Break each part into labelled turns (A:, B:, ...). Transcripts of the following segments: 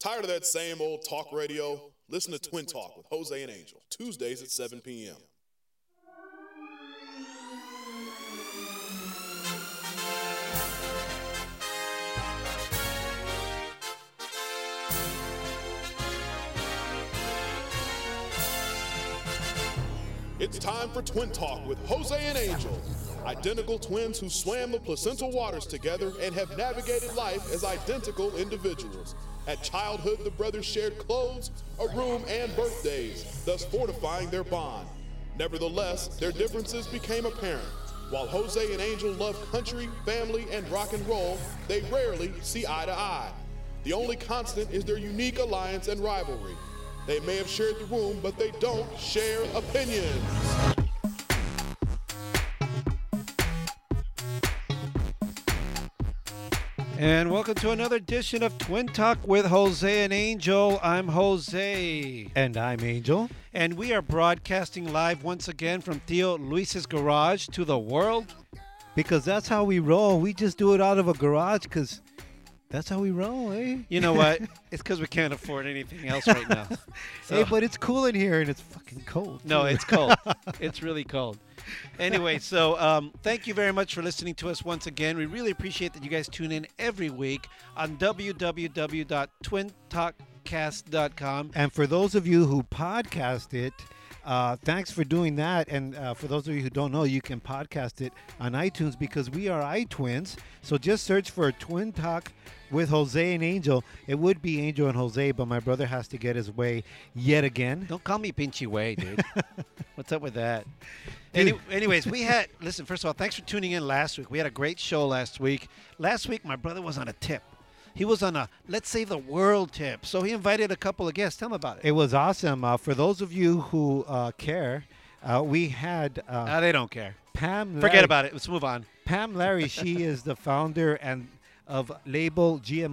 A: Tired of that same old talk radio? Listen to Twin Talk with Jose and Angel, Tuesdays at 7 p.m. It's time for Twin Talk with Jose and Angel, identical twins who swam the placental waters together and have navigated life as identical individuals. At childhood, the brothers shared clothes, a room, and birthdays, thus fortifying their bond. Nevertheless, their differences became apparent. While Jose and Angel love country, family, and rock and roll, they rarely see eye to eye. The only constant is their unique alliance and rivalry. They may have shared the room, but they don't share opinions.
B: And welcome to another edition of Twin Talk with Jose and Angel. I'm Jose.
C: And I'm Angel.
B: And we are broadcasting live once again from Theo Luis's garage to the world.
C: Because that's how we roll. We just do it out of a garage because that's how we roll, eh?
B: You know what? it's because we can't afford anything else right now.
C: Hey, but it's cool in here and it's fucking cold.
B: No,
C: too.
B: it's cold. it's really cold. Anyway, so um, thank you very much for listening to us once again. We really appreciate that you guys tune in every week on www.twintalkcast.com.
C: And for those of you who podcast it, uh, thanks for doing that. And uh, for those of you who don't know, you can podcast it on iTunes because we are iTwins. So just search for Twin Talk with Jose and Angel. It would be Angel and Jose, but my brother has to get his way yet again.
B: Don't call me Pinchy Way, dude. What's up with that? Any, anyways, we had listen. First of all, thanks for tuning in last week. We had a great show last week. Last week, my brother was on a tip. He was on a let's save the world tip. So he invited a couple of guests. Tell them about it.
C: It was awesome. Uh, for those of you who uh, care, uh, we had uh,
B: Ah, they don't care.
C: Pam.
B: Forget
C: Larry-
B: about it. Let's move on.
C: Pam Larry, she is the founder and of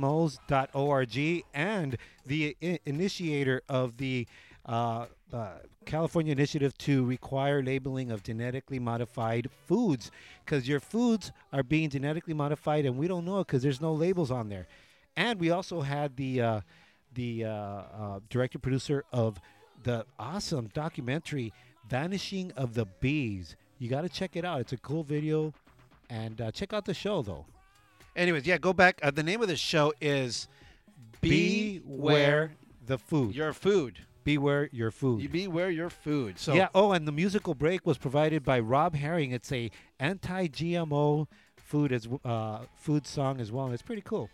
C: labelgmos.org and the i- initiator of the uh, uh, California initiative to require labeling of genetically modified foods because your foods are being genetically modified and we don't know it because there's no labels on there. And we also had the uh, the uh, uh, director producer of the awesome documentary "Vanishing of the Bees." You got to check it out. It's a cool video, and uh, check out the show though.
B: Anyways, yeah, go back. Uh, the name of the show is Beware
C: the food.
B: Your Food.
C: Beware your food.
B: You beware your food. So
C: yeah. Oh, and the musical break was provided by Rob Herring. It's a anti-GMO food as w- uh, food song as well. It's pretty cool.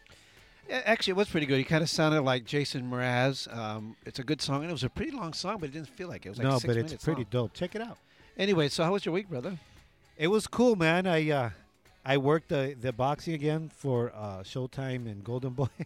B: A- Actually, it was pretty good. He kind of sounded like Jason Mraz. Um, it's a good song, and it was a pretty long song, but it didn't feel like it. It was like
C: no,
B: six
C: but
B: minutes
C: it's pretty
B: long.
C: dope. Check it out.
B: Anyway, so how was your week, brother?
C: It was cool, man. I uh, I worked the the boxing again for uh, Showtime and Golden Boy.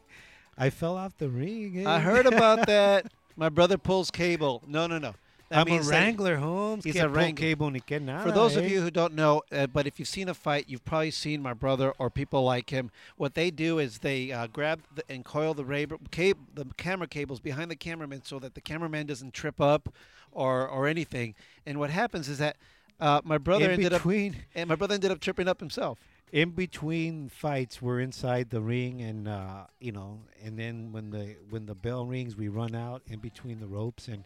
C: I fell off the ring.
B: I
C: eh?
B: heard about that. My brother pulls cable. No, no, no. That
C: I'm a
B: means that-
C: Wrangler, Holmes.
B: He's
C: Que
B: a
C: po-
B: Wrangler.
C: que boni- que
B: For
C: nada,
B: those of
C: eh?
B: you who don't know, uh, but if you've seen a fight, you've probably seen my brother or people like him. What they do is they uh, grab the, and coil the, rab- cab- the camera cables behind the cameraman so that the cameraman doesn't trip up or, or anything. And what happens is that uh, my brother
C: in
B: ended up
C: between,
B: and my brother ended up tripping up himself.
C: in between fights, we're inside the ring, and uh, you know, and then when the when the bell rings, we run out in between the ropes, and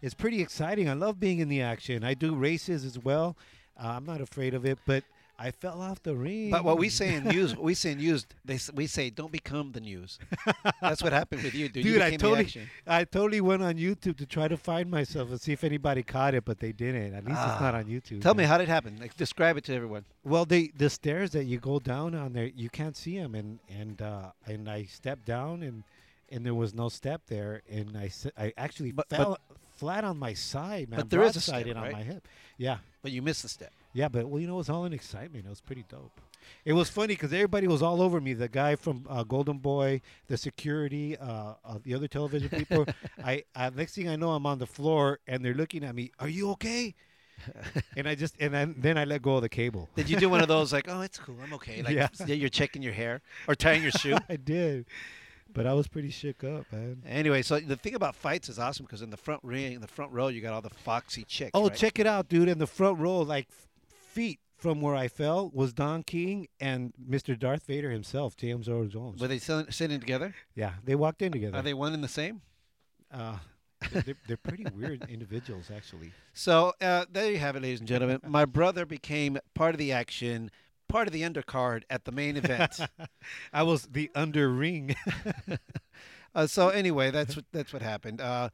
C: it's pretty exciting. I love being in the action. I do races as well. Uh, I'm not afraid of it, but I fell off the ring.
B: But what we say in news, what we say in news, they s- we say don't become the news. That's what happened with you, dude. you
C: Dude, I
B: became the
C: totally,
B: action.
C: I totally went on YouTube to try to find myself and see if anybody caught it, but they didn't. At least
B: Ah.
C: it's not on YouTube.
B: Tell me
C: man.
B: how did it happen. Like, describe it to everyone.
C: Well, they the stairs that you go down on there, you can't see them, and and uh, and I stepped down, and and there was no step there, and I s- I actually
B: But- but-
C: fell flat on my side, man.
B: But there is a
C: broadsided
B: step,
C: on
B: right?
C: my hip. Yeah,
B: But you missed the step.
C: yeah, but well, you know, it was all in excitement. It was pretty dope. It was funny because everybody was all over me. The guy from uh, Golden Boy, the security, uh, uh, the other television people. I, I next thing I know, I'm on the floor and they're looking at me. Are you okay? and I just and then, then I let go of the cable.
B: Did you do one of those like, oh, it's cool, I'm okay? Like,
C: Yeah.
B: yeah, you're checking your hair or tying your shoe.
C: I did, but I was pretty shook up, man.
B: anyway, so the thing about fights is awesome because in the front ring, in the front row, you got all the foxy chicks.
C: Oh,
B: right?
C: check it out, dude! In the front row, like f- feet from where I fell was Don King and Mr. Darth Vader himself, James Earl Jones.
B: Were they sitting sitting together?
C: yeah, they walked in together.
B: Are they one and the same?
C: uh, they're, they're pretty weird individuals, actually.
B: So uh, there you have it, ladies and gentlemen. My brother became part of the action, part of the undercard at the main event.
C: I was the under ring.
B: uh, so anyway, that's what that's what happened. Uh,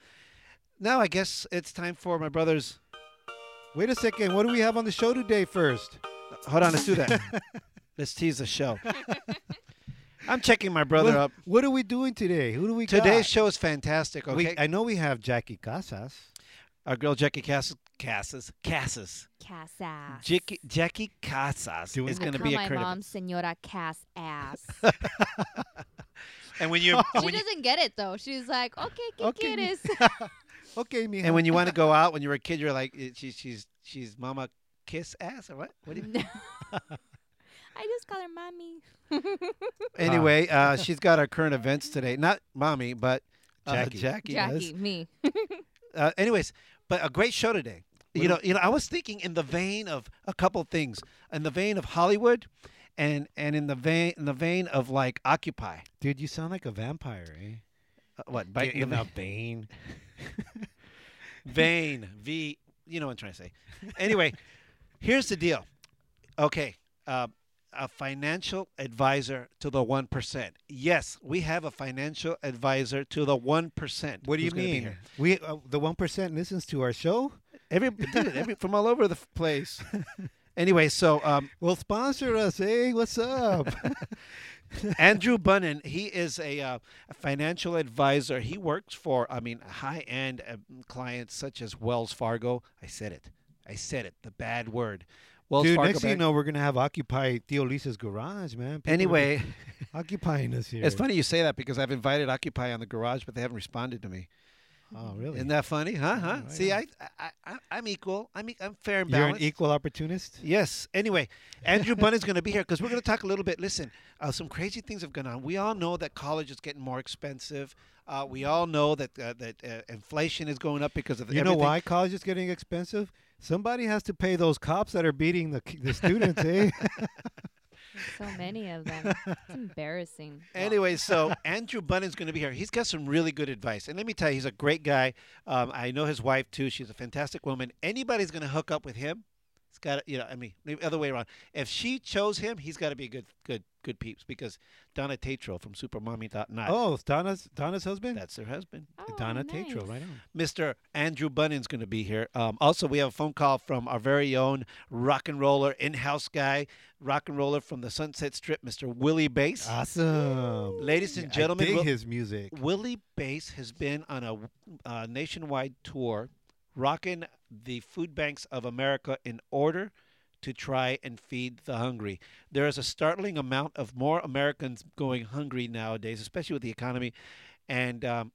B: now I guess it's time for my brother's.
C: Wait a second. What do we have on the show today first?
B: Uh, Hold on, let's do that. let's tease the show. I'm checking my brother
C: What,
B: up.
C: what are we doing today? Who do we
B: Today's
C: got?
B: show is fantastic. Okay,
C: We, I know we have Jackie Casas.
B: our girl Jackie Cassis, Cassis, Cassis,
D: Cass ass.
B: Jackie, Jackie Casas
C: Doing
B: is
D: I
B: going to
D: call
B: be
D: my
B: a critic.
D: mom Senora Cass ass.
B: And when you
D: she
B: when you,
D: doesn't get it though. She's like, okay, ¿qué
C: Okay.
D: quieres?
C: Okay, mija.
B: and when you want to go out when you were a kid, you're like eh, she's she's she's mama kiss ass or what? What do you?
D: No. I just call her mommy. Mm-hmm.
B: Anyway, uh, she's got our current events today. Not mommy, but uh,
C: Jackie.
B: Jackie. Jackie. does.
D: Jackie, me.
B: Uh, anyways, but a great show today. you
C: What do-
B: know, you know, I was thinking in the vein of a couple things, in the vein of Hollywood, and and in the vein in the vein of like Occupy.
C: Dude, you sound like a vampire, eh?
B: Uh, what bite
C: in
B: the
C: the vein.
B: vein? V. You know what I'm trying to say. Anyway, here's the deal. Okay, uh, a financial advisor to the one percent. Yes, we have a financial advisor to the one percent.
C: What do you mean? We uh, the one percent listens to our show.
B: Every dude, every from all over the f- place. anyway, so um,
C: Well, sponsor us, eh? What's up?
B: Andrew Bunnan, he is a, uh, a financial advisor. He works for, I mean, high end uh, clients such as Wells Fargo. I said it. I said it. The bad word. Wells
C: Dude,
B: Fargo.
C: next thing you
B: Bank.
C: know, we're gonna have Occupy Theo Lisa's garage, man. People are
B: anyway,
C: occupying us here.
B: it's funny you say that because I've invited Occupy on the garage, but they haven't responded to me.
C: Oh, really?
B: Isn't that funny? Huh? Huh?
C: Right
B: See,
C: on.
B: I, I, I, I'm equal. I'm, e- I'm fair and
C: You're
B: balanced.
C: an equal opportunist.
B: Yes. Anyway, Andrew Bunnan's going to be here because we're going to talk a little bit. Listen, uh, some crazy things have gone on. We all know that college is getting more expensive. Uh, we all know that uh, that uh, inflation is going up because of
C: You know
B: everything.
C: why college is getting expensive? Somebody has to pay those cops that are beating the, the students, eh?
D: So many of them. It's embarrassing.
B: Anyway, so Andrew Bunnan's going to be here. He's got some really good advice, and let me tell you, he's a great guy. Um, I know his wife too. She's a fantastic woman. Anybody's going to hook up with him. It's got to, you know, I mean, the other way around. If she chose him, he's got to be a good, good, good peeps because Donna Tatro from Supermommy.net.
C: oh, it's Donna's Donna's husband.
B: That's her husband.
D: Oh,
C: Donna
D: nice.
C: Tatro, right on.
B: Mr. Andrew Bunnan's going to be here. Um, also, we have a phone call from our very own rock and roller in-house guy, rock and roller from the Sunset Strip, Mr. Willie Bass.
C: Awesome,
B: Ladies and
C: Yeah, Ah, I
B: gentlemen,
C: dig
B: we'll-
C: his music.
B: Willie Bass has been on a uh, nationwide tour, rocking the food banks of America in order to try and feed the hungry. There is a startling amount of more Americans going hungry nowadays, especially with the economy, and um,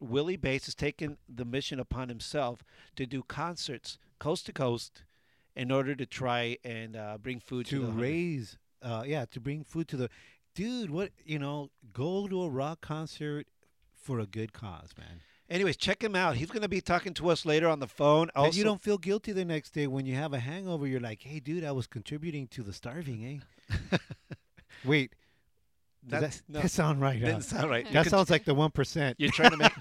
B: Willie Bass has taken the mission upon himself to do concerts coast to coast in order to try and uh, bring food to,
C: to
B: the hungry.
C: raise uh yeah to bring food to the dude what you know go to a rock concert for a good cause man
B: Anyways, check him out. He's going to be talking to us later on the phone.
C: And
B: Also,
C: you don't feel guilty the next day when you have a hangover you're like hey dude i was contributing to the starving eh wait does
B: That's-
C: that,
B: no.
C: that sound right huh?
B: Didn't sound right.
C: that sounds like the one percent
B: You're trying to make.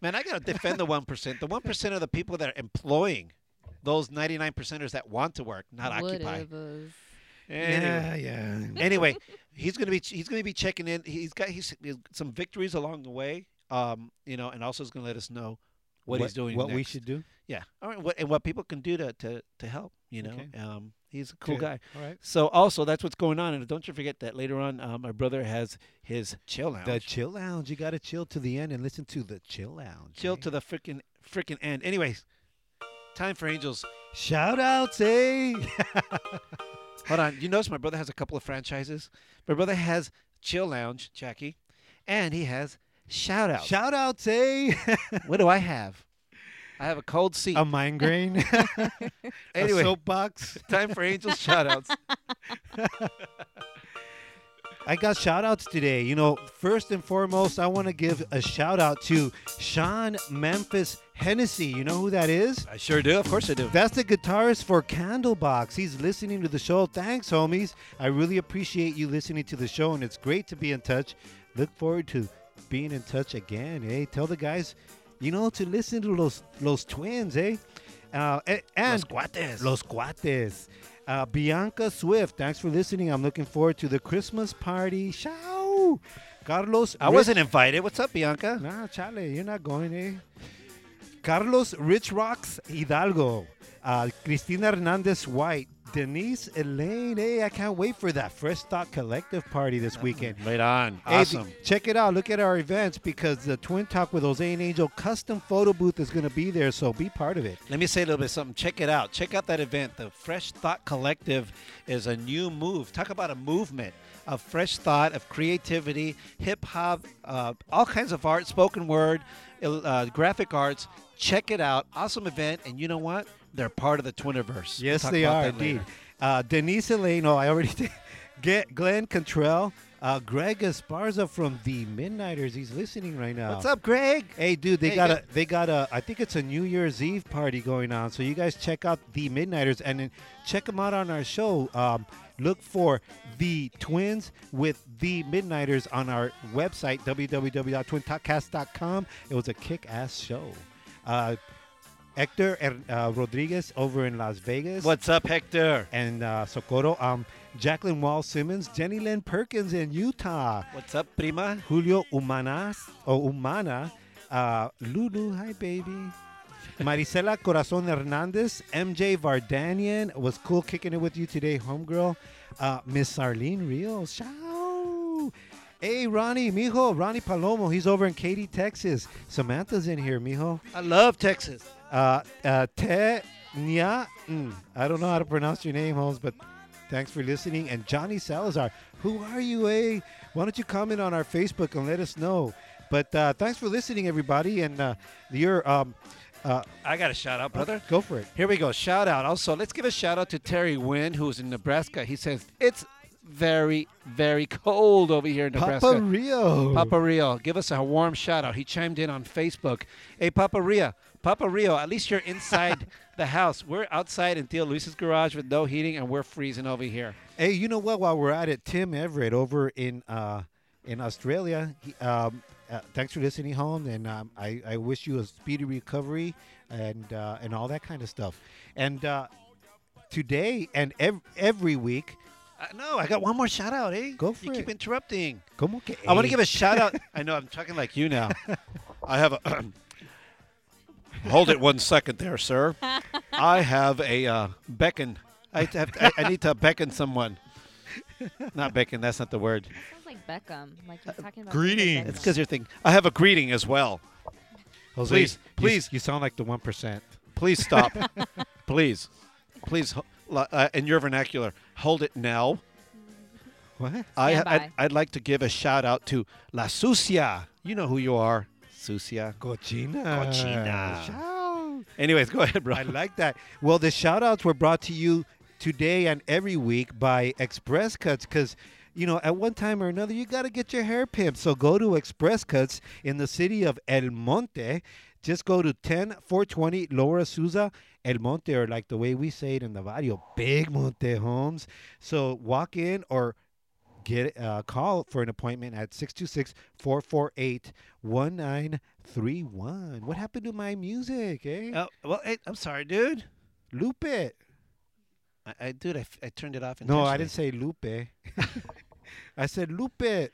B: Man, I gotta defend the one percent. The one percent of the people that are employing those ninety-nine percenters that want to work, not occupy.
D: Whatevers.
B: Anyway,
C: yeah
B: anyway, he's gonna be he's gonna be checking in. He's got he's, he's some victories along the way, um, you know, and also is gonna let us know what, he's doing.
C: what we
B: next.
C: should do
B: yeah, all right, what, and what people can do to to, to help. You know,
C: Okay.
B: um, he's a cool
C: Good.
B: guy.
C: all right
B: So also that's what's going on, and don't you forget that later on, um, my brother has his chill lounge.
C: the chill lounge you gotta chill to the end and listen to the chill lounge
B: chill
C: eh?
B: to the freaking freaking end. Anyways, time for angels.
C: shout outs eh
B: Hold on. You notice my brother has a couple of franchises. My brother has Chill Lounge, Jackie, and he has Shout Out.
C: shout outs eh
B: what do I have? I have a cold seat.
C: a migraine
B: anyway,
C: a soapbox
B: time for angels shout outs.
C: I got shout outs today. You know, first and foremost, I want to give a shout out to Sean Memphis Hennessy. You know who that is?
B: I sure do. Of course I do.
C: That's the guitarist for Candlebox. He's listening to the show. Thanks, homies. I really appreciate you listening to the show, and it's great to be in touch. Look forward to being in touch again. Hey, tell the guys, you know, to listen to los, los twins, eh? Uh, a- and
B: Los Cuates.
C: Los Cuates. Uh, Bianca Swift, thanks for listening. I'm looking forward to the Christmas party. Ciao. Carlos.
B: I
C: Rich-
B: wasn't invited. What's up, Bianca?
C: Nah, chale, you're not going, eh? Carlos Rich Rocks Hidalgo, uh, Cristina Hernandez White, Denise Elaine. Hey, I can't wait for that Fresh Stock Collective party this weekend.
B: Right on.
C: Hey,
B: Awesome.
C: th- check it out. Look at our events because the Twin Talk with Jose and Angel custom photo booth is going to be there, so be part of it.
B: Let me say a little bit something. Check it out. Check out that event. The Fresh Thought Collective is a new move. Talk about a movement of fresh thought, of creativity, hip hop, uh, all kinds of art, spoken word, il- uh, graphic arts. Check it out. Awesome event. And you know what? They're part of the Twiniverse. We'll
C: Yes,
B: talk
C: they
B: about
C: are
B: that later.
C: indeed. Uh, Denise Elaine, oh, I already did. Get Glenn Contrell, uh, Greg Esparza from the Midnighters. He's listening right now.
B: What's up, Greg?
C: Hey, dude, they
B: Hey,
C: got
B: guy-
C: a they got a I think it's a New Year's Eve party going on. So you guys check out the Midnighters and then check them out on our show. Um, look for the Twins with the Midnighters on our website www.twintalkcast.com. It was a kick-ass show. Uh, Hector Her- uh, Rodriguez over in Las Vegas
B: What's up, Hector?
C: and uh, Socorro. Um, Jacqueline Wall Simmons, Jenny Lynn Perkins in Utah.
B: What's up, prima?
C: Julio Humanas or Humana, uh, Lulu, hi baby. Maricela Corazon Hernandez, MJ Vardanian was cool kicking it with you today, homegirl. Uh, Miss Arlene Real, ciao. Hey, Ronnie, mijo, Ronnie Palomo, he's over in Katy, Texas. Samantha's in here, mijo.
B: I love Texas.
C: Uh, uh, Te Nya, mm, I don't know how to pronounce your name, Holmes, but thanks for listening. And Johnny Salazar, who are you, eh? Why don't you comment on our Facebook and let us know? But uh, thanks for listening, everybody. And uh, your um, uh,
B: I got a shout out, brother.
C: go for it.
B: Here we go. Shout out. Also, let's give a shout out to Terry Wynn, who's in Nebraska. He says, It's very, very cold over here in Nebraska.
C: Papa Rio.
B: Papa Rio, give us a warm shout out. He chimed in on Facebook. Hey, Papa Rio, Papa Rio, at least you're inside the house. We're outside in Theo Luis's garage with no heating, and we're freezing over here.
C: Hey, you know what? While we're at it, Tim Everett over in uh, in Australia. He, um, uh, thanks for listening, home, and um, I, I wish you a speedy recovery and uh, and all that kind of stuff. And uh, today and ev- every week,
B: Uh, no, I got one more shout out, eh?
C: Go for
B: you keep
C: it.
B: interrupting.
C: como que
B: I want to give a shout out. I know I'm talking like you now. I have a. Hold it one second there, sir. I have a uh, beckon. I, have I, I need to beckon someone. Not beckon. That's not the word.
D: Sounds like Beckham. Like you're talking about
A: greetings.
B: Uh, It's because you're thinking. I have a greeting as well.
C: Jose,
B: please,
C: you-
B: please.
C: You, sound like the one percent.
B: Please stop. please, please. ho- li- Uh, in your vernacular, hold it now.
C: What?
B: I,
D: Stand
B: I'd,
D: by.
B: I'd like to give a shout out to La Sucia. You know who you are, Sucia.
C: Cochina.
B: Cochina.
C: Ciao.
B: Anyways, go ahead, bro.
C: I like that. Well, the shout outs were brought to you today and every week by Express Cuts because, you know, at one time or another, you got to get your hair pimped. So go to Express Cuts in the city of El Monte. Just go to 10420 Laura Souza, El Monte, or like the way we say it in the barrio, Big Monte Homes. So walk in or get uh, call for an appointment at 626-448-1931 what happened to my music eh?
B: Oh, well, hey, I'm sorry, dude.
C: Lupe.
B: I, I dude, I, f- I turned it off.
C: No, I
B: intentionally.
C: didn't say Lupe. I said Lupe.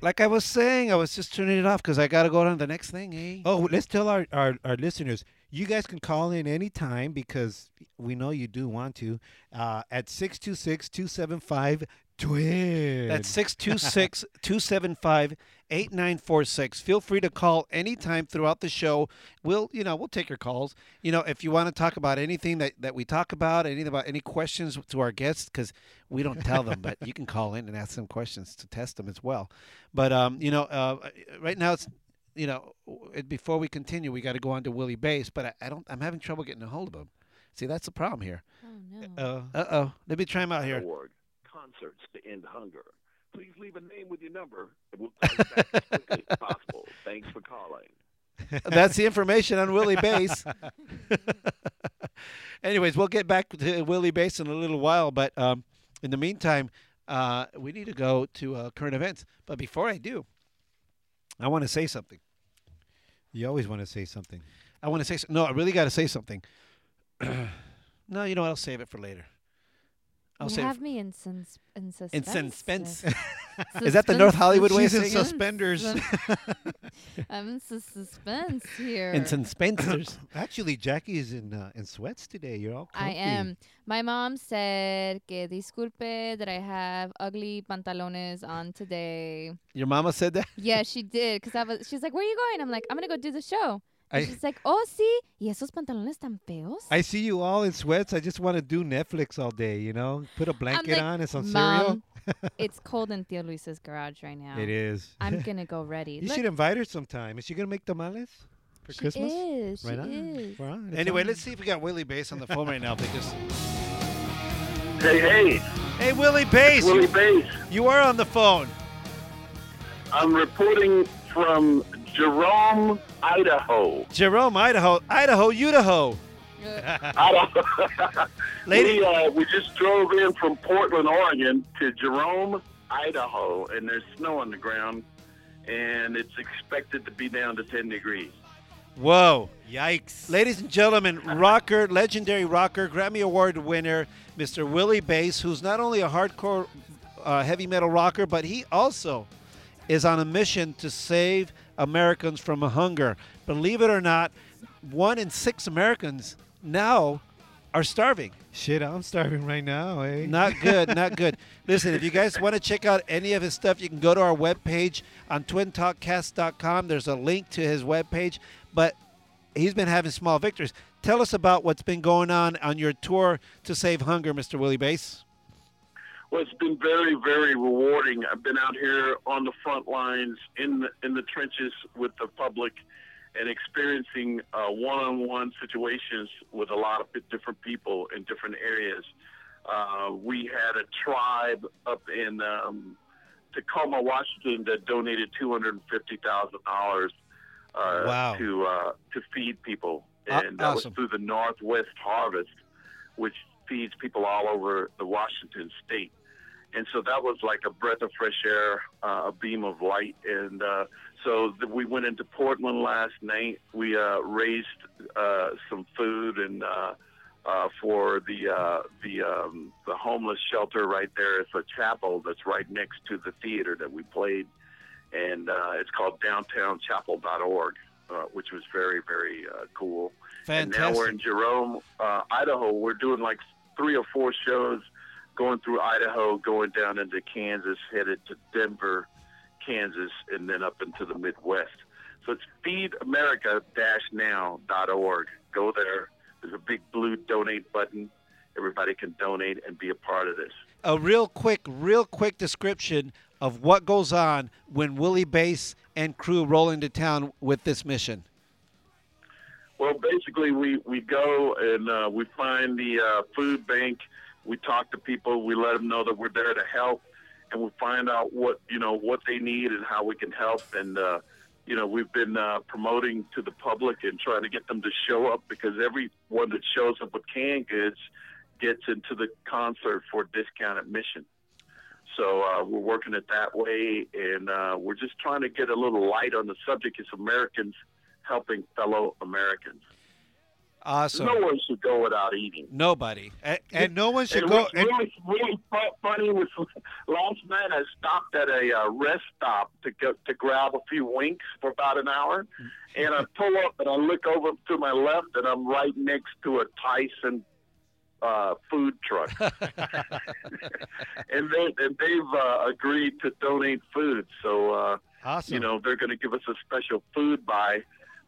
B: Like I was saying, I was just turning it off because I got to go on to the next thing. Eh?
C: Oh, let's tell our, our, our listeners. You guys can call in anytime because we know you do want to uh, at 626 275 twin.
B: That's 626 275 8946. Feel free to call anytime throughout the show. We'll, you know, we'll take your calls. You know, if you want to talk about anything that, that we talk about, anything about any questions to our guests, because we don't tell them, but you can call in and ask them questions to test them as well. But, um, you know, uh, right now it's, you know, it, before we continue, we got to go on to Willie Bass, but I, I don't, I'm having trouble getting a hold of him. See, that's the problem here.
D: Oh no.
C: Uh,
B: Uh oh. Let me try him out here.
E: Award, concerts to end hunger, Please leave a name with your number, and we'll call you back as quickly as possible. Thanks for calling.
B: That's the information on Willie Bass. Anyways, we'll get back to Willie Bass in a little while, but um, in the meantime, uh, we need to go to uh, current events. But before I do, I want to say something.
C: You always want to say something.
B: I want to say so- no. I really got to say something. no, you know what? I'll save it for later. I'll
D: you
B: save
D: have
B: it
D: me in, sens- in suspense.
B: in suspense.
D: Sus-
B: Is that the North
D: suspense-
B: Hollywood way of
C: She's in
B: saying it?
D: sus-
C: suspenders.
D: I'm in sus- suspense here.
B: In suspense.
C: Actually, Jackie is in uh, in sweats today. You're all.
D: I
C: comfy.
D: am. My mom said que disculpe that I have ugly pantalones on today.
B: Your mama said that.
D: Yeah, she did. Cause I was. She's like, "Where are you going?" I'm like, "I'm gonna go do the show." And
C: I-
D: she's like, "Oh, sí. Y esos pantalones tan feos."
C: I see you all in sweats. I just want to do Netflix all day. You know, put a blanket
D: like,
C: on and some
D: Mom, it's cold in Tio Luis's garage right now.
C: cereal. It is.
D: I'm gonna go ready.
C: You
D: Look,
C: should invite her sometime. Is she gonna make tamales for
D: she
C: Christmas?
D: is. She
C: Right on.
D: is.
C: Right on. It's
B: Anyway,
C: on.
B: let's see if we got Willie Bass on the phone right now. Because
E: Hey, hey,
B: hey, Willie Bass,
E: Willie
B: you,
E: Bass.
B: you are on the phone.
E: I'm reporting from Jerome, Idaho.
B: Jerome, Idaho, Idaho, Idaho.
D: Uh,
E: Idaho.
B: Uh-huh. Lady-
E: we, uh, we just drove in from Portland, Oregon to Jerome, Idaho, and there's snow on the ground, and it's expected to be down to 10 degrees.
B: Whoa.
C: Yikes.
B: Ladies and gentlemen, rocker, legendary rocker, Grammy Award winner, Mr. Willie Bass, who's not only a hardcore uh, heavy metal rocker, but he also is on a mission to save Americans from hunger. Believe it or not, one in six Americans now are starving.
C: Shit, I'm starving right now. Eh?
B: Not good, not good. Listen, if you guys want to check out any of his stuff, you can go to our webpage on twintalkcast.com. There's a link to his webpage, but he's been having small victories. Tell us about what's been going on on your tour to save hunger, Mr. Willie Bass.
E: Well, it's been very, very rewarding. I've been out here on the front lines, in the, in the trenches with the public, and experiencing uh, one-on-one situations with a lot of p- different people in different areas. Uh, we had a tribe up in um, Tacoma, Washington, that donated two hundred and fifty thousand dollars uh,
B: Wow.
E: to uh, to feed people,
B: Aw-
E: and that
B: awesome.
E: was through the Northwest Harvest, which feeds people all over the Washington state and so that was like a breath of fresh air, uh, a beam of light. And uh, so th- we went into Portland last night. We uh, raised uh, some food and uh, uh, for the uh, the um, the homeless shelter right there. It's a chapel that's right next to the theater that we played, and uh, it's called DowntownChapel.org, uh, which was very very uh, cool. And now we're
B: Fantastic.
E: in Jerome, uh, Idaho. We're doing like three or four shows, going through Idaho, going down into Kansas, headed to Denver, Kansas, and then up into the Midwest. So it's feedamerica-now.org. Go there. There's a big blue donate button. Everybody can donate and be a part of this.
B: A real quick, real quick description of what goes on when Willie Bass and crew roll into town with this mission.
E: Well, basically, we, we go and uh, we find the uh, food bank. We talk to people. We let them know that we're there to help, and we find out what you know what they need and how we can help. And uh, you know, we've been uh, promoting to the public and trying to get them to show up because everyone that shows up with canned goods gets into the concert for discount admission. So uh, we're working it that way, and uh, we're just trying to get a little light on the subject. It's Americans helping fellow Americans.
B: Awesome.
E: No one should go without eating.
B: Nobody.
C: A- and no one should
E: And
C: go.
E: what's
C: And,
E: really, really fu- funny was last night I stopped at a uh, rest stop to go, to grab a few winks for about an hour,
C: Mm-hmm.
E: and I pull up and I look over to my left and I'm right next to a Tyson uh, food truck, and they and they've uh, agreed to donate food. So. Uh,
C: awesome.
E: you know they're going to give us a special food buy.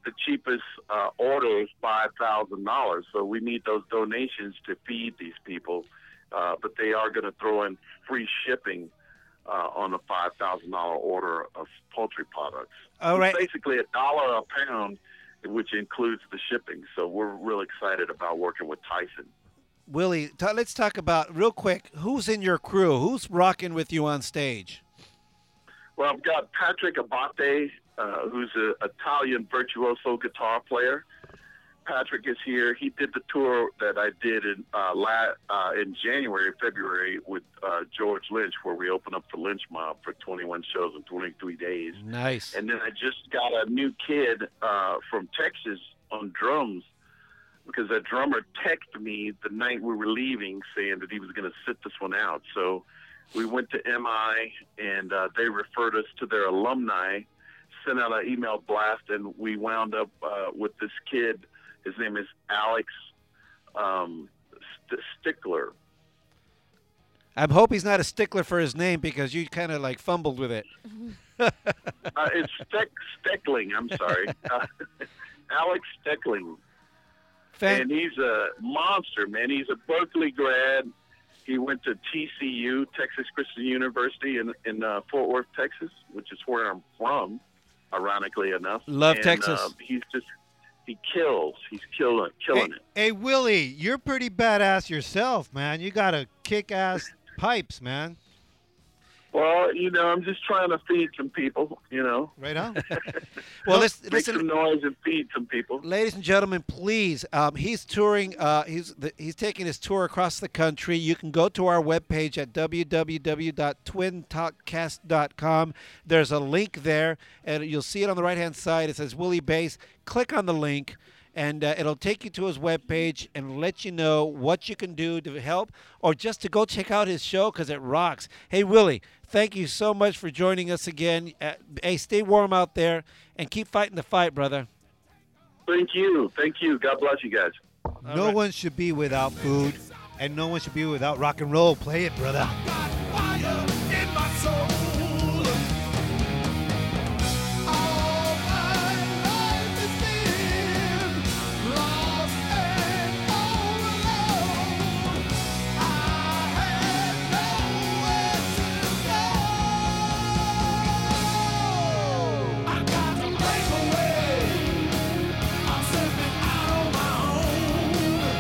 E: The cheapest uh, order is five thousand dollars, so we need those donations to feed these people. Uh, but they are going to throw in free shipping uh, on a five thousand dollar order of poultry products.
B: All
E: It's
B: right.
E: basically a dollar a pound, which includes the shipping. So we're real excited about working with Tyson.
B: Willie, t- let's talk about real quick who's in your crew? Who's rocking with you on stage?
E: Well, I've got Patrick Abate, uh, who's an Italian virtuoso guitar player. Patrick is here. He did the tour that I did in uh, la- uh, in January, February with uh, George Lynch, where we opened up for Lynch Mob for 21 shows in 23 days.
B: Nice.
E: And then I just got a new kid uh, from Texas on drums because that drummer texted me the night we were leaving saying that he was going to sit this one out. So we went to MI and uh, they referred us to their alumni, sent out an email blast, and we wound up uh, with this kid. His name is Alex um, St- Stickler.
B: I hope he's not a stickler for his name because you kind of like fumbled with it.
E: Uh, it's Steck- Steckling, I'm sorry. Uh, Alex Steckling.
B: Fan-
E: and he's a monster, man. He's a Berkeley grad. He went to TCU, Texas Christian University, in in uh, Fort Worth, Texas, which is where I'm from. Ironically enough,
B: Love
E: And,
B: Texas.
E: uh, he's just he kills. He's killing killing
C: hey,
E: it.
C: hey, Willie, you're pretty badass yourself, man. You got a kick-ass pipes, man.
E: Well, you know, I'm just trying to feed some people. You know,
C: Right on.
B: well, listen,
E: make some
B: listen,
E: noise and feed some people.
B: ladies and gentlemen, please. Um, he's touring. Uh, he's the, he's taking his tour across the country. You can go to our webpage at www.twintalkcast.com. There's a link there, and you'll see it on the right hand side. It says Willie Bass. Click on the link. And uh, it'll take you to his webpage and let you know what you can do to help or just to go check out his show because it rocks. Hey, Willie, thank you so much for joining us again. Uh, hey, stay warm out there and keep fighting the fight, brother.
E: Thank you, thank you. God bless you guys.
C: no one should be without food, and no one should be without rock and roll. Play it, brother.
F: got fire in my soul. All my life has been lost and all alone. I had nowhere to go. I got to break away. I'm stepping out on my own.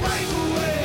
F: Break away.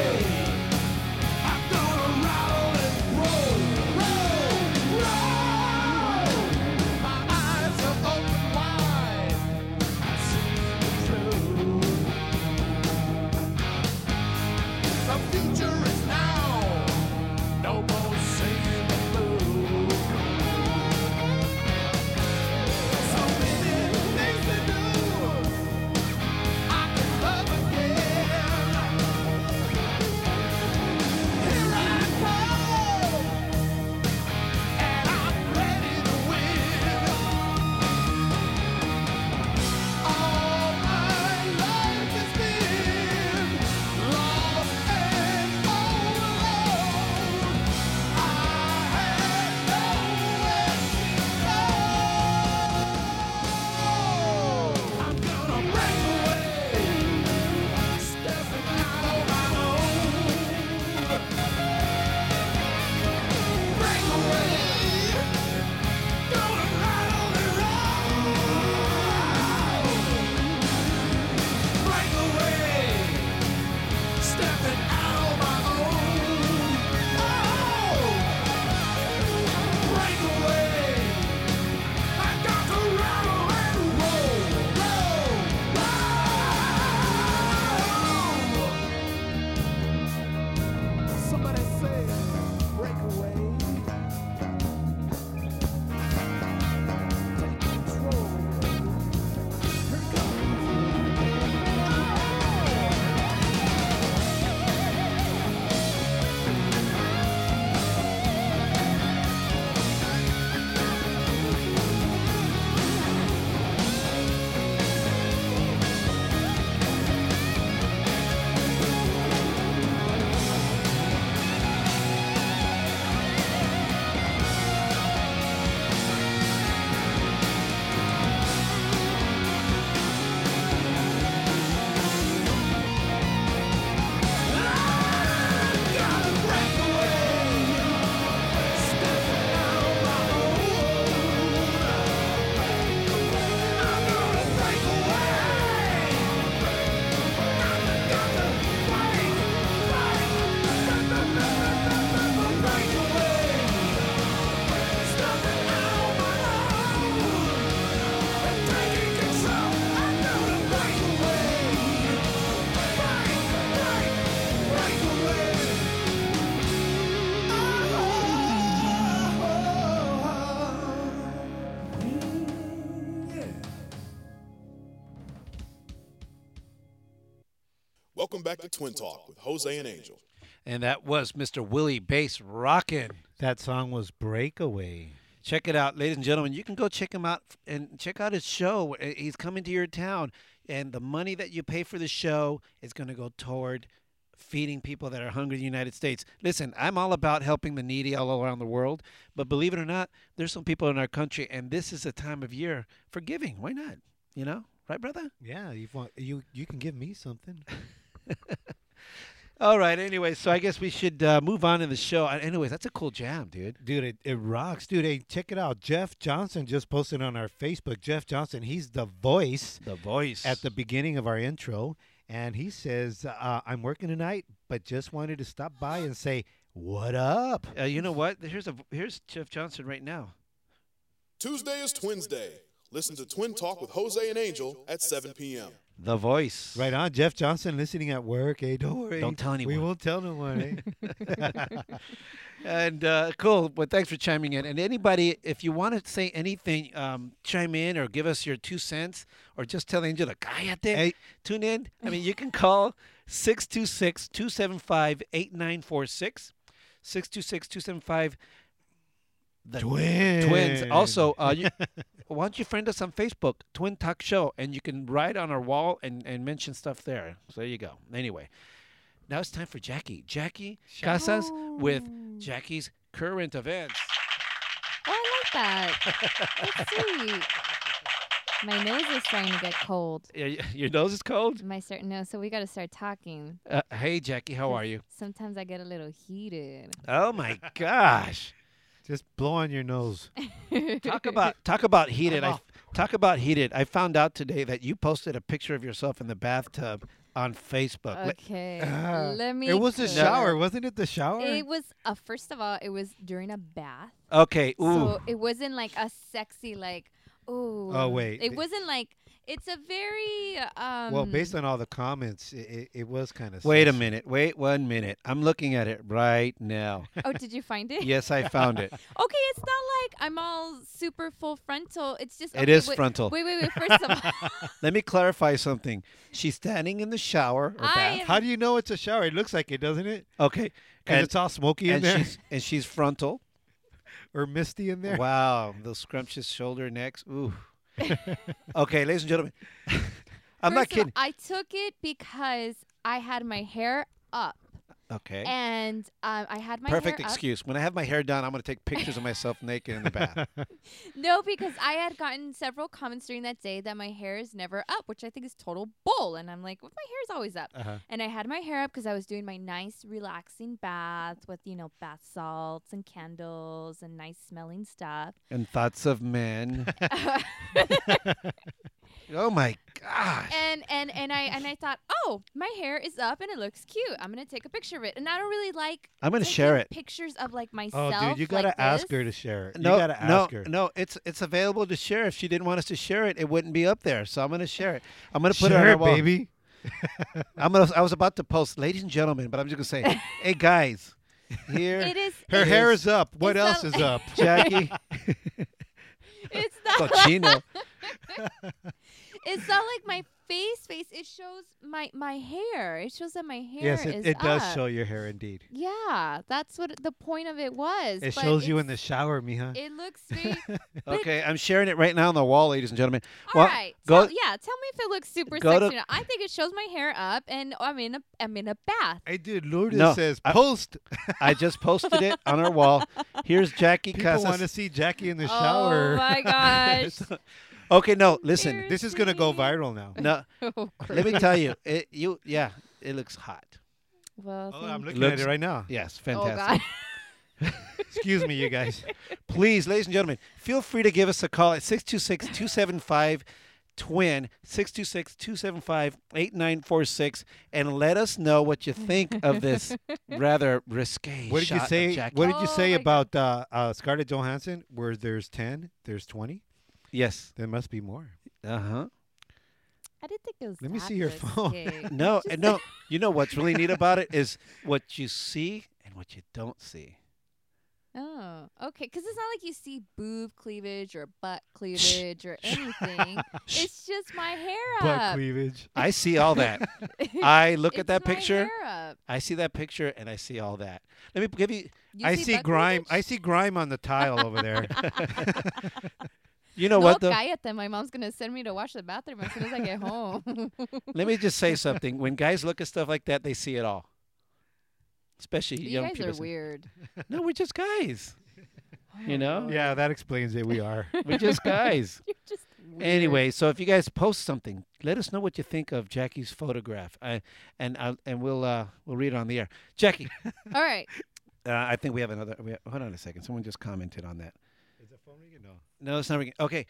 A: Welcome back to Twin Talk with Jose and Angel.
B: And that was Mr. Willie Bass Rockin'.
C: That song was Breakaway.
B: Check it out, ladies and gentlemen. You can go check him out and check out his show. Uh, He's coming to your town, and the money that you pay for the show is going to go toward feeding people that are hungry in the United States. Listen, I'm all about helping the needy all around the world, but believe it or not, there's some people in our country, and this is a time of year for giving. Why not? You know, right, brother?
C: Yeah, you want you you can give me something.
B: All right. Anyway, so I guess we should uh, move on in the show. Uh, Anyways, that's a cool jam, dude.
C: Dude, it, it rocks. Dude, hey, check it out. Jeff Johnson just posted on our Facebook. Jeff Johnson, he's the voice
B: The voice
C: at the beginning of our intro. And he says, uh, I'm working tonight, but just wanted to stop by and say, what up?
B: Uh, you know what? Here's a here's Jeff Johnson right now.
A: Tuesday is Twins Day. Listen to Twin Talk with Jose and Angel at 7 p.m.
B: The voice.
C: Right on. Jeff Johnson listening at work. Hey, don't worry.
B: Don't tell
C: We
B: anyone.
C: won't tell no one. eh?
B: And uh, cool. Well, thanks for chiming in. And anybody, if you want to say anything, um, chime in or give us your two cents or just tell Angel, cállate,
C: Hey.
B: tune in. I mean, you can call 626 275 8946. 626 275 the
C: Twins.
B: Twins. Also, uh, you, why don't you friend us on Facebook, Twin Talk Show, and you can write on our wall and, and mention stuff there. So there you go. Anyway, now it's time for Jackie. Jackie Casas with Jackie's current events.
D: Oh, I like that. That's sweet. My nose is starting to get cold.
B: Yeah, y- Your nose is cold.
D: My certain no, so we got to start talking.
B: Uh, hey, Jackie, how are you?
D: Sometimes I get a little heated.
B: Oh my gosh!
C: Just blow on your nose.
B: Talk about talk about heated.
C: I'm
B: I,
C: off.
B: talk about heated. I found out today that you posted a picture of yourself in the bathtub on Facebook. Le-
D: Okay.
C: Ah,
D: Let me.
C: It was the
D: cook.
C: shower. Wasn't it the shower?
D: uh, It was uh, first of all, it was during a bath,
B: Okay. Ooh.
D: so it wasn't like a sexy like. Ooh.
C: wait.
D: It wasn't like. It's a very um.
C: well, based on all the comments, it, it, it was kind of.
B: Wait a minute. Wait one minute. I'm looking at it right now.
D: Oh, did you find it?
B: yes, I found it.
D: Okay, it's not like I'm all super full frontal. It's just
B: It
D: okay,
B: is
D: wait-
B: frontal.
D: Wait, wait, wait. First of all,
B: Let me clarify something. She's standing in the shower or
D: I
B: bath.
D: am-
C: How do you know it's a shower? It looks like it, doesn't it?
B: Okay.
C: Because
B: And,
C: it's all smoky in
B: and
C: there
B: she's and she's frontal.
C: or misty in there.
B: Wow, those scrumptious shoulder necks. Ooh. okay, ladies and gentlemen. I'm not
D: first of
B: kidding.
D: all, I took it because I had my hair up
B: Okay.
D: and um, I had my
B: Perfect
D: hair up.
B: excuse. When I have my hair done, I'm going to take pictures of myself naked in the bath.
D: No, because I had gotten several comments during that day that my hair is never up, which I think is total bull. And I'm like, well, my hair is always up.
C: Uh-huh.
D: And I had my hair up because I was doing my nice, relaxing bath with, you know, bath salts and candles and nice smelling stuff.
B: and thoughts of men. oh my gosh.
D: and and and I and I thought, oh, my hair is up and it looks cute. I'm gonna take a picture of it. And I don't really like.
B: I'm gonna
D: taking
B: share it.
D: Pictures of like
C: Oh,
D: myself.
C: dude, you gotta
D: like
C: ask
D: this.
C: her to share. it.
B: No,
C: you gotta
B: no,
C: ask her.
B: no. It's it's available to share. If she didn't want us to share it, it wouldn't be up there. So I'm gonna share it. I'm gonna put
C: share
B: it on our wall.
C: baby.
B: I'm gonna. I was about to post, ladies and gentlemen, but I'm just gonna say, hey guys, here
D: It is.
C: Her
D: it-
C: hair is up. What
D: it's
C: else
D: not-
C: is up?
B: Jackie
D: It's not.
B: Cochino.
D: It's not like my face. Face. It shows my my hair. It shows that my hair
C: yes,
D: is
C: it, it does
D: up.
C: show your hair indeed.
D: Yeah, that's what the point of it was.
C: It
D: but
C: shows you in the
D: it's-
C: shower, Mija.
D: It looks very.
B: Okay, I'm sharing it right now on the wall, ladies and gentlemen.
D: All
B: well,
D: right.
B: go.
D: tell- yeah, tell me if it looks super
B: go to-
D: sexy. or not. I think it shows my hair up, and oh, I'm in a I'm in a bath.
C: Hey, dude, Lourdes
B: No,
C: says
B: I-
C: post.
B: I just posted it on our wall. Here's Jackie
C: People want to
B: Casas.
C: see Jackie in the shower.
D: Oh my gosh.
B: Okay, no, listen.
D: Here.
C: This is gonna go
D: See?
C: viral now.
B: No,
D: Oh,
B: let me tell you. It, you, yeah, it looks hot.
D: well,
C: Oh, I'm
D: thank-
C: looking at
B: Looks-
C: it right now.
B: Yes,
D: oh
B: fantastic.
D: God.
C: Excuse me, you guys.
B: please, ladies and gentlemen, feel free to give us a call at 626 275 twin 626 275 8946 and let us know what you think of this rather risque
C: What did you
B: shot of
C: say?
B: Jackie.
C: What did you
D: Oh
C: say
D: my
C: about uh, uh, Scarlett Johansson? Where there's ten, there's twenty.
B: yes
C: There must be more.
B: uh-huh
D: I didn't think it was.
C: Let me
D: that
C: see your phone.
D: risque.
B: no uh,
D: Just-
B: no you know what's really neat about it is what you see and what you don't see
D: Oh, okay. Because it's not like you see boob cleavage or butt cleavage or anything. it's just my hair
C: Butt
D: up.
C: cleavage.
B: I see all that. I look at
D: It's
B: that
D: my
B: picture.
D: hair up.
B: I see that picture and I see all that. Let me give you.
D: You
C: I see
D: butt
C: grime.
D: cleavage?
C: I see grime on the tile over there.
B: You know
D: no,
B: what though?
D: cállate. My mom's gonna send me to wash the bathroom as soon as I get home.
B: Let me just say something. When guys look at stuff like that, they see it all. Especially
D: you
B: young
D: guys
B: people.
D: are weird.
B: No, we're just guys. You know,
C: yeah, that explains it. We are.
B: we're just guys.
D: You're just weird.
B: Anyway, so if you guys post something, let us know what you think of Jackie's photograph, I, and I'll, and we'll uh, we'll read it on the air. Jackie, uh,
D: All right.
B: I think we have another. We have, hold on a second. Someone just commented on that.
C: Is the phone ringing? No.
B: No, it's not ringing. Okay.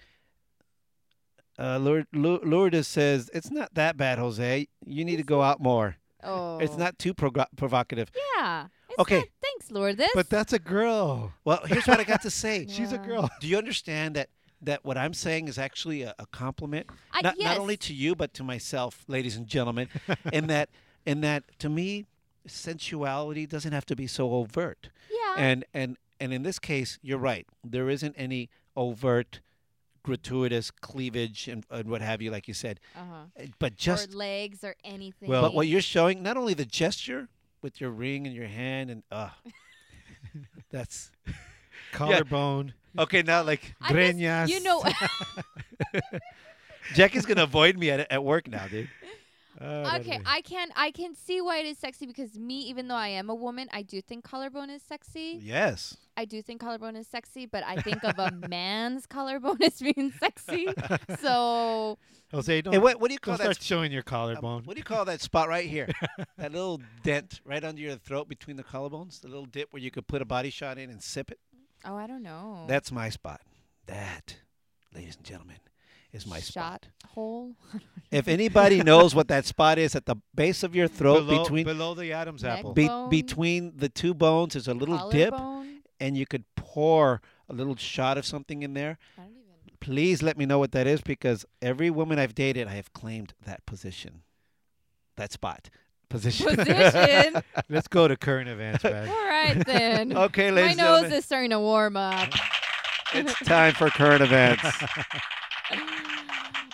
B: Uh, Lour- Lou- Lourdes says it's not that bad, Jose. You need to go out more.
D: Oh.
B: It's not too pro- provocative.
D: Yeah. It's
B: Okay.
D: not- thanks, Lord. This.
C: But that's a girl.
B: Well, here's what I got to say.
C: She's a
D: Yeah.
C: girl.
B: Do you understand that that what I'm saying is actually a, a compliment,
D: I-
B: not not only
D: Uh, yes.
B: to you but to myself, ladies and gentlemen, in that in that to me, sensuality doesn't have to be so overt.
D: yeah.
B: And and and in this case, you're right. There isn't any overt, gratuitous cleavage and, and what have you, like you said.
D: uh-huh.
B: Uh, But just
D: or legs or anything.
C: Well-
B: but what you're showing, not only the gesture with your ring in your hand and uh that's
C: Collarbone.
B: okay now like
D: I guess
C: Greñas.
D: You know,
B: Jackie's gonna avoid me at, at work now, dude.
C: Oh, that'd
D: okay,
C: be-
D: I can I can see why it is sexy because me, even though I am a woman, I do think collarbone is sexy.
B: Yes.
D: I do think collarbone is sexy, but I think of a man's collarbone as being sexy. So
C: Jose, don't,
B: Hey, what, what do you
C: don't
B: call
C: start
B: that?
C: showing your
B: sp-
C: collarbone.
B: What do you call that spot right here? that little dent right under your throat between the collarbones, the little dip where you could put a body shot in and sip it.
D: oh, I don't know.
C: Mm.
B: That's my spot. That, ladies and gentlemen, is my
D: shot
B: spot.
D: hole.
B: If anybody knows what that spot is at the base of your throat,
C: below,
B: between
C: below the Adam's
D: Neck
C: apple.
D: bone.
B: be, between the two bones, is a little dip,
D: collarbone.
B: and you could pour a little shot of something in there.
D: I don't even.
B: please let me know what that is because every woman I've dated, I have claimed that position, that spot, position.
D: Position.
C: Let's go to current events, man.
D: All right then.
B: okay,
D: My
B: ladies and
D: nose
B: gentlemen,
D: is starting to warm up.
B: it's time for current events.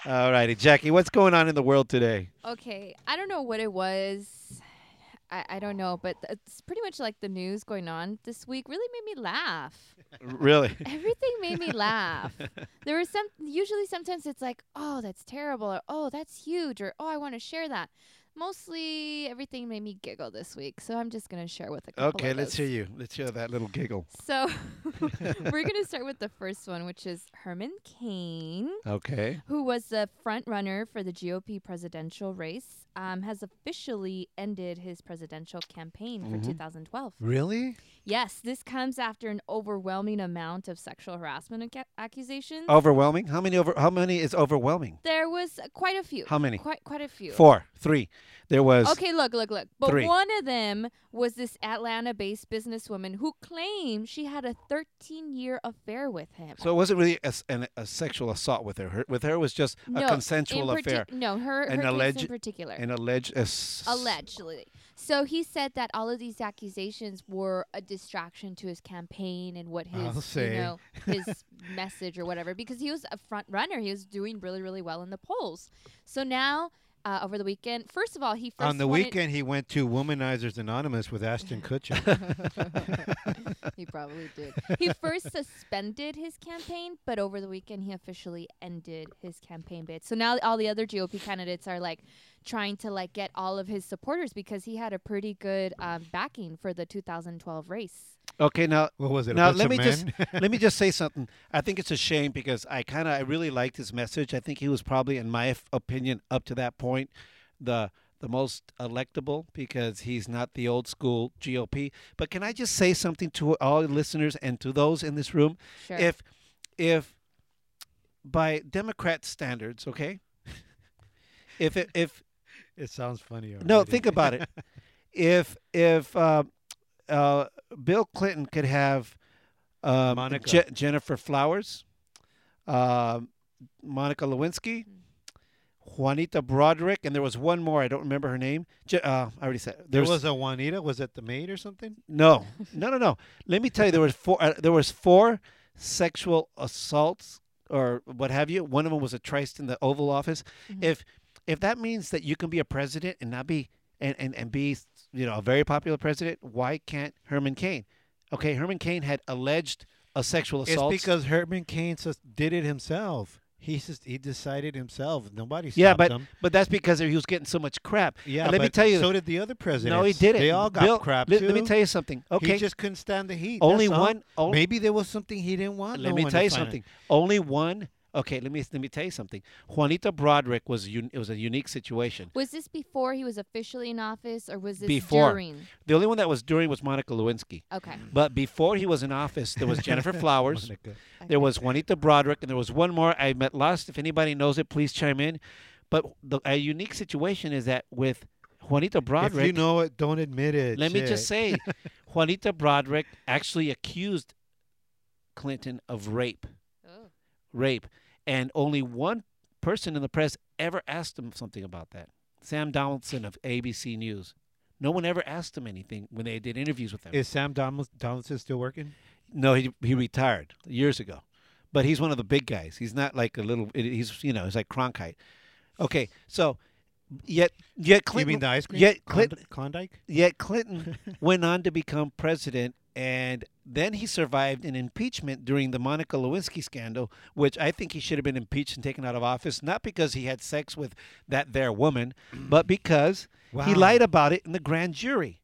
B: All righty, Jackie, what's going on in the world today?
D: Okay, I don't know what it was. I, I don't know, but th- it's pretty much like the news going on this week really made me laugh.
B: Really?
D: Everything made me laugh. There was some, usually sometimes it's like, oh, that's terrible, or oh, that's huge, or oh, I want to share that. Mostly everything made me giggle this week, so I'm just going to share with a couple
B: Okay,
D: of
B: let's
D: those.
B: hear you. Let's hear that little giggle.
D: So we're going to start with the first one, which is Herman Cain
B: Okay.
D: who was the front runner for the GOP presidential race, um, has officially ended his presidential campaign
B: Mm-hmm.
D: for 2012.
C: Really?
D: Yes, this comes after an overwhelming amount of sexual harassment ac- accusations.
B: Oh. Overwhelming? How many over? How many is overwhelming?
D: There was uh, quite a few.
B: How many?
D: Quite quite a few.
B: Four, three. There was.
D: Okay, look, look, look. But
B: Three.
D: one of them was this Atlanta-based businesswoman who claimed she had a 13-year affair with him.
B: So it wasn't really a, s- an, a sexual assault with her. her. With her, it was just a
D: No,
B: consensual
D: in parti-
B: affair.
D: No, her,
B: An
D: her case
B: alleged-
D: in particular.
B: An alleged. ass-
D: allegedly. So he said that all of these accusations were a distraction to his campaign and what
C: I'll
D: his you
C: say.
D: know his message or whatever because he was a front runner. He was doing really really well in the polls. So now uh, over the weekend, first of all, he first
C: On the
D: wanted-
C: weekend, he went to Womanizers Anonymous with Ashton Kutcher.
D: he probably did. He first suspended his campaign, but over the weekend he officially ended his campaign bid. So now all the other GOP candidates are like trying to like get all of his supporters because he had a pretty good um, backing for the 2012 race.
B: Okay, now
C: What was it?
B: Now
C: a bunch
B: let
C: of
B: me
C: men?
B: just let me just say something. I think it's a shame because I kind of I really liked his message. I think he was probably, in my f- opinion, up to that point, the the most electable because he's not the old school GOP. But can I just say something to all listeners and to those in this room?
D: Sure.
B: If if by Democrat standards, okay, if it, if
C: it sounds funny.
B: no,
C: already.
B: think about it. if if uh, uh, Bill Clinton could have um,
C: Monica.
B: Je- Jennifer Flowers, um Monica Lewinsky, Juanita Broderick, and there was one more. I don't remember her name. J- uh, I already said it.
C: There
B: There's-
C: was a Juanita. Was it the maid or something?
B: no, no, no, no. Let me tell you, there was four. Uh, there was four sexual assaults or what have you. One of them was a tryst in the Oval Office.
C: Mm-hmm.
B: If if that means that you can be a president and not be and, and, and be you know a very popular president, why can't Herman Cain? Okay, Herman Cain had alleged a sexual assault.
C: It's because Herman Cain sus- did it himself. He just he decided himself. Nobody stopped
B: yeah, but
C: him.
B: but that's because he was getting so much crap.
C: Yeah,
B: And let me
C: but
B: tell you.
C: So did the other president.
B: no, he didn't.
C: They all got
B: Bill,
C: crap
B: let-
C: too.
B: Let me tell you something. Okay,
C: he just couldn't stand the heat.
B: Only
C: that's all.
B: one- on-
C: Maybe there was something he didn't want.
B: Let
C: no
B: me
C: one
B: tell
C: to
B: you
C: find out.
B: something. Only one. Okay, let me let me tell you something. Juanita Broderick was un, it was a unique situation.
D: Was this before he was officially in office, or was this
B: Before Mm.
D: during?
B: the only one that was during was Monica Lewinsky.
D: Okay.
B: But before he was in office, there was Jennifer Flowers,
C: Monica.
B: there was Juanita Broderick, and there was one more I met lost. If anybody knows it, please chime in. But the, a unique situation is that with Juanita Broderick,
C: If you know it, don't admit it.
B: Let me just
C: Shit.
B: say, Juanita Broderick actually accused Clinton of rape.
D: Oh.
B: Rape. And only one person in the press ever asked him something about that Sam Donaldson of ABC News. No one ever asked him anything when they did interviews with him.
C: Is Sam Donal- Donaldson still working?
B: no, he, he retired years ago. But he's one of the big guys. He's not like a little, he's, you know, he's like Cronkite. Okay, so yet, yet Clinton.
C: you mean the ice cream?
B: Yet
C: Cond-
B: Clinton,
C: Klondike?
B: Yet Clinton went on to become president, and then he survived an impeachment during the Monica Lewinsky scandal, which I think he should have been impeached and taken out of office, not because he had sex with that there woman, but because he
C: Wow.
B: lied about it in the grand jury.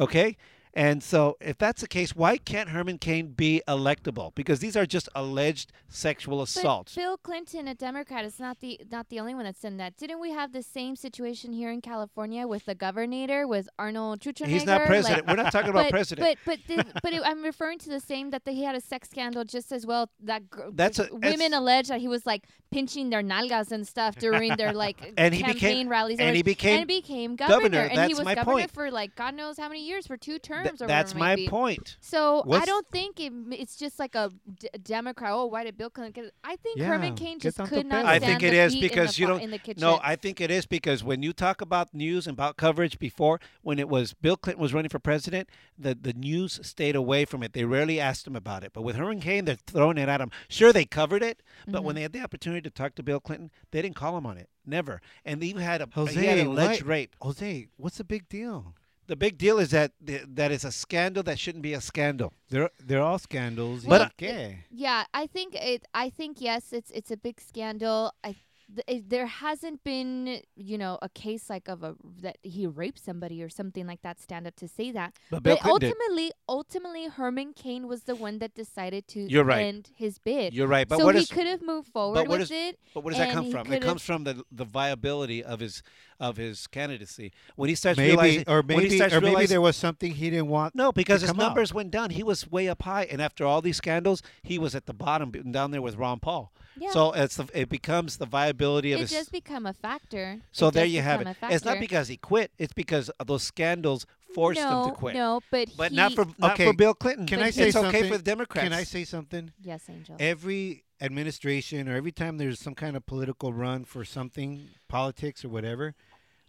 B: Okay? And so, if that's the case, why can't Herman Cain be electable? Because these are just alleged sexual assaults.
D: But Bill Clinton, a Democrat, is not the not the only one that's done that. Didn't we have the same situation here in California with the governor, with Arnold Schwarzenegger?
B: He's not president.
D: Like,
B: We're not talking about
D: but,
B: president.
D: But but the, but it, I'm referring to the same that the, he had a sex scandal just as well. That gr-
B: That's a-
D: women
B: that's-
D: alleged that he was like pinching their nalgas and stuff during their like
B: And he
D: campaign
B: became-
D: rallies.
B: and
D: was-
B: he became
D: and became governor,
B: governor.
D: and he
B: That's
D: was
B: my
D: governor
B: point.
D: for like God knows how many years for two terms.
B: Th-
D: or
B: that's
D: whatever it
B: my
D: might be.
B: point.
D: So I
B: What's-
D: don't think it, m- it's just like a d- Democrat. Oh, why did Bill Clinton? Get, I think Herman
C: Yeah,
D: Cain
C: get
D: just
C: down to
D: could not.
C: business.
B: I
D: stand
B: think it
D: the
B: is
D: heat in
B: because
D: the
B: you
D: fi-
B: don't.
D: In the kitchen.
B: No, I think it is because when you talk about news and about coverage before, when it was Bill Clinton was running for president, the the news stayed away from it. They rarely asked him about it. But with Herman Cain, they're throwing it at him. Sure, they covered it, but
D: Mm-hmm.
B: when they had the opportunity to talk to Bill Clinton, they didn't call him on it. Never. And they even had a
C: Jose,
B: he had an alleged
C: why-
B: rape.
C: Jose, what's the big deal?
B: The big deal is that th- that is a scandal that shouldn't be a scandal.
C: They're they're all scandals.
B: But-
C: okay.
D: Yeah, I think it. I think yes, it's it's a big scandal. I. th- It, there hasn't been, you know, a case like of a that he raped somebody or something like that stand up to say that.
B: But Bill Clinton did.
D: ultimately, ultimately, Herman Cain was the one that decided to
B: You're right.
D: end his bid.
B: You're right, but
D: so
B: what
D: he
B: is-
D: could have moved forward
B: but what
D: with
B: is-
D: it.
B: But where does that
D: and
B: come
D: he
B: from? It
D: could've-
B: comes from the the viability of his of his candidacy when he starts
C: Maybe
B: realizing
C: or
B: when he
C: maybe
B: starts
C: or maybe
B: realizing-
C: there was something he didn't want.
B: No, because his
C: come out.
B: numbers went down. He was way up high, and after all these scandals, he was at the bottom, b- down there with Ron Paul.
D: Yeah.
B: So it's the, it becomes the viability of his.
D: It just become a factor.
B: so
D: It
B: there
D: does
B: you have it.
D: become a
B: It's not
D: factor.
B: because he quit; it's because of those scandals forced
D: no,
B: him to quit.
D: No, but
B: but
D: he,
B: not for not
C: Okay,
B: for Bill Clinton.
C: Can I
D: But he-
C: say
B: it's
C: something?
B: okay for the Democrats?
C: Can I say something?
D: yes, Angel.
C: every administration or every time there's some kind of political run for something, politics or whatever,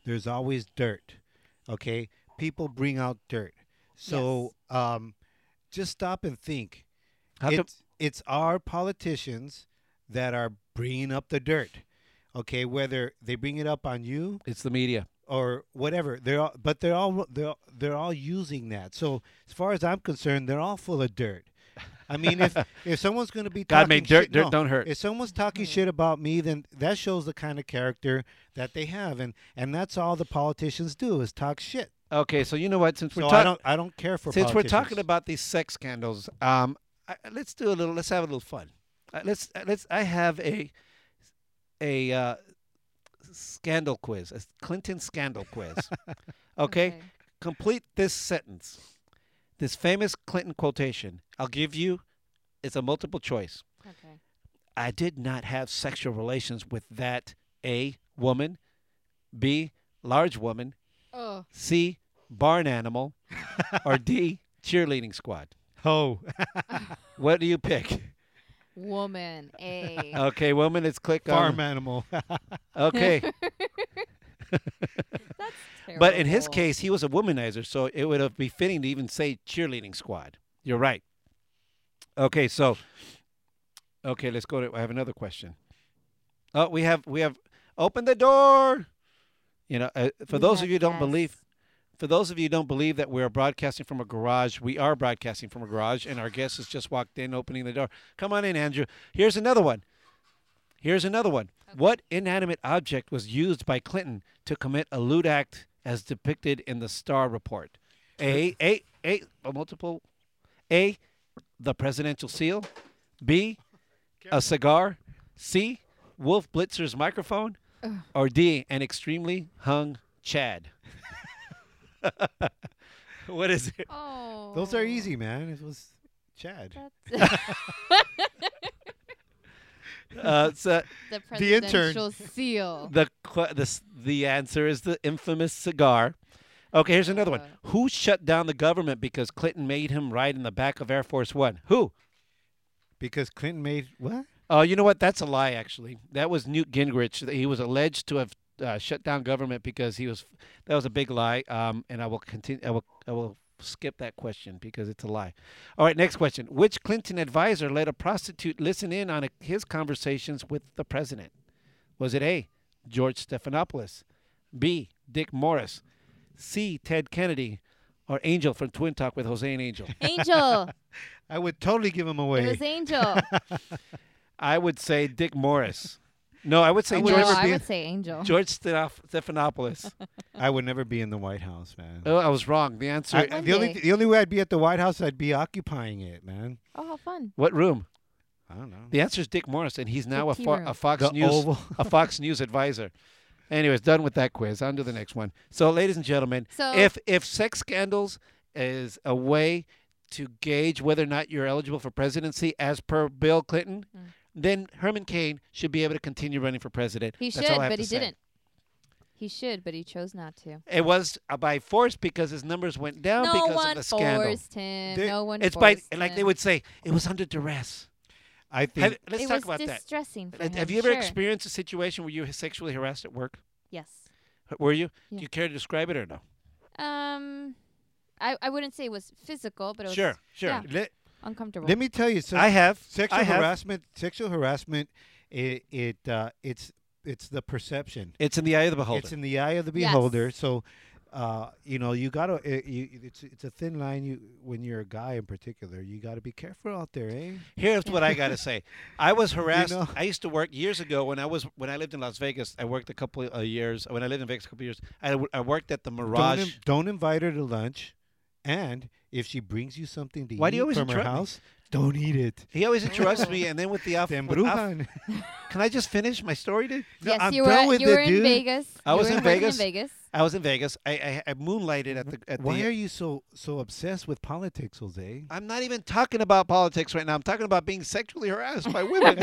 C: there's always dirt. Okay? People bring out dirt. So um, just stop and think.
B: How come-
C: It's, it's our politicians that are bringing up the dirt. Okay? Whether they bring it up on you
B: It's the media.
C: or whatever. They're all, but they're all they're they're all using that. So as far as I'm concerned, they're all full of dirt. I mean, if if someone's going to be
B: God
C: talking
B: made dirt-
C: shit-
B: dirt
C: no,
B: don't hurt.
C: If someone's talking shit about me, then that shows the kind of character that they have, and and that's all the politicians do is talk shit.
B: Okay, so you know what? Since we're
C: so I
B: talking,
C: don't I don't care for
B: since we're
C: politicians.
B: talking about these sex scandals, um, I, let's do a little. Let's have a little fun. Uh, let's uh, let's. I have a a uh, scandal quiz, a Clinton scandal quiz. okay?
D: Okay.
B: complete this sentence. This famous Clinton quotation. I'll give you. It's a multiple choice.
D: okay.
B: I did not have sexual relations with that a woman, b large woman,
D: Oh,
B: c barn animal, or d cheerleading squad.
C: oh
B: What do you pick?
D: Woman, a
B: Okay, woman, it's click on.
C: Farm animal.
B: Okay,
D: that's terrible.
B: but in his case, he was a womanizer, so it would have befitting to even say cheerleading squad. You're right. Okay, so okay, let's go to. I have another question. Oh, we have we have open the door. You know, uh, for
D: We
B: those
D: have
B: of you who don't
D: guests.
B: believe, for those of you who don't believe that we are broadcasting from a garage, we are broadcasting from a garage, and our guest has just walked in, opening the door. Come on in, Andrew. Here's another one. Here's another one. What inanimate object was used by Clinton to commit a lewd act as depicted in the Star Report? A, A, A, a multiple. A, the presidential seal. B, a cigar. C, Wolf Blitzer's microphone. Or D, an extremely hung Chad. what is it?
D: oh,
C: Those are easy, man. It was Chad.
D: That's
B: Uh, it's, uh,
D: the
C: The intern.
D: presidential seal.
B: the, qu- the s- the answer is the infamous cigar. Okay, here's another one. Who shut down the government because Clinton made him ride in the back of Air Force One? Who?
C: Because Clinton made what?
B: Oh, you know what? That's a lie. Actually, that was Newt Gingrich. He was alleged to have uh, shut down government because he was. That was a big lie. Um, and I will continue. I will. I will skip that question because it's a lie. All right, next question. Which Clinton advisor let a prostitute listen in on a, his conversations with the president? Was it A. George Stephanopoulos, B. Dick Morris, C. Ted Kennedy, or Angel from Twin Talk with Jose and Angel?
D: Angel.
C: I would totally give him
D: It
C: away.
D: was Angel.
B: I would say Dick Morris. No, I would say
C: I
D: no,
C: would
B: George.
C: never
D: I
C: be-
D: would say Angel.
B: George Steph- Stephanopoulos.
C: I would never be in the White House, man.
B: Oh, I was wrong. The answer.
C: I-
D: One
C: uh, the only
D: day.
C: the only way I'd be at the White House, I'd be occupying it, man.
D: Oh, how fun.
B: what room?
C: I don't know.
B: The answer is Dick Morris, and he's now a,
D: tea
B: fo-
D: room.
B: a Fox
C: The
B: News
C: Oval.
B: a Fox News advisor. Anyways, done with that quiz. On to the next one. So, ladies and gentlemen,
D: So-
B: if if sex scandals is a way to gauge whether or not you're eligible for presidency, as per Bill Clinton,
D: Mm.
B: then Herman Cain should be able to continue running for president.
D: He
B: That's
D: should,
B: all I have
D: but
B: to
D: he
B: say.
D: didn't. He should, but he chose not to.
B: It was uh, by force because his numbers went down
D: No
B: because of
D: one
B: the scandal.
D: forced him.
C: They-
D: no one.
B: It's by
D: forced
B: like they
D: him.
B: would say it was under duress.
C: I think
B: Have, let's
D: it
B: talk
D: was
B: about that.
D: distressing for
B: Uh,
D: him,
B: Have you ever
D: sure.
B: experienced a situation where you were sexually harassed at work?
D: Yes.
B: H- Were you?
D: Yeah.
B: Do you care to describe it or no?
D: Um, I, I wouldn't say it was physical, but it was
B: Sure, sure.
D: yeah,
C: let,
D: uncomfortable.
C: let me tell you something.
B: I have
C: sexual
B: I have.
C: harassment sexual harassment it it uh, it's it's the perception
B: It's in the eye of the beholder.
C: it's in the eye of the
D: Yes.
C: beholder so uh, you know you gotta it, you, it's it's a thin line you when you're a guy in particular you gotta be careful out there eh
B: Here's what I gotta say. I was harassed.
C: know?
B: I used to work years ago when I was when I lived in Las Vegas. I worked a couple of years. When I lived in Vegas a couple of years, I, w- I worked at the
C: don't,
B: Mirage.
C: in- don't invite her to lunch and if she brings you something to
B: Why do
C: eat
B: you always
C: from her
B: interrupt me?
C: house don't eat it
B: he always interrupts me, and then with the off,
C: Te
B: with off-
C: embrujan.
B: Can I just finish my story, dude?
D: yes,
C: I'm
D: you were.
C: done with
D: you
C: it,
D: were in
C: dude.
D: Vegas.
B: I
D: You
B: was
D: were
B: in
D: working
B: Vegas.
D: In Vegas.
B: I was in Vegas. I I, I moonlighted at the at
C: Mm-hmm. why
B: the.
C: are you so so obsessed with politics jose
B: I'm not even talking about politics right now. I'm talking about being sexually harassed by women.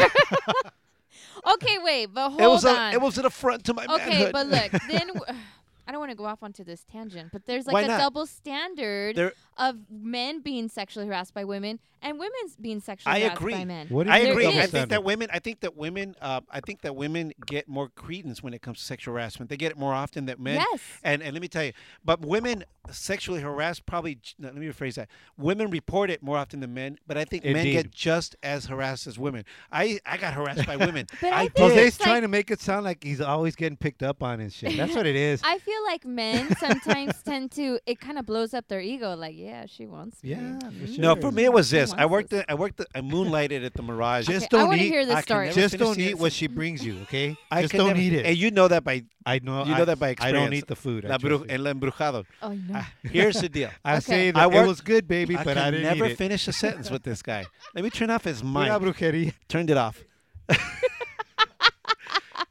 D: Okay, wait, but hold
B: it was
D: on.
B: A, it was an affront to my
D: okay,
B: manhood.
D: but look, then w- I don't want to go off onto this tangent, but there's like
B: Why
D: a
B: not?
D: double standard
B: There-
D: of men being sexually harassed by women and women being sexually
B: I
D: harassed
B: agree.
D: by men.
C: What do you
B: I
D: There
C: mean
B: agree.
D: is.
C: double
B: I think
C: standard?
B: that women. I think that women. Uh, I think that women get more credence when it comes to sexual harassment. They get it more often than men.
D: Yes.
B: And and let me tell you, but women sexually harassed probably. j- no, let me rephrase that. Women report it more often than men, but I think men
C: Indeed.
B: get just as harassed as women. I I got harassed by women.
D: But I think-
B: did.
C: Jose's
D: It's
C: trying
D: like-
C: to make it sound like he's always getting picked up on and shit. That's what it is.
D: I feel like men sometimes tend to it kind of blows up their ego. Like, yeah, she wants me.
C: yeah. for sure.
B: No, for me it was
D: Who
B: this. I
D: wants
B: worked.
D: this?
B: At, I worked. At, I moonlighted at the Mirage.
C: Just
D: Okay, I
C: don't
D: wanna
C: eat.
D: hear this
B: I can
D: story.
B: never
C: Just
B: finish
C: don't
B: the
C: eat
B: answer.
C: what she brings you, okay?
B: I
C: just
B: could
C: don't
B: never-
C: eat it.
B: And you know that by
C: I know.
B: you
C: I,
B: know that by experience.
C: I don't eat the food.
B: La
C: I,
B: bru-
C: just-
B: el embrujado.
D: Oh no.
B: Here's the deal.
C: I
D: Okay.
C: say that
B: I
C: it
B: worked-
C: was good, baby,
B: I
C: but
B: could
C: I didn't
B: never
C: eat it.
B: finish a sentence with this guy. Let me turn off his
C: Pura
B: mic.
C: brujería.
B: Turned it off.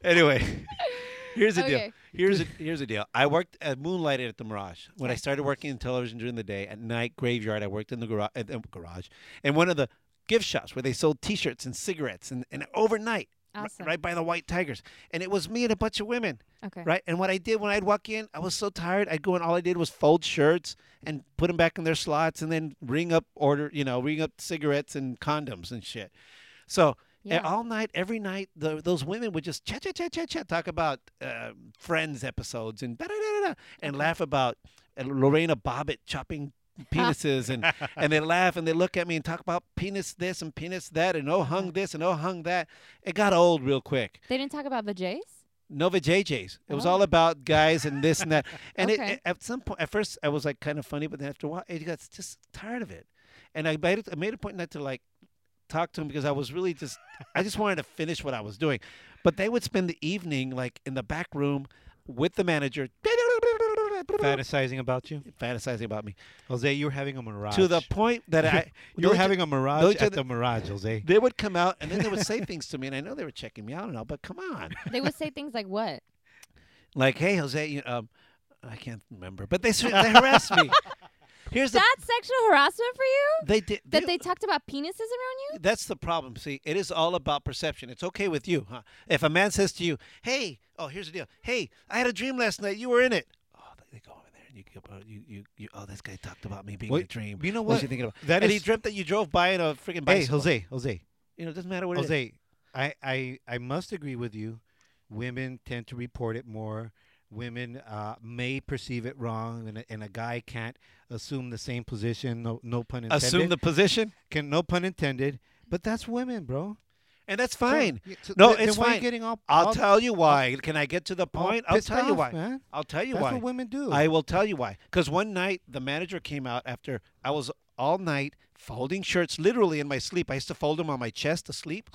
B: anyway, here's the deal.
D: Okay.
B: Here's a, here's the deal. I worked at moonlighted at the Mirage. When I started working in television during the day, at night graveyard, I worked in the garage, at the garage, in one of the gift shops where they sold T-shirts and cigarettes, and, and overnight, r-
D: Awesome.
B: right by the White Tigers, and it was me and a bunch of women.
D: Okay.
B: Right. And what I did when I'd walk in, I was so tired. I'd go and all I did was fold shirts and put them back in their slots and then ring up order, you know, ring up cigarettes and condoms and shit. So a-
D: Yeah.
B: all night, every night, the, those women would just chat, chat, chat, chat, chat, talk about uh, Friends episodes and da da da da, da, and laugh about uh, Lorena Bobbitt chopping penises and and they laugh and they look at me and talk about penis this and penis that and oh hung this and oh hung that. It got old real quick.
D: They didn't talk about vajays.
B: Nova JJ's. It was
D: Oh.
B: all about guys and this and that. And it,
D: Okay.
B: it- at some point, at first, I was like kind of funny, but then after a while, I got just tired of it. And I made, it, I made a point not to like talk to him because I was really just, I just wanted to finish what I was doing. But they would spend the evening like in the back room with the manager.
C: fantasizing about you,
B: Fantasizing about me
C: Jose. You were having a mirage.
B: to the point that I
C: you were
B: those-
C: having a mirage
B: those are
C: at
B: the-
C: the mirage, Jose.
B: They would come out and then they would say things to me, and I know they were checking me out and all, but come on,
D: They would say things like what?
B: like, hey, Jose, you, um, I can't remember, but they s- they harassed me. Here's the
D: That's sexual harassment for you?
B: they did
D: That they talked about penises around you?
B: that's the problem. See, it is all about perception. It's okay with you, huh? If a man says to you, "Hey, oh, here's the deal. Hey, I had a dream last night. You were in it." Oh, they- they go over there and you go, oh, you, you, you, oh, this guy talked about me being in
C: What-
B: a dream.
C: you know
B: What was
C: what?
B: he thinking about?
C: That
B: and
C: is-
B: he dreamt that you drove by in a freaking
C: Hey,
B: bicycle.
C: Jose, Jose,
B: you know, it doesn't matter what it is.
C: Jose. Oh, I, I I must agree with you. Women tend to report it more. Women uh, may perceive it wrong, and a, and a guy can't assume the same position. No, no pun intended.
B: Assume the position,
C: Can no pun intended. But that's women, bro.
B: and that's fine.
C: Yeah, so
B: no,
C: then- then
B: it's
C: why are you
B: fine.
C: getting all-
B: I'll
C: all-
B: tell you why. Can I get to the
C: all
B: point? I'll
C: pissed
B: tell you why.
C: off, man.
B: I'll tell you
C: That's
B: why.
C: what women do.
B: I will tell you why. Because one night the manager came out after I was all night folding shirts, literally in my sleep. I used to fold them on my chest to sleep,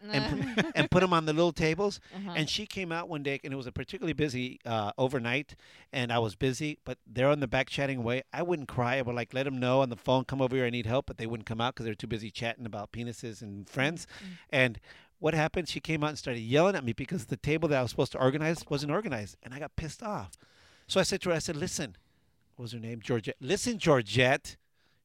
B: and pu- and put them on the little tables. And she came out one day, and it was a particularly busy uh, overnight, and I was busy. But they're on the back chatting away. I wouldn't cry. I would like let them know on the phone, come over here, I need help. But they wouldn't come out because they were too busy chatting about penises and friends, and. What happened? She came out and started yelling at me because the table that I was supposed to organize wasn't organized, and I got pissed off. So I said to her, I said, listen, what was her name? Georgette. Listen, Georgette,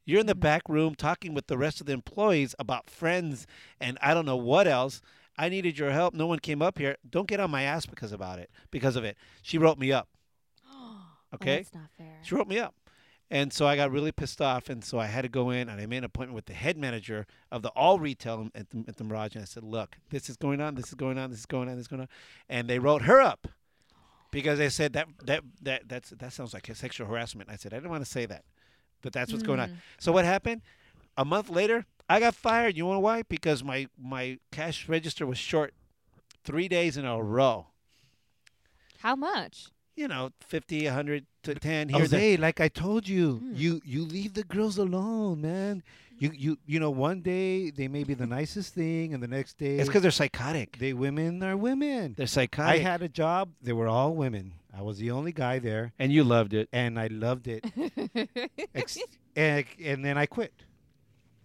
B: you're in the back room talking with the rest of the employees about friends and I don't know what else. I needed your help. No one came up here. Don't get on my ass because about it. Because of it. She wrote me up. Okay.
D: That's not fair.
B: She wrote me up. And so I got really pissed off. And so I had to go in and I made an appointment with the head manager of the all retail at the, at the Mirage. And I said, look, this is going on. This is going on. This is going on. This is going on. And they wrote her up because they said that, that, that, that's, that sounds like sexual harassment. And I said, I didn't want to say that, but that's what's going on. So what happened? A month later, I got fired. You know why? Because my, my cash register was short three days in a row.
D: How much?
B: You know, 50, 100 to 10. Here, there.
C: Jose, like I told you,
B: Hmm.
C: you you leave the girls alone, man. You you you know, one day they may be the nicest thing, and the next day
B: It's because they're psychotic.
C: they women are women.
B: They're
C: I
B: psychotic.
C: had a job; they were all women. I was the only guy there,
B: and you loved it.
C: and I loved it. Ex- and, and then I quit.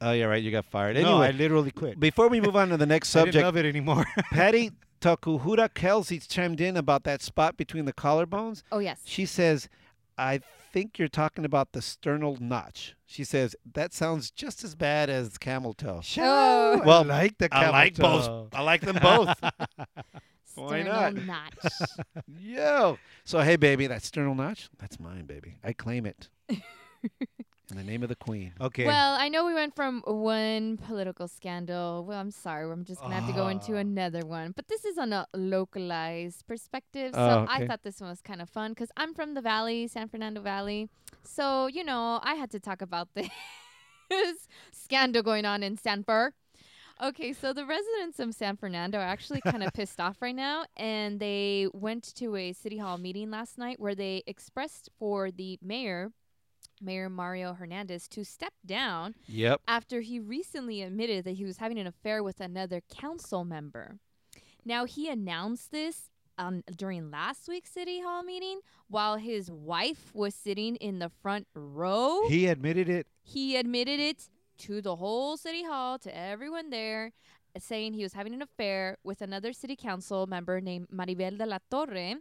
B: Oh, yeah, right. You got fired. Anyway,
C: no, I literally quit.
B: before we move on to the next
C: I
B: subject,
C: didn't love it anymore.
D: Oh.
B: Patty Takuhura Kelsey chimed in about that spot between the collarbones.
D: Oh yes.
B: She says, I think you're talking about the sternal notch. She says, that sounds just as bad as camel toe.
D: Oh.
C: well, I like the
B: I like
C: camel
B: both. I like them both. Why
D: Sternal
B: not?
D: notch.
B: Yo. So, hey, baby, that sternal notch, that's mine, baby. I claim it. In the name of the queen.
C: toe. Okay.
D: Well, I know we went from one political scandal. Well, I'm sorry. I'm just gonna have to go into another one. But this is on a localized perspective, so
B: Oh, okay.
D: I thought this one was kind of fun because I'm from the Valley, San Fernando Valley. So you know, I had to talk about this scandal going on in Sanford. Okay, so the residents of San Fernando are actually kind of pissed off right now, and they went to a city hall meeting last night where they expressed for the mayor, Mayor Mario Hernandez, to step down
B: Yep.
D: after he recently admitted that he was having an affair with another council member. Now, he announced this um, during last week's city hall meeting while his wife was sitting in the front row
C: he admitted it.
D: he admitted it to the whole city hall, to everyone there, saying he was having an affair with another city council member named Maribel de la Torre.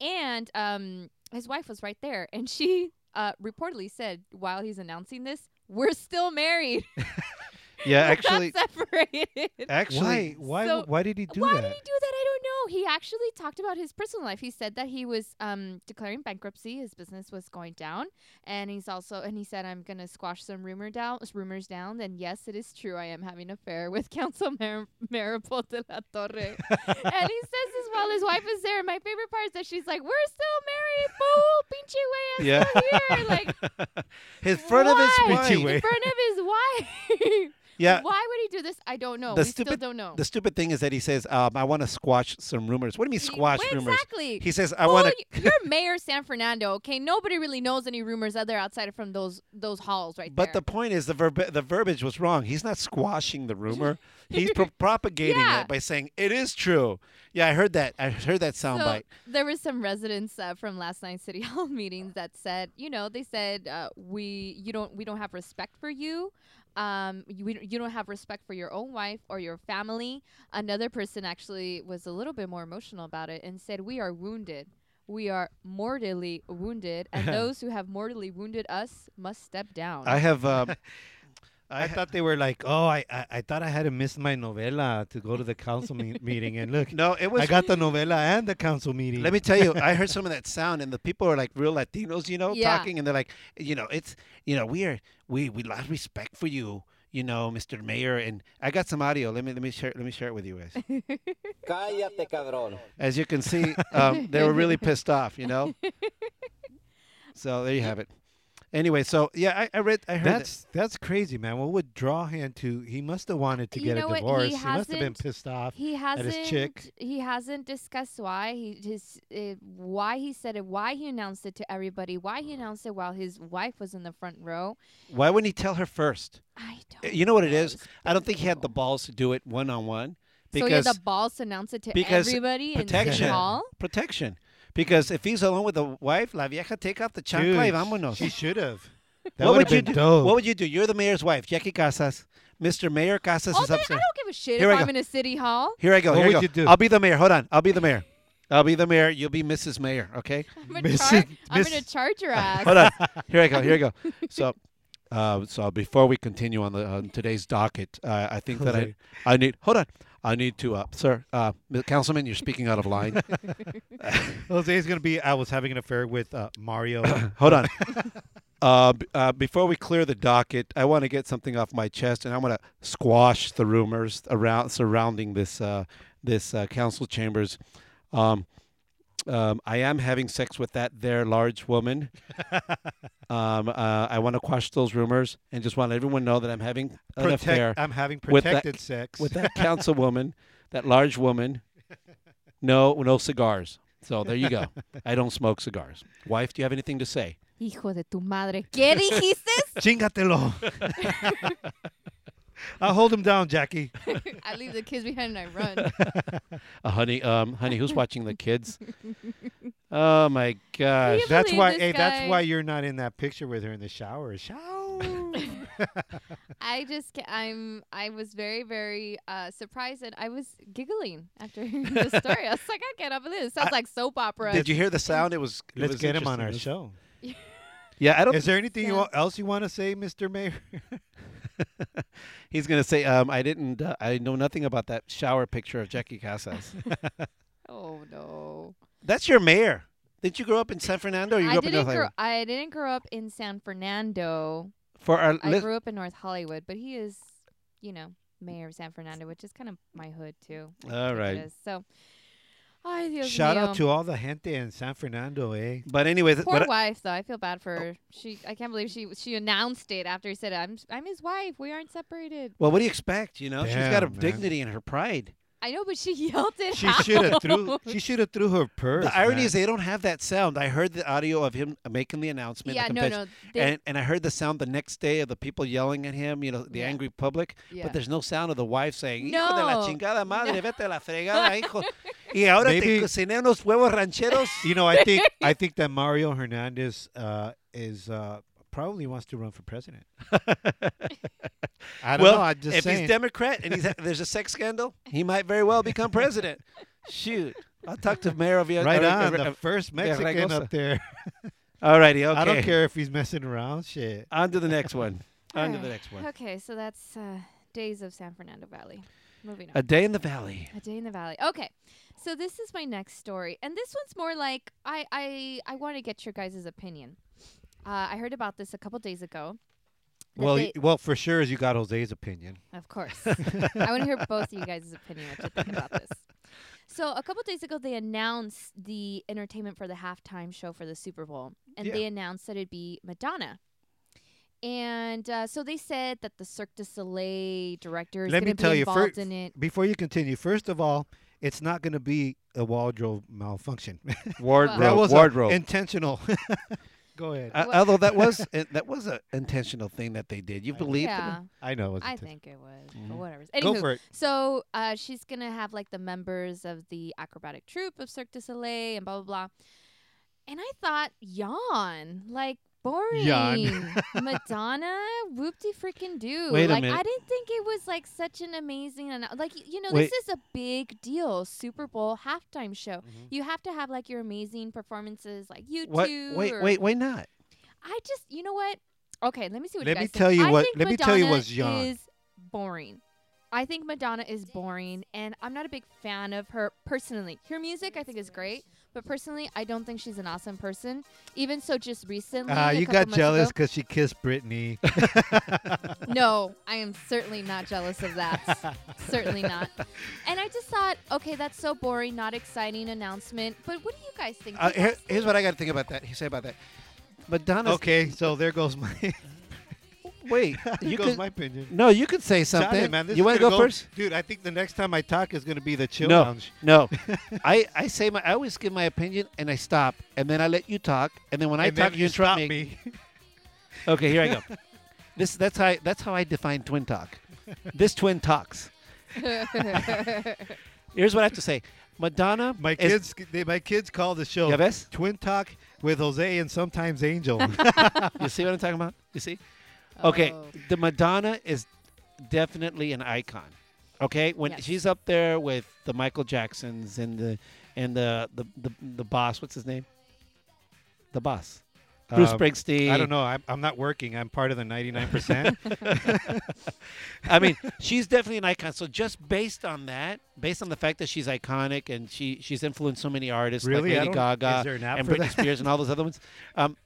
D: And um, his wife was right there. And she uh, reportedly said, while he's announcing this, we're still married.
B: Yeah,
D: We're not
B: actually.
D: separated.
B: Actually,
C: why? Why?
D: So,
C: why did he do
D: Why
C: that?
D: did he do that? I don't know. he actually talked about his personal life. He said that he was um, declaring bankruptcy. His business was going down, and he's also and he said, "I'm gonna squash some rumor down, rumors down." And yes, it is true. I am having an affair with Council Mayor Maripol de la Torre. and he says this while his wife is there. And my favorite part is that she's like, "We're still married, fool, pinche way,
B: Yeah.
D: still here." Like
B: in front of
D: why?
B: his wife.
D: in front of his wife.
B: Yeah.
D: Why would he do this? I don't know.
B: The
D: we
B: stupid-
D: still don't know.
B: The stupid thing is that he says, um, "I want to squash some rumors." What do you mean
D: He-
B: squash
D: well,
B: rumors?
D: Exactly.
B: He says, "I
D: Well,
B: want to."
D: y- You're mayor of San Fernando, okay? Nobody really knows any rumors other outside of from those those halls right
B: But
D: there.
B: the point is, the verb- the verbiage was wrong. He's not squashing the rumor. He's pro- propagating
D: Yeah.
B: it by saying it is true. Yeah, I heard that. I heard that
D: so
B: soundbite.
D: there were some residents uh, from last night's city hall meetings that said, you know, they said uh, we you don't we don't have respect for you. Um, you, we, don't- you don't have respect for your own wife or your family. Another person actually was a little bit more emotional about it and said, "We are wounded. We are mortally wounded, and those who have mortally wounded us must step down."
B: I have. Um,
C: I, thought they were like, oh, I, I, I thought I had to miss my novela to go to the council me- meeting. And look,
B: no, it was.
C: I got the novela and the council meeting.
B: Let me tell you, I heard some of that sound, and the people are like real Latinos, you know,
D: Yeah.
B: talking, and they're like, you know, it's, you know, we are, we we lost respect for you, you know, Mr. Mayor, and I got some audio. Let me let me share let me share it with you guys.
G: Cállate, cabrón.
B: As you can see, um, they were really pissed off, you know. So there you have it. Anyway, so yeah, I, I read, I heard that.
C: That's that's crazy, man. What would draw him to? He must have wanted to
D: You
C: get
D: know
C: a
D: what? He
C: divorce. He, must have been
D: hasn't-
C: pissed off.
D: he hasn't
C: his chick.
D: he hasn't discussed why he his uh, why he said it why he announced it to everybody why he announced it while his wife was in the front row
B: Why wouldn't he tell her first?
D: i don't
B: Eh, You know what it
D: know.
B: is?
D: It's
B: I don't think he had the
D: difficult.
B: balls to do it one on one
D: so he had
B: because
D: the balls to announce it to
B: because
D: everybody in City
B: protection.
D: Hall?
B: protection. Because if he's alone with the wife, la vieja take off the chancla y
C: Dude,
B: vámonos.
C: She should have. That
B: what would
C: would
B: you
C: have
B: do?
C: been dope.
B: What would you do? You're the mayor's wife, Jackie Casas. Mr. Mayor Casas
D: Oh,
B: is
D: then I
B: upstairs.
D: don't give a shit
B: Here I
D: if
B: go.
D: I'm in a city hall.
B: Here I go.
C: What
B: here I
C: would
B: go.
C: you do?
B: I'll be the mayor. Hold on. I'll be the mayor. I'll be the mayor. You'll be Mrs. Mayor. Okay.
D: I'm gonna,
C: Miss-
D: char- I'm
C: miss-
D: gonna charge your ass.
B: Hold on. Here I go. Here I go. So, uh, so before we continue on the on today's docket, uh, I think that I,
C: Okay.
B: I need. Hold on. I need to, uh, sir, uh, m- councilman. You're speaking out of line.
C: Jose is gonna be. I was having an affair with uh, Mario.
B: Hold on. Uh, b- uh, before we clear the docket, I want to get something off my chest, and I want to squash the rumors around surrounding this uh, this uh, council chambers. Um, um, I am having sex with that there large woman. um, uh, I want to quash those rumors and just want everyone know that I'm having an affair
C: Protect, I'm having
B: with that-
C: protected sex.
B: with that councilwoman, that large woman. No, no cigars. So there you go. I don't smoke cigars. Wife, do you have anything to say?
D: Hijo de tu madre. ¿Qué dijiste?
C: Chingatelo. I'll hold him down, Jackie.
D: I leave the kids behind and I run.
B: Uh, honey, um, honey, who's watching the kids? oh my gosh!
D: Can't
C: That's
D: believe
C: why.
D: this
C: Hey,
D: guy.
C: that's why you're not in that picture with her in the shower. Shower.
D: I just ca- I'm I was very very uh, surprised and I was giggling after hearing the story. I was like, I cannot believe this. Sounds like soap opera.
B: Did you hear the sound? It was. it
C: Let's
B: was
C: get him on our
B: interesting.
C: show.
B: Yeah, I don't.
C: Is there anything you
D: Yeah.
C: wa- else you want to say, Mr. Mayor?
B: he's gonna say, um, "I didn't. Uh, I know nothing about that shower picture of Jackie Casas."
D: oh no!
B: That's your mayor. Did you grow up in San Fernando? Or Oh, you grew
D: I
B: up in
D: didn't
B: North
D: grow
B: Hollywood?
D: I didn't grow up in San Fernando.
B: For our
D: I
B: lis-
D: grew up in North Hollywood, but he is, you know, mayor of San Fernando, which is kind of my hood too. I
B: All
D: think it
B: right.
D: is. So, ay, Dios
C: Shout
D: mío.
C: out to all the gente in San Fernando, eh?
B: but uh, anyways,
D: Poor
B: what I- Oh.
D: wife, though. I feel bad for her. She, I can't believe she she announced it after he said, "I'm I'm his wife. We aren't separated."
B: well, what do you expect? You know, she's got a
C: Damn, man.
B: dignity and her pride.
D: I know, but she yelled it.
C: She
D: out.
C: should have threw. She should have threw her purse.
B: The irony
C: man.
B: is they don't have that sound. I heard the audio of him making the announcement. the
D: Yeah, no,
B: confession.
D: no. They,
B: and and I heard the sound the next day of the people yelling at him, you know, the
D: Yeah.
B: angry public.
D: Yeah.
B: But there's no sound of the wife saying, "Hijo de la
D: No.
B: chingada madre, vete a la fregada, hijo." Y ahora te
C: Maybe-
B: cociné unos huevos rancheros.
C: You know, I think I think that Mario Hernandez uh, is uh, probably wants to run for president. I don't
B: well,
C: know. I'm just
B: if
C: saying.
B: he's Democrat and he's there's a sex scandal, he might very well become president. Shoot, I'll talk to Mayor of
C: right on the first Mexican
B: Ragosa.
C: up there.
B: All righty, okay.
C: I don't care if he's messing around. Shit.
B: On to the next one. on to
D: Alright.
B: the next one.
D: Okay, so that's uh, Days of San Fernando Valley. Moving on.
B: A day in the valley.
D: A Day in the Valley. Okay, So this is my next story, and this one's more like I I I want to get your guys' opinion. Uh, I heard about this a couple days ago. that
C: Well,
D: they-
C: y well, for sure, as you got Jose's opinion.
D: Of course. I want to hear both of you guys' opinion what you think about this. So a couple days ago, they announced the entertainment for the halftime show for the Super Bowl, and
B: Yeah.
D: they announced that it'd be Madonna. And uh, so they said that the Cirque du Soleil director is
C: Let
D: going
C: me
D: to
C: tell
D: be
C: you, fir-
D: involved in it.
C: Before you continue, first of all, it's not going to be a wardrobe malfunction.
D: Wardrobe,
C: that was a
B: wardrobe.
C: intentional. Go ahead.
B: Uh,
D: Well-
B: although that was uh, that was an intentional thing that they did. You believe?
D: Yeah,
C: I know. It was
D: I
C: intentional.
D: think it was, but whatever.
C: Mm-hmm. Go
D: Anywho,
C: for it.
D: So uh, she's gonna have like the members of the acrobatic troupe of Cirque du Soleil and blah blah blah. And I thought, yawn, like boring. Madonna, whoop de freaking do.
B: Wait a
D: like
B: minute.
D: I didn't think it was like such an amazing, and like y- you know,
B: Wait.
D: this is a big deal. Super Bowl halftime show. You have to have like your amazing performances, like you
B: What?
D: two.
B: Wait,
D: or-
B: wait, why not?
D: I just, you know what? Okay, let me see what.
C: Let
D: you
C: me
D: guys
C: tell
D: think.
C: you
D: I
C: what-
D: Think
C: let me
D: Madonna
C: tell you what's yawn.
D: Is boring. I think Madonna is boring, and I'm not a big fan of her personally. Her music, I think, is great, but personally, I don't think she's an awesome person. Even so, just recently,
C: Ah,
D: a
C: you
D: couple
C: got
D: months
C: jealous
D: ago-
C: because she kissed Brittany.
D: no, I am certainly not jealous of that. certainly not. And I just thought, okay, that's so boring, not exciting announcement. But what do you guys think?
B: Uh,
D: You
B: here,
D: guys-
B: here's what I got to think about that. Say about that. Madonna's.
C: okay, so there goes my
B: Wait.
C: there
B: You
C: goes
B: could,
C: my opinion.
B: no, you could say
C: Sorry,
B: something.
C: man, this
B: you
C: is
B: want to go,
C: gonna
B: first?
C: dude? I think the next time I talk is going to be the chill
B: no,
C: lounge.
B: no. I, I say my I always give my opinion and I stop and then I let you talk and then when I
C: And
B: talk
C: then
B: you interrupt
C: stop
B: Okay, here I go. this that's how I, that's how I define twin talk. This twin talks. Here's what I have to say. Madonna.
C: My
B: is-
C: kids, they, my kids call the show
B: Ya ves?
C: Twin Talk with Jose and sometimes Angel. Um,
B: You see what I'm talking about? You see? Okay,
D: Oh.
B: the Madonna is definitely an icon. Okay, when
D: Yes.
B: she's up there with the Michael Jacksons and the and the the, the, the boss, what's his name? The boss, Uh, Bruce
C: Um,
B: Springsteen.
C: I don't know. I'm, I'm not working. I'm part of the 99%.
B: I mean, she's definitely an icon. So just based on that, based on the fact that she's iconic and she she's influenced so many artists
C: Really? I
B: like Lady
C: don't-
B: Gaga
C: is there an app
B: and
C: for
B: Britney
C: that?
B: Spears and all those other ones, um,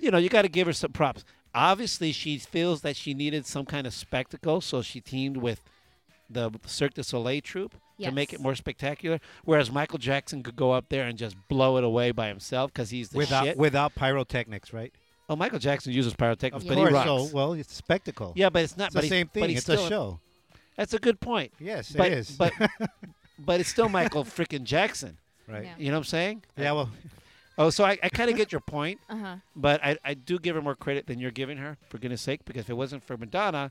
B: you know, you got to give her some props. Obviously, she feels that she needed some kind of spectacle, so she teamed with the Cirque du Soleil troupe to make it
D: Yes.
B: more spectacular. Whereas Michael Jackson could go up there and just blow it away by himself because he's the
C: without
B: shit.
C: without pyrotechnics, right?
B: oh, Michael Jackson uses pyrotechnics,
C: Of
B: but
C: course.
B: he rocks.
C: So, well, it's a spectacle.
B: yeah, but it's not.
C: It's
B: but
C: the
B: he's-
C: same
B: But
C: thing.
B: he's
C: It's a
B: still-
C: show.
B: That's a good point.
C: Yes,
B: but,
C: it is.
B: But but it's still Michael freaking Jackson.
C: right.
D: Yeah.
B: You know what I'm saying?
C: Yeah, well,
B: Oh, so I, I kind of get your point,
D: Uh huh.
B: but I, I do give her more credit than you're giving her, for goodness sake, because if it wasn't for Madonna,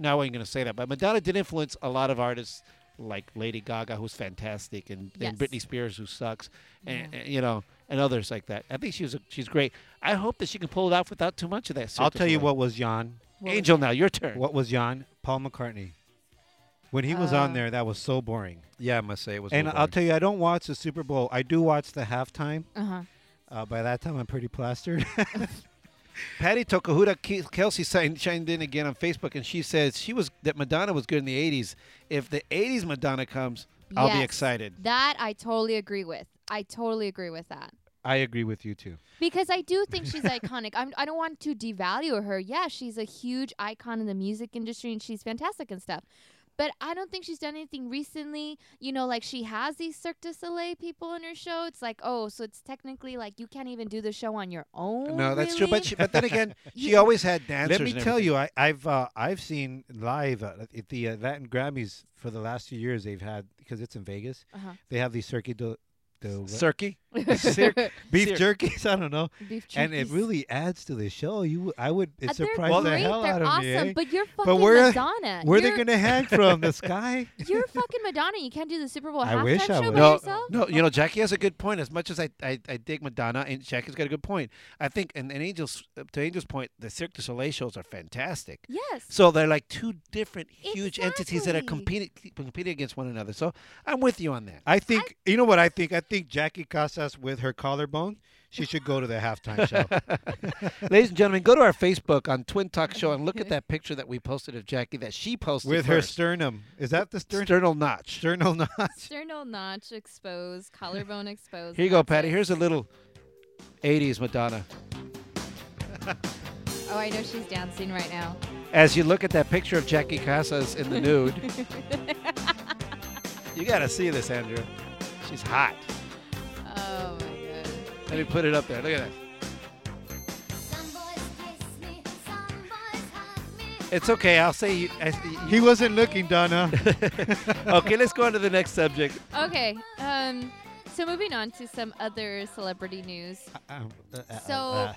B: no, I wasn't going to say that. But Madonna did influence a lot of artists like Lady Gaga, who's fantastic, and, and
D: Yes.
B: Britney Spears, who sucks, and, and, you know, and others like that. I think she was a, she's great. I hope that she can pull it off without too much of that.
C: I'll
B: Cirque du
C: tell you
B: Soleil.
C: what was Jan.
B: Angel, now your turn.
C: What was Jan? Paul McCartney. When he was
D: Uh.
C: on there, that was so boring.
H: Yeah, I must say it was.
C: and I'll tell you, I don't watch the Super Bowl. I do watch the halftime.
D: Uh huh.
C: Uh, by that time, I'm pretty plastered.
B: Patty Tokahuda Ke- Kelsey signed, chimed in again on Facebook, and she says she was that Madonna was good in the '80s. If the '80s Madonna comes, I'll be
D: Yes.
B: excited.
D: That I totally agree with. I totally agree with that.
C: I agree with you too.
D: Because I do think she's iconic. I'm, I don't want to devalue her. Yeah, she's a huge icon in the music industry and she's fantastic and stuff. But I don't think she's done anything recently. You know, like she has these Cirque du Soleil people in her show. It's like, oh, so it's technically like you can't even do the show on your own.
B: No, that's true.
D: really?
B: But she, but then again, she
D: Yeah.
B: always had dancers.
C: Let me
B: and
C: tell
B: everything.
C: you, I, I've uh, I've seen live uh, at the uh, Latin Grammys for the last few years. They've had because it's in Vegas.
D: Uh-huh.
C: They have the Circuit de, de what?
B: Cirque.
C: Cirque- beef
B: Cirque.
C: jerkies. I don't know,
D: Beef
C: and it
D: jerkies.
C: really adds to the show. You, I would,
D: Uh,
C: it
D: they're
C: surprised the
D: great,
C: hell
D: they're
C: out of
D: awesome,
C: me. eh?
D: But you're fucking
C: But where-
D: Madonna.
C: Where they
D: You're-
C: gonna hang from the sky?
D: You're fucking Madonna. You can't do the Super Bowl
C: I
D: halftime
C: wish I
D: show
C: would.
D: by
B: No,
D: yourself.
B: no, you know Jackie has a good point. As much as I, I, I dig Madonna, and Jackie's got a good point. I think, and, and Angel's uh, to Angel's point, the Cirque du Soleil shows are fantastic.
D: Yes.
B: So they're like two different huge entities that are
D: Exactly.
B: competing competing against one another. So I'm with you on that.
C: I think you know what I think. I think Jackie Casa us with her collarbone, she should go to the halftime show.
B: Ladies and gentlemen, go to our Facebook on Twin Talk Show and look at that picture that we posted of Jackie that she posted
C: with her
B: first.
C: sternum. Is that the sternum?
B: sternal notch.
C: Sternal notch.
D: Sternal notch exposed, collarbone exposed.
B: Here you go,
D: That's
B: Patty.
D: it.
B: Here's a little 80s Madonna.
D: Oh, I know she's dancing right now.
B: As you look at that picture of Jackie Casas in the nude, you got to see this, Andrew. She's hot.
D: Oh my god.
B: Let me put it up there. Look at that. It's okay. I'll say you. I,
C: He wasn't looking, Donna.
B: okay, let's go on to the next subject.
D: Okay. Um, so moving on to some other celebrity news.
B: Uh,
C: Uh-uh.
D: So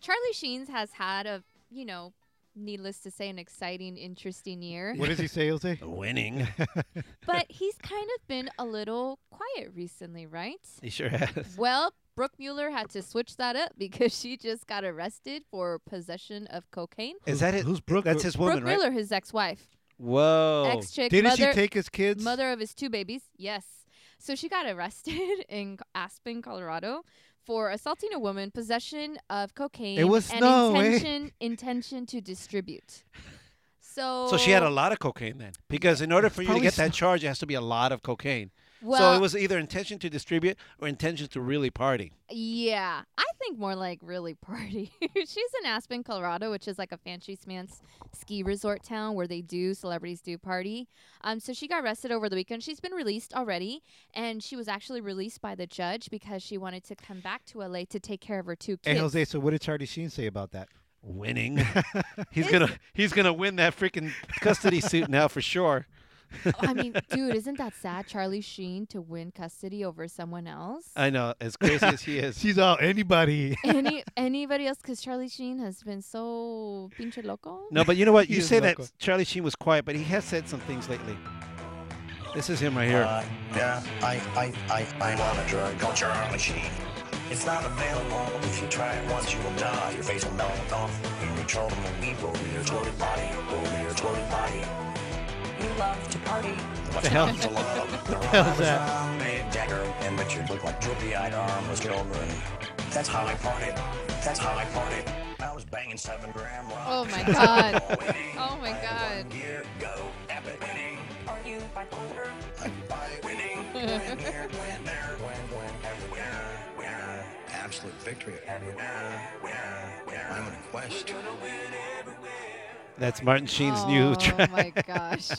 D: Charlie Sheen's has had a, you know, needless to say, an exciting, interesting year.
C: what does he say, Jose?
B: Winning.
D: but he's kind of been a little quiet recently, right?
B: He sure has.
D: Well, Brooke Mueller had to switch that up because she just got arrested for possession of cocaine.
B: Is that it?
C: Who's Brooke?
B: That's his
D: Brooke
B: woman, right?
D: Mueller, his ex-wife,
B: Whoa.
D: ex-chick,
C: Didn't
D: mother,
C: she take his kids?
D: mother of his two babies. Yes. So she got arrested in Aspen, Colorado, for assaulting a woman, possession of cocaine,
C: It was
D: and
C: no
B: eh?
C: way.
D: intention intention to distribute. So
B: So she had a lot of cocaine then, because in order for you to
C: probably
B: get that
C: so-
B: charge, it has to be a lot of cocaine.
D: well,
B: so it was either intention to distribute or intention to really party.
D: Yeah, I think more like really party. She's in Aspen, Colorado, which is like a fancy man's ski resort town where they do celebrities do party. Um, so she got arrested over the weekend. She's been released already, and she was actually released by the judge because she wanted to come back to LA to take care of her two kids.
C: Hey, Jose, so what did Charlie Sheen say about that?
B: Winning. he's gonna he's gonna win that freaking custody suit now for sure.
D: Oh, I mean, dude, isn't that sad? Charlie Sheen to win custody over someone else.
B: I know, as crazy as he is.
C: She's all anybody.
D: Any anybody else? Because Charlie Sheen has been so pinche loco.
B: No, but you know what?
C: He
B: You
C: is
B: say
C: loco.
B: that Charlie Sheen was quiet, but he has said some things lately. This is him right here.
H: Uh, yeah, I, I, I, I'm on a drug called Charlie Sheen. It's not available. If you try it once, you will die. Your face will melt off. Your control will leave over your exploded body. Over your exploded body. You love to party. What the
C: hell?
H: What the
C: hell's that?
H: dagger and Richard looked like droopy-eyed armless children. That's how I party. That's how I party. I was banging seven gram rock.
D: Oh my god. oh my god.
H: Year go epic winning. Are you bipolar? I'm bi winning. Win here, win there, win, win everywhere. Where? Absolute victory everywhere. Where? Where? I'm on a quest.
B: That's Martin Sheen's new
D: Oh
B: track.
D: my gosh.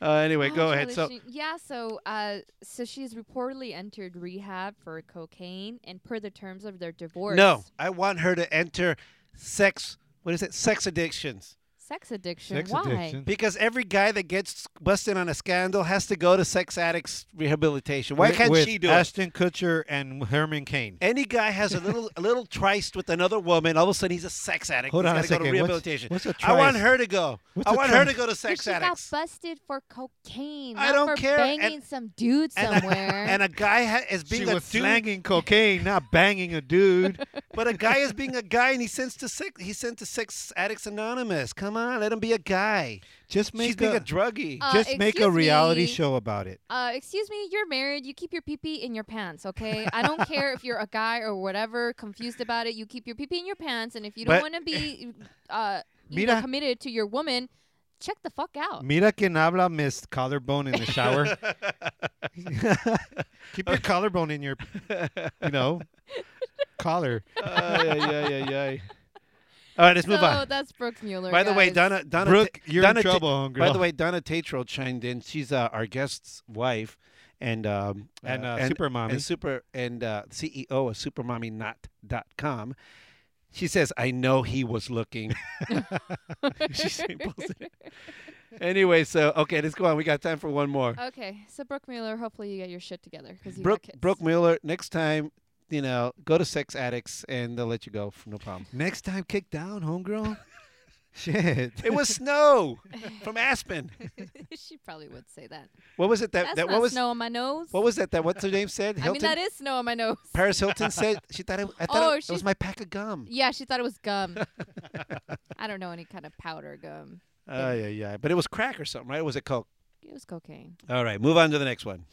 B: Uh, anyway,
D: Oh,
B: go ahead.
D: Charlie
B: So
D: Sheen- yeah, so uh, so she's reportedly entered rehab for cocaine, and per the terms of their divorce,
B: no, I want her to enter sex. What is it? Sex addictions.
D: sex addiction.
C: Sex
D: Why?
C: addiction.
B: Because every guy that gets busted on a scandal has to go to sex addicts rehabilitation. Why
C: With-
B: can't
C: with
B: she do it?
C: Ashton Kutcher and Herman Cain.
B: Any guy has a little a little tryst with another woman, all of a sudden he's a sex addict.
C: Hold
B: He's
C: on a
B: gotta go to
C: second. What's-
B: rehabilitation.
C: what's a
B: I want
C: tryst?
B: her to go.
C: What's
B: I
C: a
B: want her to
C: tryst?
B: go to
D: Because
B: sex
D: she
B: addicts.
D: got busted for cocaine.
B: I
D: not
B: don't
D: for
B: care, and-
D: Banging some dude
B: and, a,
D: somewhere.
B: and a guy ha- is being
C: She
B: a
C: was
B: dude,
C: slanging cocaine, not banging a dude.
B: but a guy is being a guy, and he sends to sex. He sent to Sex Addicts Anonymous. Come on, let him be a guy.
C: Just
B: She's
C: make
B: being a
C: a,
B: druggie.
D: Uh,
C: just make a
D: excuse
C: reality
D: me.
C: show about it.
D: uh, excuse me, you're married. You keep your pee pee in your pants, okay? I don't care if you're a guy or whatever, confused about it. You keep your pee pee in your pants, and if you don't
B: But-
D: want to be, uh, you know,
C: Mira.
D: committed to your woman, check the fuck out.
C: Mira quien habla, Miss Collarbone in the shower. Keep your collarbone in your, you know, collar.
B: yeah, yeah, yeah, yeah. All right, let's move
D: Oh. so
B: on.
D: that's Brooke Mueller.
B: By the way,
D: guys.
B: Donna, Donna,
C: Brooke,
B: Ta-
C: you're
B: Donna
C: in
B: Ta-
C: trouble, homegirl.
B: By the way, Donna Tatro chimed in. She's uh, our guest's wife, and um,
C: and, uh, Super Mommy.
B: and super and uh, CEO of SuperMommyNot.com. She says, "I know he was looking." She's impulsive. Anyway, so okay, let's go on. We got time for one more.
D: Okay, so Brooke Mueller, hopefully you get your shit together because you
B: Brooke,
D: got kids.
B: Brooke Mueller. Next time, you know, go to Sex Addicts, and they'll let you go. No problem.
C: Next time, kick down, homegirl. Shit.
B: It was snow from Aspen.
D: she probably would say that.
B: What was it that
D: That's
B: that
D: not
B: what was
D: snow on my nose.
B: what was that that what's her name said?
D: I mean,
B: Hilton?
D: that is snow on my nose.
B: Paris Hilton said she thought it, I thought
D: Oh,
B: it, it was
D: she's-
B: my pack of gum.
D: Yeah, she thought it was gum. I don't know any kind of powder gum.
B: Oh yeah, yeah. But it was crack or something, right? Or was it coke?
D: It was cocaine.
B: All right, move on to the next one.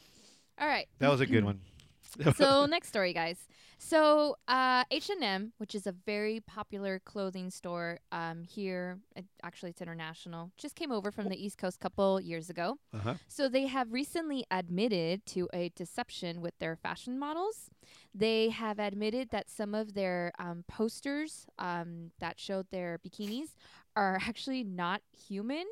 D: All right.
C: That was a good one.
D: so next story guys so uh, h&m which is a very popular clothing store um, here it, actually it's international just came over from the east coast couple years ago
B: Uh-huh.
D: so they have recently admitted to a deception with their fashion models they have admitted that some of their um, posters um, that showed their bikinis are actually not human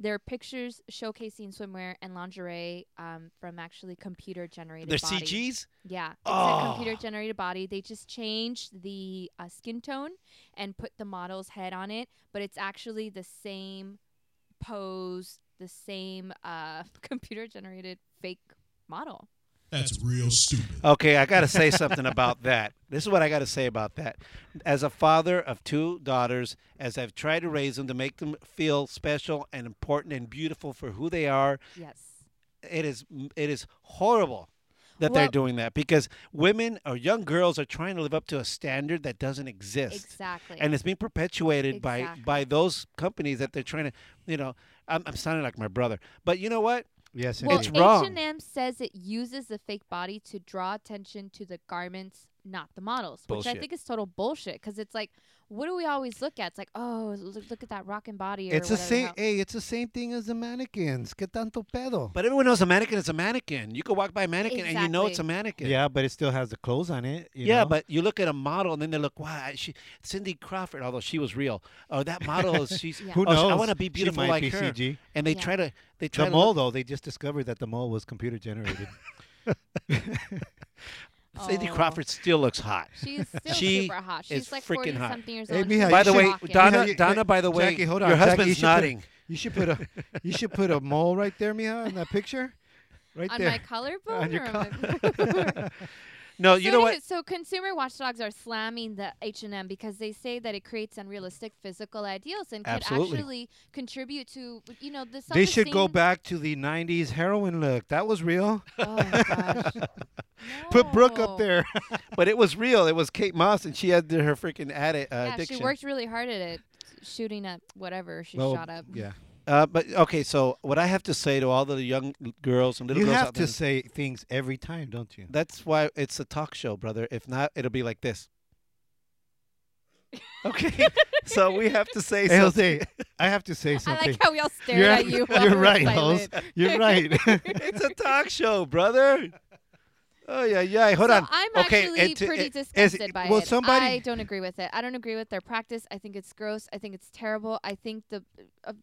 D: they're pictures showcasing swimwear and lingerie um, from actually computer generated
B: They're
D: bodies.
B: CGs.
D: Yeah, it's a
B: Oh.
D: computer generated body. They just changed the uh, skin tone and put the model's head on it, but it's actually the same pose, the same uh, computer generated fake model.
I: That's real stupid.
B: Okay, I got to say something about that. This is what I got to say about that. As a father of two daughters, as I've tried to raise them to make them feel special and important and beautiful for who they are,
D: Yes.
B: it is it is horrible that
D: Well-
B: they're doing that because women or young girls are trying to live up to a standard that doesn't exist.
D: Exactly.
B: And it's being perpetuated
D: Exactly.
B: by by those companies that they're trying to, you know, I'm, I'm sounding like my brother, but you know what?
C: Yes,
D: well,
B: it's
C: indeed.
B: wrong.
D: H&M says it uses the fake body to draw attention to the garments, not the models, which I
B: Bullshit.
D: think is total bullshit because it's like, what do we always look at? It's like, oh, look, look at that rockin' body. Or
C: It's the
D: whatever
C: same.
D: hell.
C: Hey, it's the same thing as the mannequins. Que tanto pedo?
B: But everyone knows a mannequin is a mannequin. You could walk by a mannequin and you know it's a
D: Exactly.
B: mannequin.
C: yeah, but it still has the clothes on it. you
B: yeah,
C: know?
B: but you look at a model and then they look, wow, she, Cindy Crawford, although she was real. Oh, that model is she's.
D: Yeah.
C: who
B: oh,
C: knows?
B: I want to be beautiful
C: she might
B: like
C: be
B: her.
C: CG.
B: And they
D: Yeah.
B: try to they try
C: The
B: to
C: mole,
B: look-
C: though, they just discovered that the mole was computer generated.
B: Cindy
D: Oh.
B: Crawford still looks hot.
D: She's still
B: She
D: super hot.
B: is
D: She's like
B: freaking
D: 40
B: hot.
D: something years
C: Hey,
D: old.
C: mija,
D: She's
C: you
B: by the
C: should-
B: way,
D: rocking.
B: Donna,
C: you-
B: Donna, by the way,
C: Jackie, hold on.
B: your
C: Jackie,
B: husband's
C: you should put-
B: nodding.
C: you should put a you should put a mole right there, Mija, in that picture, right
D: on
C: there.
D: my collarbone
C: On your
D: or
C: col-
D: on my
B: No,
D: so
B: you know what?
D: anyway, So consumer watchdogs are slamming the H&M because they say that it creates unrealistic physical ideals and could
B: Absolutely.
D: actually contribute to you know the
C: they should go
D: self-esteem-
C: back to the '90s heroin look. That was real.
D: Oh, gosh.
C: Put Brooke
D: No.
C: up there.
B: But it was real. It was Kate Moss, and she had the- her freaking addi- uh,
D: Yeah,
B: addiction.
D: she worked really hard at it, shooting at whatever she
C: Well,
D: shot up.
C: Yeah.
B: Uh, but okay, so what I have to say to all the young l- girls and little
C: You
B: girls
C: have
B: out
C: to
B: there,
C: say things every time, don't you?
B: that's why it's a talk show, brother. If not, it'll be like this. Okay, so we have to say
C: Hey,
B: something.
C: Jose, I have to say
D: I
C: something.
D: like how we all stared
C: You're-
D: at you. while
C: you're
D: we were
C: right,
D: silent.
C: Hose. You're right.
B: It's a talk show, brother. Oh yeah, yeah. Hold
D: So
B: on.
D: I'm
B: okay,
D: actually
B: and to-
D: pretty
B: and-
D: disgusted by
C: eh, well,
D: it.
C: somebody-
D: I don't agree with it. I don't agree with their practice. I think it's gross. I think it's terrible. I think the uh,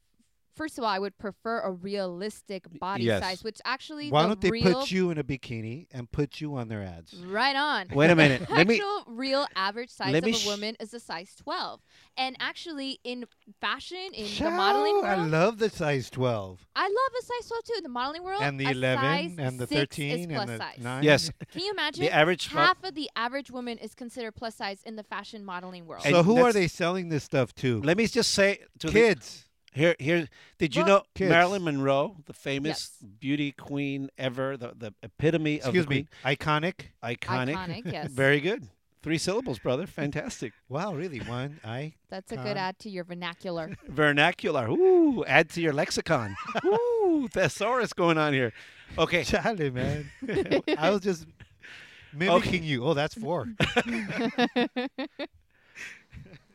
D: first of all, I would prefer a realistic body
B: yes.
D: size, which actually
C: Why
D: the
C: don't they
D: real
C: put you in a bikini and put you on their ads?
D: right on.
B: Wait a minute.
D: The
B: Let me.
D: actual real average size
B: let
D: of
B: me
D: a
B: sh-
D: woman is a size 12. And actually, in fashion, in the
C: Chow,
D: modeling world,
C: I love the size 12
D: I love a size 12 too. In the modeling world,
C: and the
D: a
C: 11
D: size
C: and the
D: six is
C: 13
D: plus
C: and the
D: size.
C: 9.
B: Yes,
D: Can you imagine?
B: the average. mo-
D: half of the average woman is considered plus size in the fashion modeling world.
B: And
C: So who are
B: that's-
C: they selling this stuff to?
B: Let me just say to the-
C: Kids.
B: Here, here. Did you
C: Look,
B: know
C: kids.
B: Marilyn Monroe, the famous
D: Yes.
B: beauty queen ever, the, the epitome
C: Excuse
B: of the
C: me. Iconic.
B: queen, iconic.
D: Iconic, yes.
B: Very good. Three syllables, brother. Fantastic.
C: Wow, really? One I
D: That's a
C: Con-
D: good add to your vernacular.
B: Vernacular. Ooh, add to your lexicon. Ooh, thesaurus going on here. Okay.
C: Charlie, man. I was just mimicking you. Oh, that's four.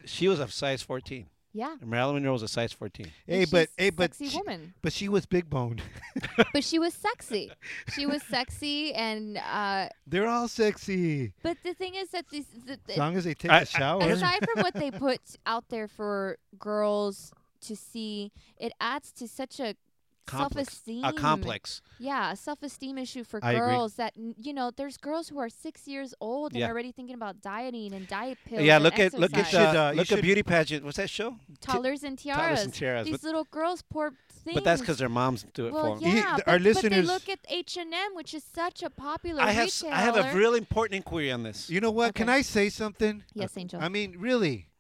B: She was a size 14.
D: yeah.
B: Marilyn Monroe was a size 14.
C: hey,
D: And
C: but
D: she's
C: hey, but
D: sexy
C: she,
D: woman.
C: but she was big boned.
D: But she was sexy. She was sexy, and uh,
C: They're all sexy.
D: but the thing is that these the, the-
C: As long as they take
B: I- I-
C: a shower.
D: aside from what they put out there for girls to see, it adds to such a
B: Complex.
D: self-esteem.
B: A complex.
D: Yeah, a self-esteem issue for
C: I agree.
D: girls that n- you know. There's girls who are six years old and
B: Yeah.
D: already thinking about dieting and diet pills.
B: yeah,
D: and
B: look at look at
D: exercise.
C: You should,
B: the,
C: uh, you
B: look
C: should-
B: at beauty pageant. What's that show?
D: toddlers and tiaras.
B: Toddlers and tiaras,
D: These
B: but-
D: little girls, poor things.
B: But that's because their moms do it for
D: Well,
B: them.
D: yeah,
C: them. Ye-
D: but,
C: our
D: but they
C: listeners-
D: look at H and M, which is such a popular
B: I have s-
D: retailer.
B: I have a real important inquiry on this.
C: You know what? Can
D: Okay.
C: I say something?
D: yes, Angel.
C: I mean, really.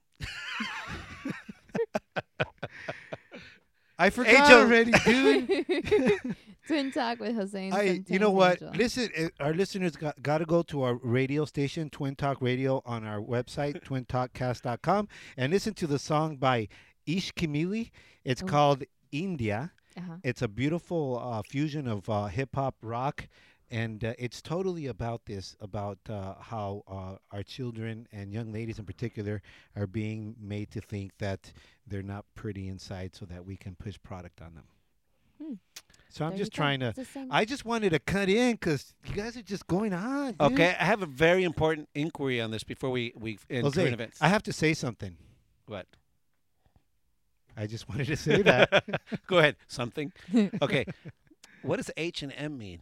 C: I forgot
B: Angel.
C: already, dude.
D: Twin talk with Jose.
C: I, you know what? Listen, uh, our listeners got, got to go to our radio station, Twin Talk Radio, on our website, twintalkcast.com, and listen to the song by Ish Kimili. It's
D: Oh.
C: called India.
D: Uh-huh.
C: It's a beautiful uh, fusion of uh, hip hop, rock, and uh, it's totally about this about uh, how uh, our children and young ladies in particular are being made to think that they're not pretty inside so that we can push product on them so i'm
D: Hmm. There
C: just
D: you go.
C: trying to
D: It's the same.
C: i just wanted to cut in because you guys are just going on
D: Mm-hmm.
C: dude.
B: Okay, I have a very important inquiry on this before we we end current
C: Jose,
B: events.
C: i have to say something
B: what?
C: i just wanted to say that
B: Go ahead. Something. Okay. what does H and M mean?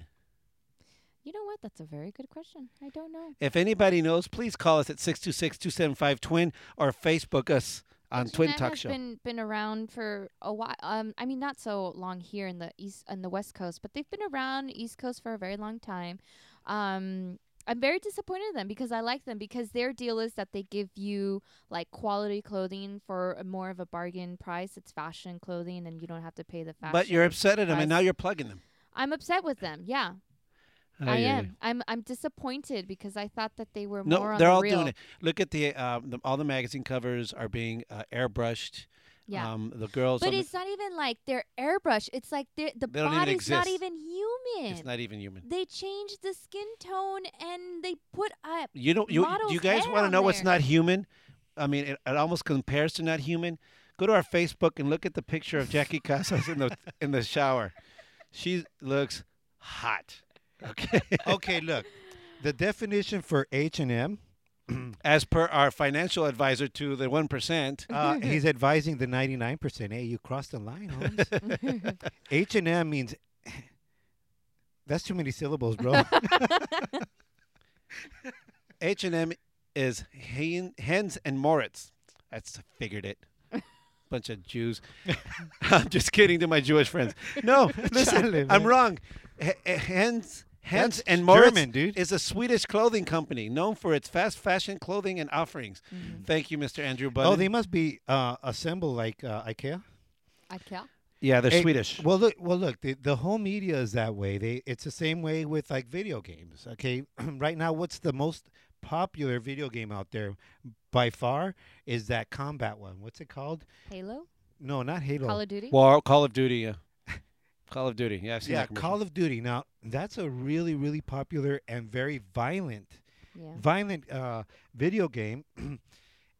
D: You know what? That's a very good question. I don't know.
B: If anybody knows, please call us at 626-275-TWIN or Facebook us on Twin
D: Internet
B: Talk
D: has
B: Show.
D: Been been around for a while. Um, I mean, not so long here in the east on the west coast, but they've been around east coast for a very long time. Um, I'm very disappointed in them because I like them because their deal is that they give you like quality clothing for a more of a bargain price. It's fashion clothing, and you don't have to pay the fashion.
B: but you're upset at them,
D: price.
B: and now you're plugging them.
D: I'm upset with them. Yeah, I am. I'm I'm disappointed because I thought that they were more.
B: No,
D: on
B: they're
D: the
B: all
D: real.
B: doing it. Look at the, um, the all the magazine covers are being uh, airbrushed.
D: Yeah.
B: Um, the girls. on
D: But
B: the-
D: it's not even like they're airbrush. It's like they're, the
B: They don't even
D: body's not
B: exist.
D: even human.
B: it's not even human.
D: they changed the skin tone and they put up.
B: You don't. You
D: Model's
B: you guys
D: head
B: want to
D: on
B: know what's
D: there.
B: not human? I mean, it, it almost compares to not human. Go to our Facebook and look at the picture of Jackie Casas in the in the shower. She looks hot. Okay.
C: okay look the definition for h&m
B: As per our financial advisor to the one percent.
C: Uh, he's advising the 99%. Hey, you crossed the line, Holmes. H&M means that's too many syllables, bro.
B: H and M is Hen- Hens and Moritz. That's I figured it. Bunch of Jews. I'm just kidding to my Jewish friends. No,
C: Chale,
B: listen, I'm
C: man.
B: wrong. H- H- Hens. Hens
C: That's
B: and Moritz
C: German, dude.
B: is a Swedish clothing company known for its fast fashion clothing and offerings. Thank you, Mr. Andrew Budden.
C: oh, they must be uh, assembled like uh, IKEA.
D: I can't.
B: yeah, they're
C: Hey,
B: Swedish.
C: Well, look, well, look. The, the whole media is that way. They it's the same way with like video games. Okay, right now, what's the most popular video game out there by far is that combat one. What's it called?
D: Halo,
C: No, not Halo.
D: Call of Duty.
B: War, Call of Duty. Yeah. Call of Duty. Yeah, I've seen
C: yeah,
B: that commercial.
C: Call of Duty. Now that's a really, really popular and very violent,
D: yeah.
C: violent uh, video game,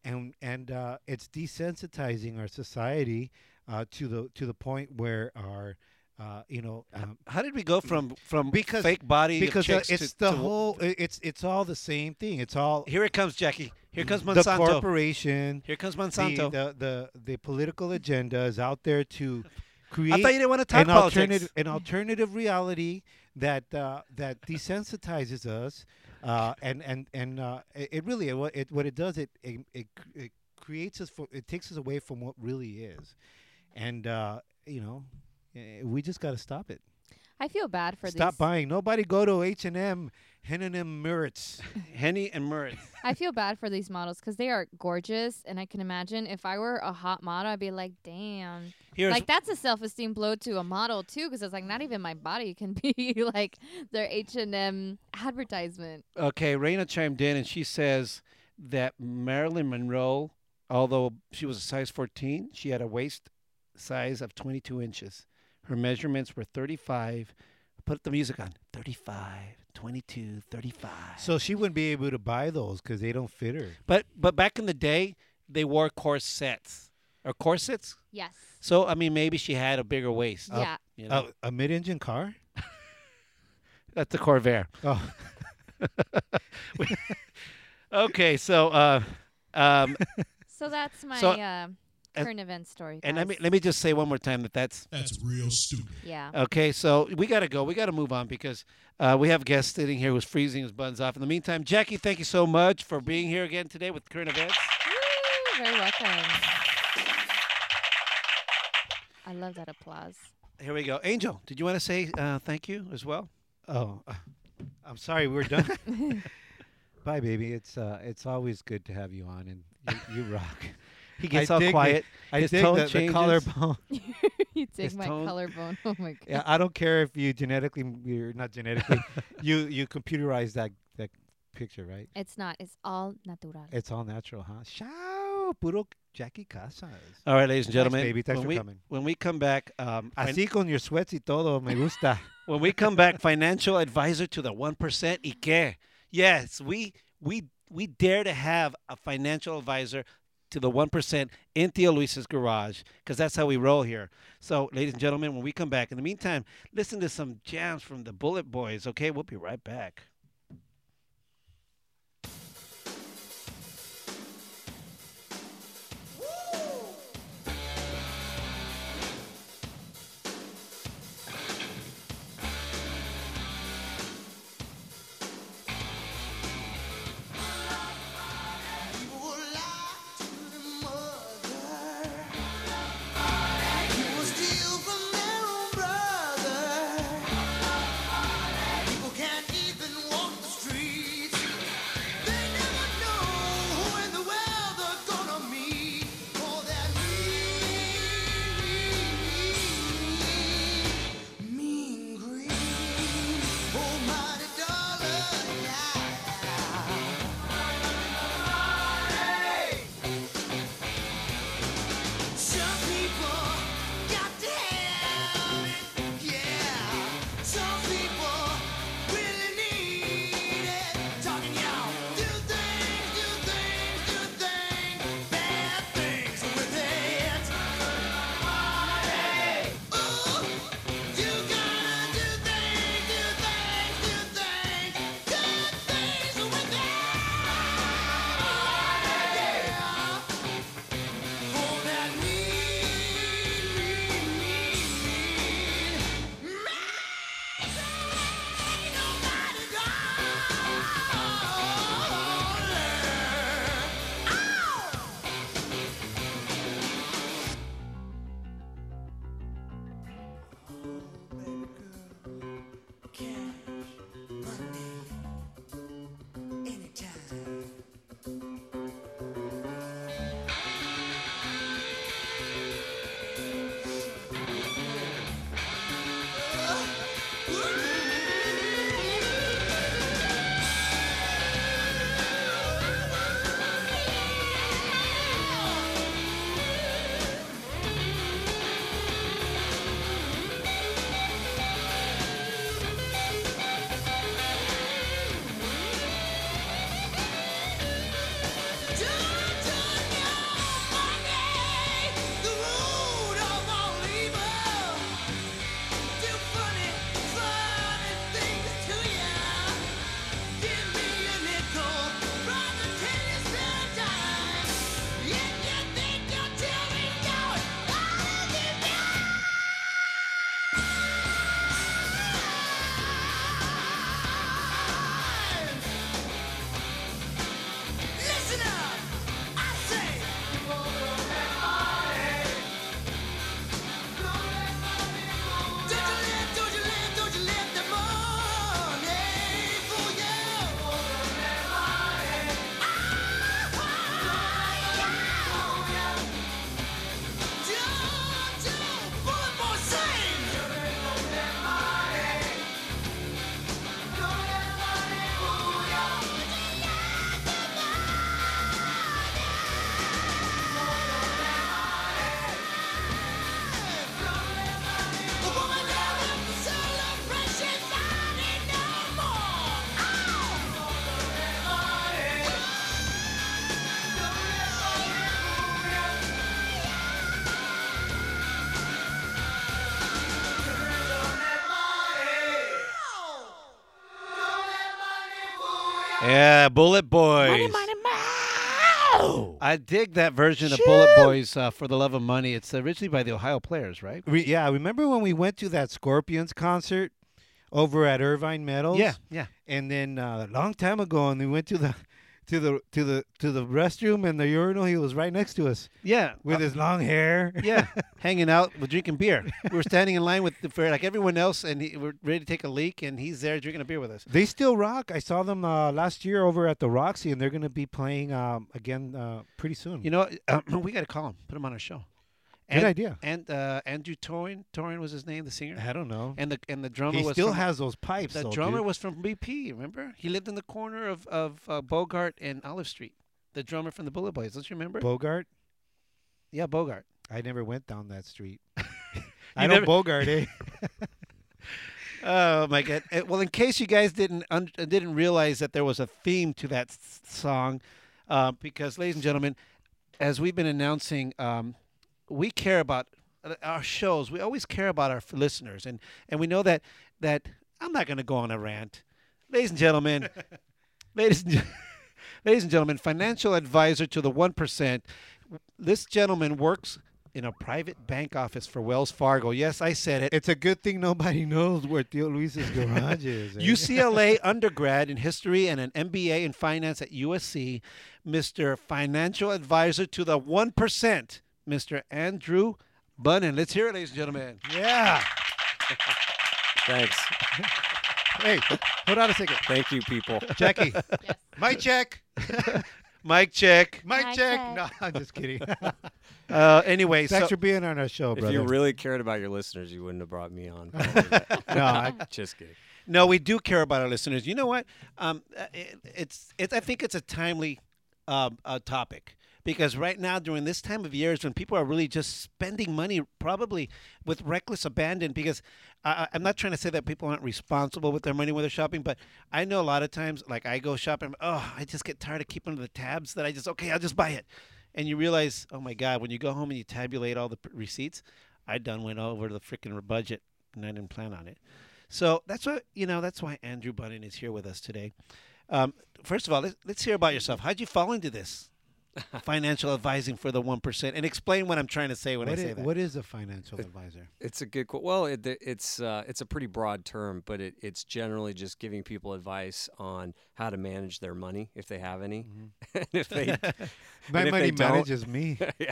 C: and and uh, it's desensitizing our society uh, to the to the point where our uh, you know um,
B: How did we go from from
C: Because-
B: fake body of
C: because uh,
B: chicks
C: it's
B: to,
C: the
B: to-
C: whole i- it's it's all the same thing. It's all
B: Here it comes, Jackie. Here comes
C: the
B: Monsanto.
C: corporation,
B: Here comes
C: the,
B: Monsanto.
C: the the the political agenda is out there to create.
B: I thought you didn't want to talk
C: an
B: politics.
C: alternative an alternative reality that uh, that desensitizes us uh, and and and uh, it it really what it what it does it it, it, cr- it creates us for it takes us away from what really is and uh, you know eh, we just got to stop it
D: I feel bad for
C: stop
D: these.
C: buying nobody go to H&M H&M Muritz
B: Henny and Murray.
D: I feel bad for these models because they are gorgeous, and I can imagine if I were a hot model, I'd be like, damn.
B: Here's
D: like that's a self-esteem blow to a model too, because it's like not even my body can be like their H and M advertisement.
B: okay. Raina chimed in and she says that Marilyn Monroe, although she was a size 14, she had a waist size of 22 inches. Her measurements were 35. Put the music on. 35, 22, 35.
C: so she wouldn't be able to buy those cuz they don't fit her
B: but but back in the day, they wore corsets or corsets.
D: Yes.
B: So I mean, maybe she had a bigger waist.
D: yeah.
B: You know,
C: uh, a mid-engine car
B: Oh, that's the Corvair.
C: oh
B: Okay, so uh, um,
D: So that's my
B: So,
D: uh, current event story.
B: and let me
D: guys.
B: let me just say one more time that that's
I: That's real stupid.
D: yeah.
B: okay. So we gotta go. We gotta move on because uh, we have guests sitting here who's freezing his buns off. In the meantime, Jackie, thank you so much for being here again today with current events.
D: Woo, very welcome. I love that applause.
B: Here we go. Angel, did you want to say uh, thank you as well?
C: Oh, uh, I'm sorry, we're done. Bye, baby. It's uh, it's always good to have you on, and you, you rock.
B: He
C: I
B: gets all
C: dig the-
B: quiet.
C: I
B: His
C: dig
B: tone
C: the, the
B: changes.
C: collarbone.
D: you take
B: His
D: my
B: tone-
D: collarbone. Oh my god.
C: yeah, I don't care if you genetically, m- you're not genetically, you you computerize that that picture, right?
D: It's not. It's all natural.
C: It's all natural, huh? Ciao, puro Jackie Casas.
B: All right, ladies and
C: Thanks,
B: Uh, gentlemen.
C: baby. Thanks
B: when
C: for
B: we,
C: coming.
B: When we come back, um, fin-
C: Así con your sweats y todo, me gusta.
B: When we come back, financial advisor to the one percent. Ike. Yes, we we we dare to have a financial advisor to the one percent in Theo Luis's garage because that's how we roll here. So, ladies and gentlemen, when we come back, in the meantime, listen to some jams from the Bullet Boys. Okay, we'll be right back.
F: Some people got to have it, yeah. Some people really need it. Talking y'all, do things, do things, do things, bad things with it. Ooh, you gotta do things, do things, do things, good things with it. Yeah. For that mean, mean, mean, ain't nobody gonna Listen up, I say. Don't you let, don't you let, don't you let the money fool you. Ah, yeah. Don't you, bullet boy, sing. The woman doesn't celebrate, she's not in no more.
B: Yeah, Bullet Boys. I dig that version of Bullet Boys uh, for the love of money. It's originally by the Ohio Players, right?
C: Re- yeah, remember when we went to that Scorpions concert over at Irvine Meadows?
B: Yeah, yeah.
C: And then uh, a long time ago, and we went to the to the to the to the restroom and the urinal. He was right next to us
B: Yeah,
C: with his long hair.
B: Uh-huh. yeah, hanging out, we're drinking beer. We're standing in line with the, for like everyone else, and he, we're ready to take a leak, and he's there drinking a beer with us.
C: They still rock. I saw them uh, last year over at the Roxy, and they're going to be playing um, again uh, pretty soon.
B: You know, uh, we got to call him, put him on our show.
C: Good idea.
B: And uh, Andrew Torin, Torin was his name, the singer,
C: I don't know.
B: and the and the drummer
C: he
B: was
C: still
B: from-
C: has those pipes.
B: The
C: though,
B: drummer
C: dude.
B: was from BP. Remember, he lived in the corner of of uh, Bogart and Olive Street. The drummer from the Bullet Boys, don't you remember?
C: Bogart.
B: yeah, Bogart.
C: I never went down that street.
B: You
C: I know
B: never-
C: Bogart, eh?
B: Oh my god! Uh, Well, in case you guys didn't un- uh, didn't realize that there was a theme to that s- song, uh, because, ladies and gentlemen, as we've been announcing, um, we care about uh, our shows. We always care about our f- listeners, and and we know that that I'm not going to go on a rant, ladies and gentlemen, ladies. And gen- Ladies and gentlemen, financial advisor to the 1%. This gentleman works in a private bank office for Wells Fargo. Yes, I said it.
C: It's a good thing nobody knows where Theo Luis's garage is. eh?
B: UCLA undergrad in history and an MBA in finance at USC, Mr. Financial Advisor to the 1%, Mr. Andrew Bunnan. Let's hear it, ladies and gentlemen.
C: yeah.
J: Thanks.
C: Hey, hold on a second,
J: Thank you, people.
C: Jackie. Mic check.
B: Mic check.
C: Mic
D: Mic
C: check.
D: check.
C: No, I'm just kidding.
B: Uh, anyway,
C: Thanks
B: so,
C: for being on our show,
J: If
C: brother.
J: you really cared about your listeners, you wouldn't have brought me on. probably.
C: no, I,
J: Just kidding.
B: no, we do care about our listeners. You know what? Um, uh, it, it's, it's, I think it's a timely um, uh, topic. Because right now, during this time of year, is when people are really just spending money, probably with reckless abandon. Because I, I- I'm not trying to say that people aren't responsible with their money when they're shopping, but I know a lot of times, like I go shopping, oh, I just get tired of keeping the tabs. That I just okay, I'll just buy it, and you realize, oh my God, when you go home and you tabulate all the p- receipts, I done went over the freaking budget and I didn't plan on it. So that's why you know that's why Andrew Bunnan is here with us today. Um, first of all, let's, let's hear about yourself. How'd you fall into this? financial advising for the 1% and explain what I'm trying to say when
C: what,
B: I say
C: is,
B: that.
C: what is a financial advisor?
J: It's a good. qu- Well, it, the- it's uh, it's a pretty broad term, but it, it's generally just giving people advice on how to manage their money if they have any, and if they
C: My
J: and if
C: money
J: they don't-
C: manages me.
J: yeah.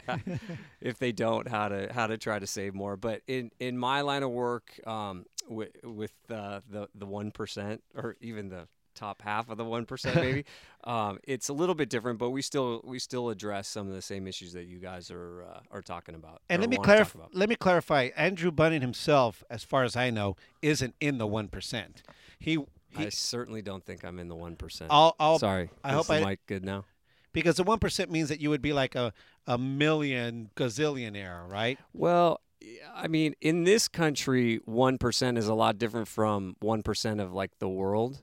J: if they don't, how to how to try to save more. But in in my line of work, um, with with uh, the the one percent or even the top half of the one percent, maybe um, it's a little bit different. But we still we still address some of the same issues that you guys are uh, are talking about.
B: And
J: or
B: let me
J: wanna talk
B: clarify.
J: about.
B: Let me clarify. Andrew Bunning himself, as far as I know, isn't in the one percent. He,
J: I
B: he
J: certainly don't think I'm in the one percent.
B: I'll, I'll,
J: Sorry.
B: I
J: Is
B: hope
J: the
B: I-
J: mic good now.
B: because the one percent means that you would be like a a million gazillionaire, right?
J: Well, y- I mean, in this country, one percent is a lot different from one percent of like the world.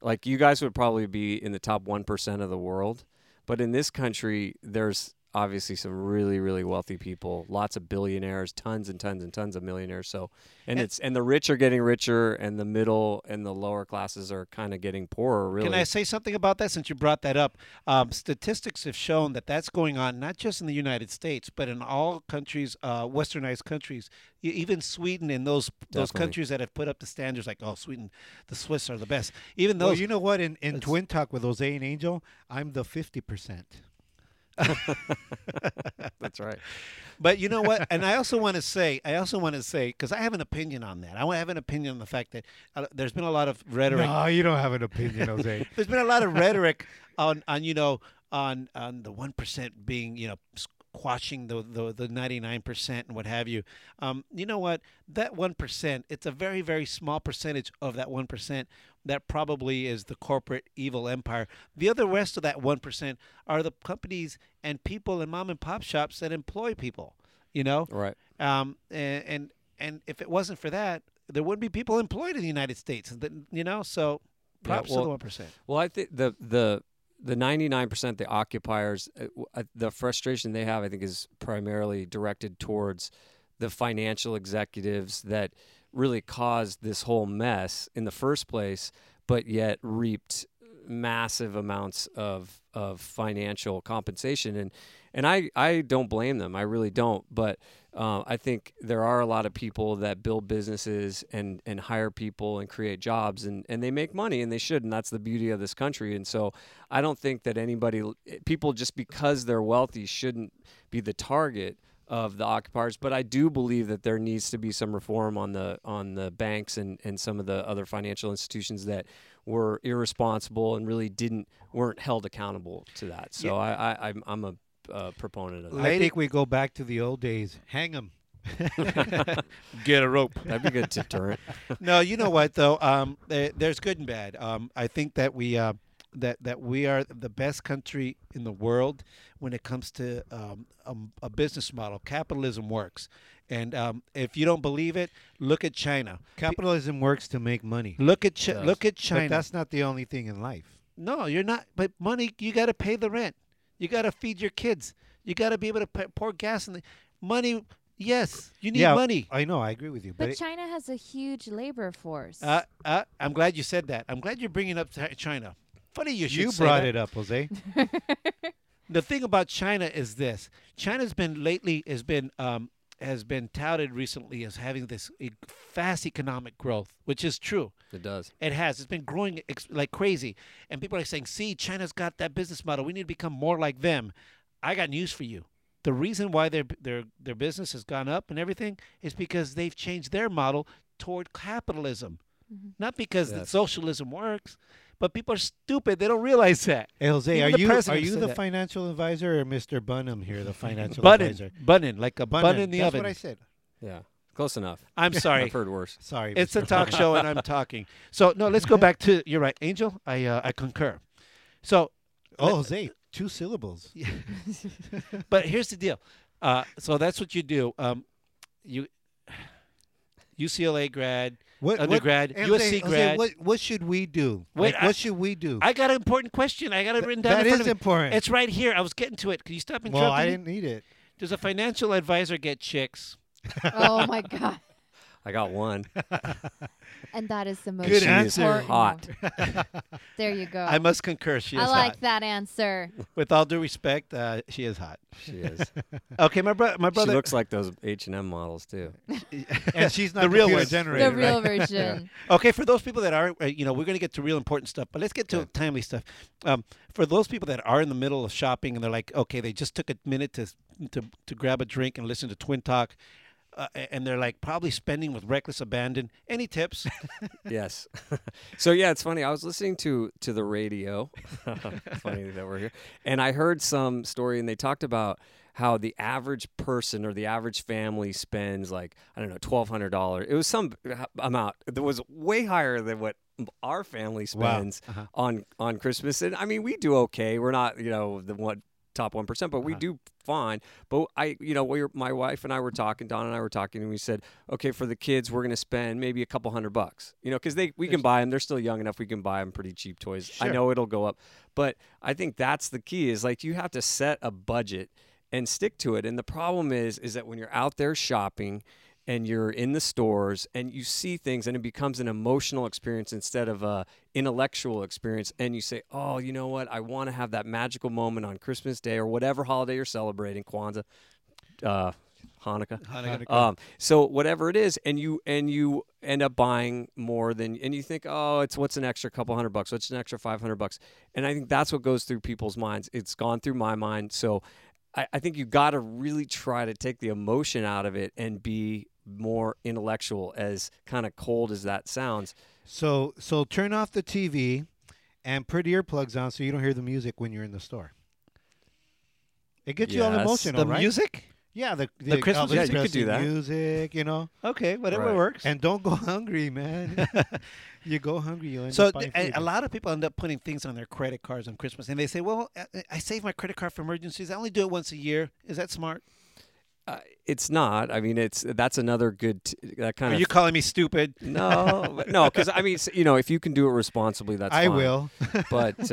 J: Like you guys would probably be in the top one percent of the world, but in this country, there's obviously some really, really wealthy people, lots of billionaires, tons and tons and tons of millionaires. So, and, it's and the rich are getting richer, and the middle and the lower classes are kind of getting poorer. Really,
B: Can I say something about that since you brought that up? Um, statistics have shown that that's going on not just in the United States, but in all countries, uh, westernized countries, E- even Sweden and those those
J: Definitely.
B: countries that have put up the standards, like oh, Sweden, the Swiss are the best. Even those,
C: Well, you know what? In, in Twin Talk with Jose and Angel, I'm the 50%.
J: that's right.
B: But you know what? And I also want to say, I also want to say, because I have an opinion on that. I wanna have an opinion on the fact that uh, there's been a lot of rhetoric.
C: No, you don't have an opinion, Jose.
B: There's been a lot of rhetoric on, on you know, on on the one percent being, you know, squashing the the the ninety nine percent and what have you. Um, you know what? That one percent, it's a very very small percentage of that one percent that probably is the corporate evil empire. The other rest of that one percent are the companies and people and mom and pop shops that employ people. You know,
J: Right.
B: um, and, and and if it wasn't for that, there wouldn't be people employed in the United States. that- You know, so
J: Yeah,
B: props to
J: well-
B: the one percent.
J: Well, I think the the the ninety nine percent the occupiers, uh, w- uh, the frustration they have, I think, is primarily directed towards the financial executives that really caused this whole mess in the first place, but yet reaped massive amounts of of financial compensation and and I I don't blame them I really don't but uh, I think there are a lot of people that build businesses and and hire people and create jobs and and they make money and they should and that's the beauty of this country and so I don't think that anybody people just because they're wealthy shouldn't be the target of the occupiers but I do believe that there needs to be some reform on the on the banks and and some of the other financial institutions that were irresponsible and really didn't weren't held accountable to that. So I, I I'm I'm a uh, proponent of that.
C: I think we go back to the old days. Hang 'em.
B: Get a rope.
J: That'd be a good deterrent.
B: no, you know what though? Um, there, there's good and bad. Um, I think that we uh, that that we are the best country in the world when it comes to um, um, a business model. Capitalism works. And um, if you don't believe it, look at China.
C: Capitalism works to make money.
B: Look at Chi- look at China.
C: But that's not the only thing in life.
B: No, you're not. But money, you got to pay the rent. You got to feed your kids. You got to be able to p- pour gas in the money. Yes, you need
C: yeah,
B: money.
C: I know. I agree with you. But,
D: But
C: it-
D: China has a huge labor force.
B: Uh, uh, I'm glad you said that. I'm glad you're bringing up Chi- China. Funny you should
C: you
B: say
C: brought
B: that.
C: it up, Jose.
B: the thing about China is this: China's been lately has been um, has been touted recently as having this e- fast economic growth, which is true.
J: It does.
B: It has. It's been growing ex- like crazy, and people are saying, "See, China's got that business model. We need to become more like them." I got news for you. The reason why their their their business has gone up and everything is because they've changed their model toward capitalism, not because that
J: Yes.
B: socialism works. But people are stupid. They don't realize that.
C: Hey, Jose,
B: Even
C: are
B: the
C: you are
B: president
C: you
B: said
C: the
B: that.
C: financial advisor or Mr. Bunham here, the financial advisor?
B: Bunnin, bunnin, like a bun,
C: Bunham.
B: in the
C: That's
B: oven.
C: what I said.
J: Yeah. Close enough.
B: I'm sorry.
J: I've heard worse.
C: Sorry.
B: It's a
C: Mr.
B: talk show, and I'm talking. So no, let's go back to. You're right, Angel. I uh, I concur. So,
C: Oh, Jose, two syllables.
B: but here's the deal. Uh, so that's what you do. Um, you UCLA grad,
C: What
B: undergrad,
C: and
B: USC
C: Jose, Jose,
B: grad.
C: what, what should we do?
B: Wait,
C: Like,
B: I-
C: what should we do?
B: I got an important question. I got it
C: Th-
B: written down.
C: that
B: in front
C: is
B: of me.
C: important.
B: It's right here. I was getting to it. Can you stop interrupting?
C: well, I
B: me?
C: didn't need it.
B: Does a financial advisor get chicks?
D: oh my god!
J: I got one.
D: And that is the most
C: Good
J: she
C: answer.
J: Is hot.
D: There you go.
B: I must concur. She is
D: I like
B: hot.
D: that answer.
B: With all due respect, uh, she is hot.
J: She is.
B: Okay, my brother. My
J: she
B: brother.
J: looks like those H and M models too.
C: And she's not
B: The real
C: computer
B: ones. The
D: the
C: generated.
D: real
C: right?
D: version.
B: Okay, for those people that are, uh, you know, we're going to get to real important stuff, but let's get to timely stuff. Um, for those people that are in the middle of shopping and they're like, okay, they just took a minute to to, to grab a drink and listen to Twin Talk, uh, a- and they're like probably spending with reckless abandon. Any tips?
J: yes. so yeah, it's funny. I was listening to to the radio. funny that we're here, and I heard some story, and they talked about how the average person or the average family spends like I don't know twelve hundred dollars. It was some amount that was way higher than what our family
C: Wow.
J: spends on on Christmas. And I mean, we do okay. We're not you know the one top one percent, but we do fine. But I, you know, we were, my wife and I were talking, Don and I were talking, and we said, okay, for the kids, we're gonna spend maybe a couple hundred bucks, you know, because they we can buy them. They're still young enough. We can buy them pretty cheap toys. I know it'll go up, but I think that's the key. Is like you have to set a budget and stick to it. And the problem is, is that when you're out there shopping and you're in the stores and you see things and it becomes an emotional experience instead of a intellectual experience and you say oh you know what i want to have that magical moment on christmas day or whatever holiday you're celebrating kwanzaa uh, hanukkah hanukkah um, so whatever it is and you and you end up buying more than and you think oh it's what's an extra couple hundred bucks what's an extra 500 bucks and i think that's what goes through people's minds it's gone through my mind so I, I think you got to really try to take the emotion out of it and be more intellectual, as kind of cold as that sounds.
C: So so turn off the TV and put earplugs on so you don't hear the music when you're in the store. It gets you all
J: Yes.
C: emotional,
B: the
C: right?
B: music.
C: Yeah, the, the,
B: Christmas
C: Elvis
B: music. Yeah,
J: you could
C: Presley
J: do that.
C: music, you know.
B: Okay, whatever
J: Right.
B: works.
C: And don't go hungry, man. you go hungry, you end
B: so
C: up buying
B: th-
C: food.
B: a, a lot of people end up putting things on their credit cards on Christmas, and they say, "Well, I, I save my credit card for emergencies. I only do it once a year. Is that smart?
J: Uh, it's not. I mean, it's that's another good t- that kind
B: Are
J: of.
B: you calling me stupid?"
J: no, but- no, because I mean, s- you know, if you can do it responsibly, that's
C: I
J: fine.
C: will.
J: but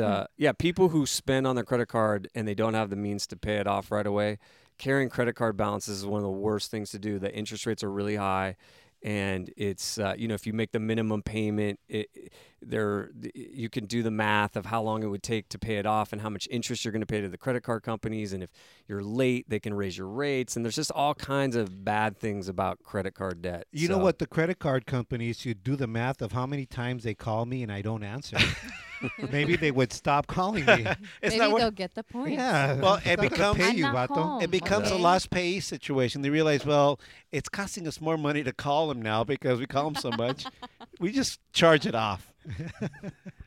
J: uh, yeah, people who spend on their credit card and they don't have the means to pay it off right away, carrying credit card balances is one of the worst things to do. The interest rates are really high, and it's uh, you know if you make the minimum payment, it, it- there you can do the math of how long it would take to pay it off and how much interest you're going to pay to the credit card companies, and if you're late, they can raise your rates, and there's just all kinds of bad things about credit card debt.
C: You know
J: So-
C: what? The credit card companies should do the math of how many times they call me and I don't answer. Maybe they would stop calling me.
B: It's
D: Maybe
B: not worth
D: they'll get the point.
C: yeah.
B: Well,
C: I'm
B: it
C: not gonna
B: becomes-
C: pay
D: I'm
C: you,
D: not
C: vato.
D: home.
B: It becomes a
D: okay?
B: lost payee situation. They realize, well, it's costing us more money to call them now because we call them so much. we just charge it off.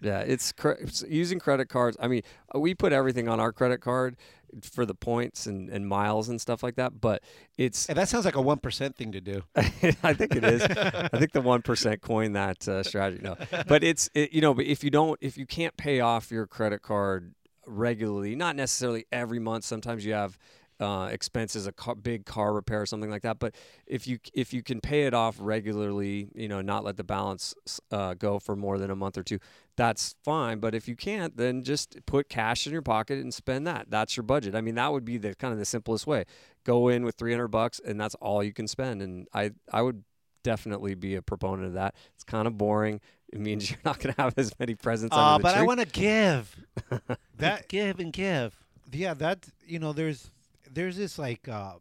J: Yeah, it's, cre- it's using credit cards. I mean, uh, we put everything on our credit card for the points and, and miles and stuff like that, but it's,
B: And that sounds like a 1% thing to do.
J: I think it is. I think the 1% coined that uh, strategy. No, but it's, it, you know, but if you don't, if you can't pay off your credit card regularly, not necessarily every month, sometimes you have uh, expense is a car, big car repair or something like that. But if you if you can pay it off regularly, you know, not let the balance uh, go for more than a month or two, that's fine. But if you can't, then just put cash in your pocket and spend that. That's your budget. I mean, that would be the kind of the simplest way. Go in with 300 bucks, and that's all you can spend. And I I would definitely be a proponent of that. It's kind of boring. It means you're not going to have as many
C: Uh,
J: presents.
B: Aw,
J: under the
B: Uh, but I
J: tree.
B: want to give,
C: That
B: give and give.
C: yeah, that you know, there's there's this like uh,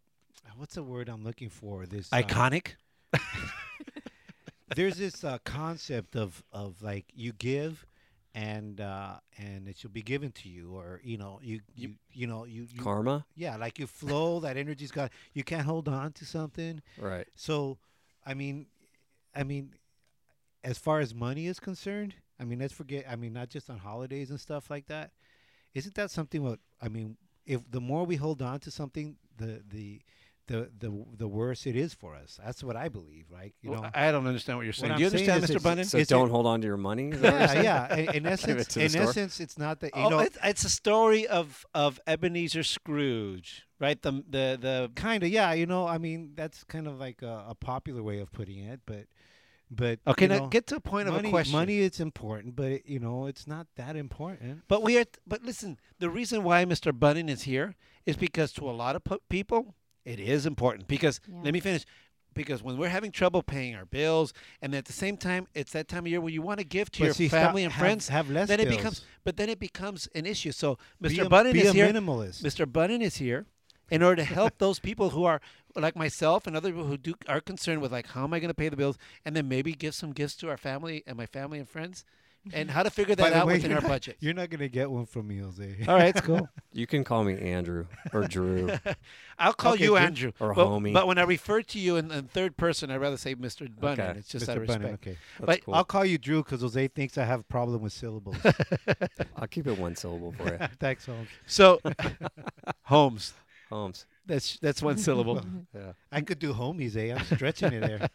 C: what's the word I'm looking for? This uh,
B: Iconic.
C: there's this uh, concept of of like you give and uh and it should be given to you or you know you you you know you, you
J: karma,
C: yeah like you flow that energy's got you can't hold on to something
J: right?
C: so i mean i mean as far as money is concerned i mean let's forget i mean not just on holidays and stuff like that isn't that something what i mean if the more we hold on to something the the the the, the worse it is for us that's what i believe right you know
B: I don't understand what you're saying.
C: I'm
B: Do you
C: saying
B: understand,
C: is
B: Mr.
C: it's-
B: Bunnan?
J: So
C: Is it-
J: don't hold on to your money. Is that what you're
C: yeah,
J: saying?
C: yeah. In, in essence,
J: to the
C: in
J: store.
C: essence, it's not that you
B: Oh,
C: know,
B: it's, it's a story of, of Ebenezer Scrooge, right? The the the
C: kind of. Yeah, you know, I mean, that's kind of like a, a popular way of putting it, but, but
B: okay.
C: you
B: Now
C: know,
B: get to a point
C: money,
B: of a question.
C: Money, it's important, but it, you know, it's not that important.
B: But we are. But listen, the reason why Mr. Bunning is here is because to a lot of pu- people, it is important. Because
D: Yeah.
B: let me finish. Because when we're having trouble paying our bills, and at the same time, it's that time of year where you want to give to
C: But
B: your
C: see, stop-
B: family and
C: have-
B: friends.
C: have less
B: Then it
C: bills.
B: becomes. But then it becomes an issue. So
C: Be
B: Mr.
C: a-
B: Bunning
C: be
B: is
C: a
B: here.
C: minimalist.
B: Mr. Bunning is here in order to help those people who are like myself and other people who do are concerned with like how am I going to pay the bills, and then maybe give some gifts to our family and my family and friends, and how to figure
C: By
B: that
C: the
B: out
C: way,
B: within
C: you're
B: our
C: not-
B: budget.
C: You're not gonna get one from me, Jose.
B: All right, it's cool.
J: You can call me Andrew or Drew.
B: I'll call
C: Okay,
B: you
C: good.
B: Andrew
J: Or
B: but,
J: homie.
B: But when I refer to you in, in third person, I'd rather say Mr. Bunny.
J: Okay.
B: It's just
C: Mr.
B: out of respect.
C: Bunnan, okay.
B: But
J: cool.
C: I'll call you Drew because Jose thinks I have a problem with syllables.
J: I'll keep it one syllable for you.
C: Thanks, Holmes.
B: so, Holmes.
J: Holmes.
B: That's that's one syllable.
C: I could do homies, eh? I'm stretching it there.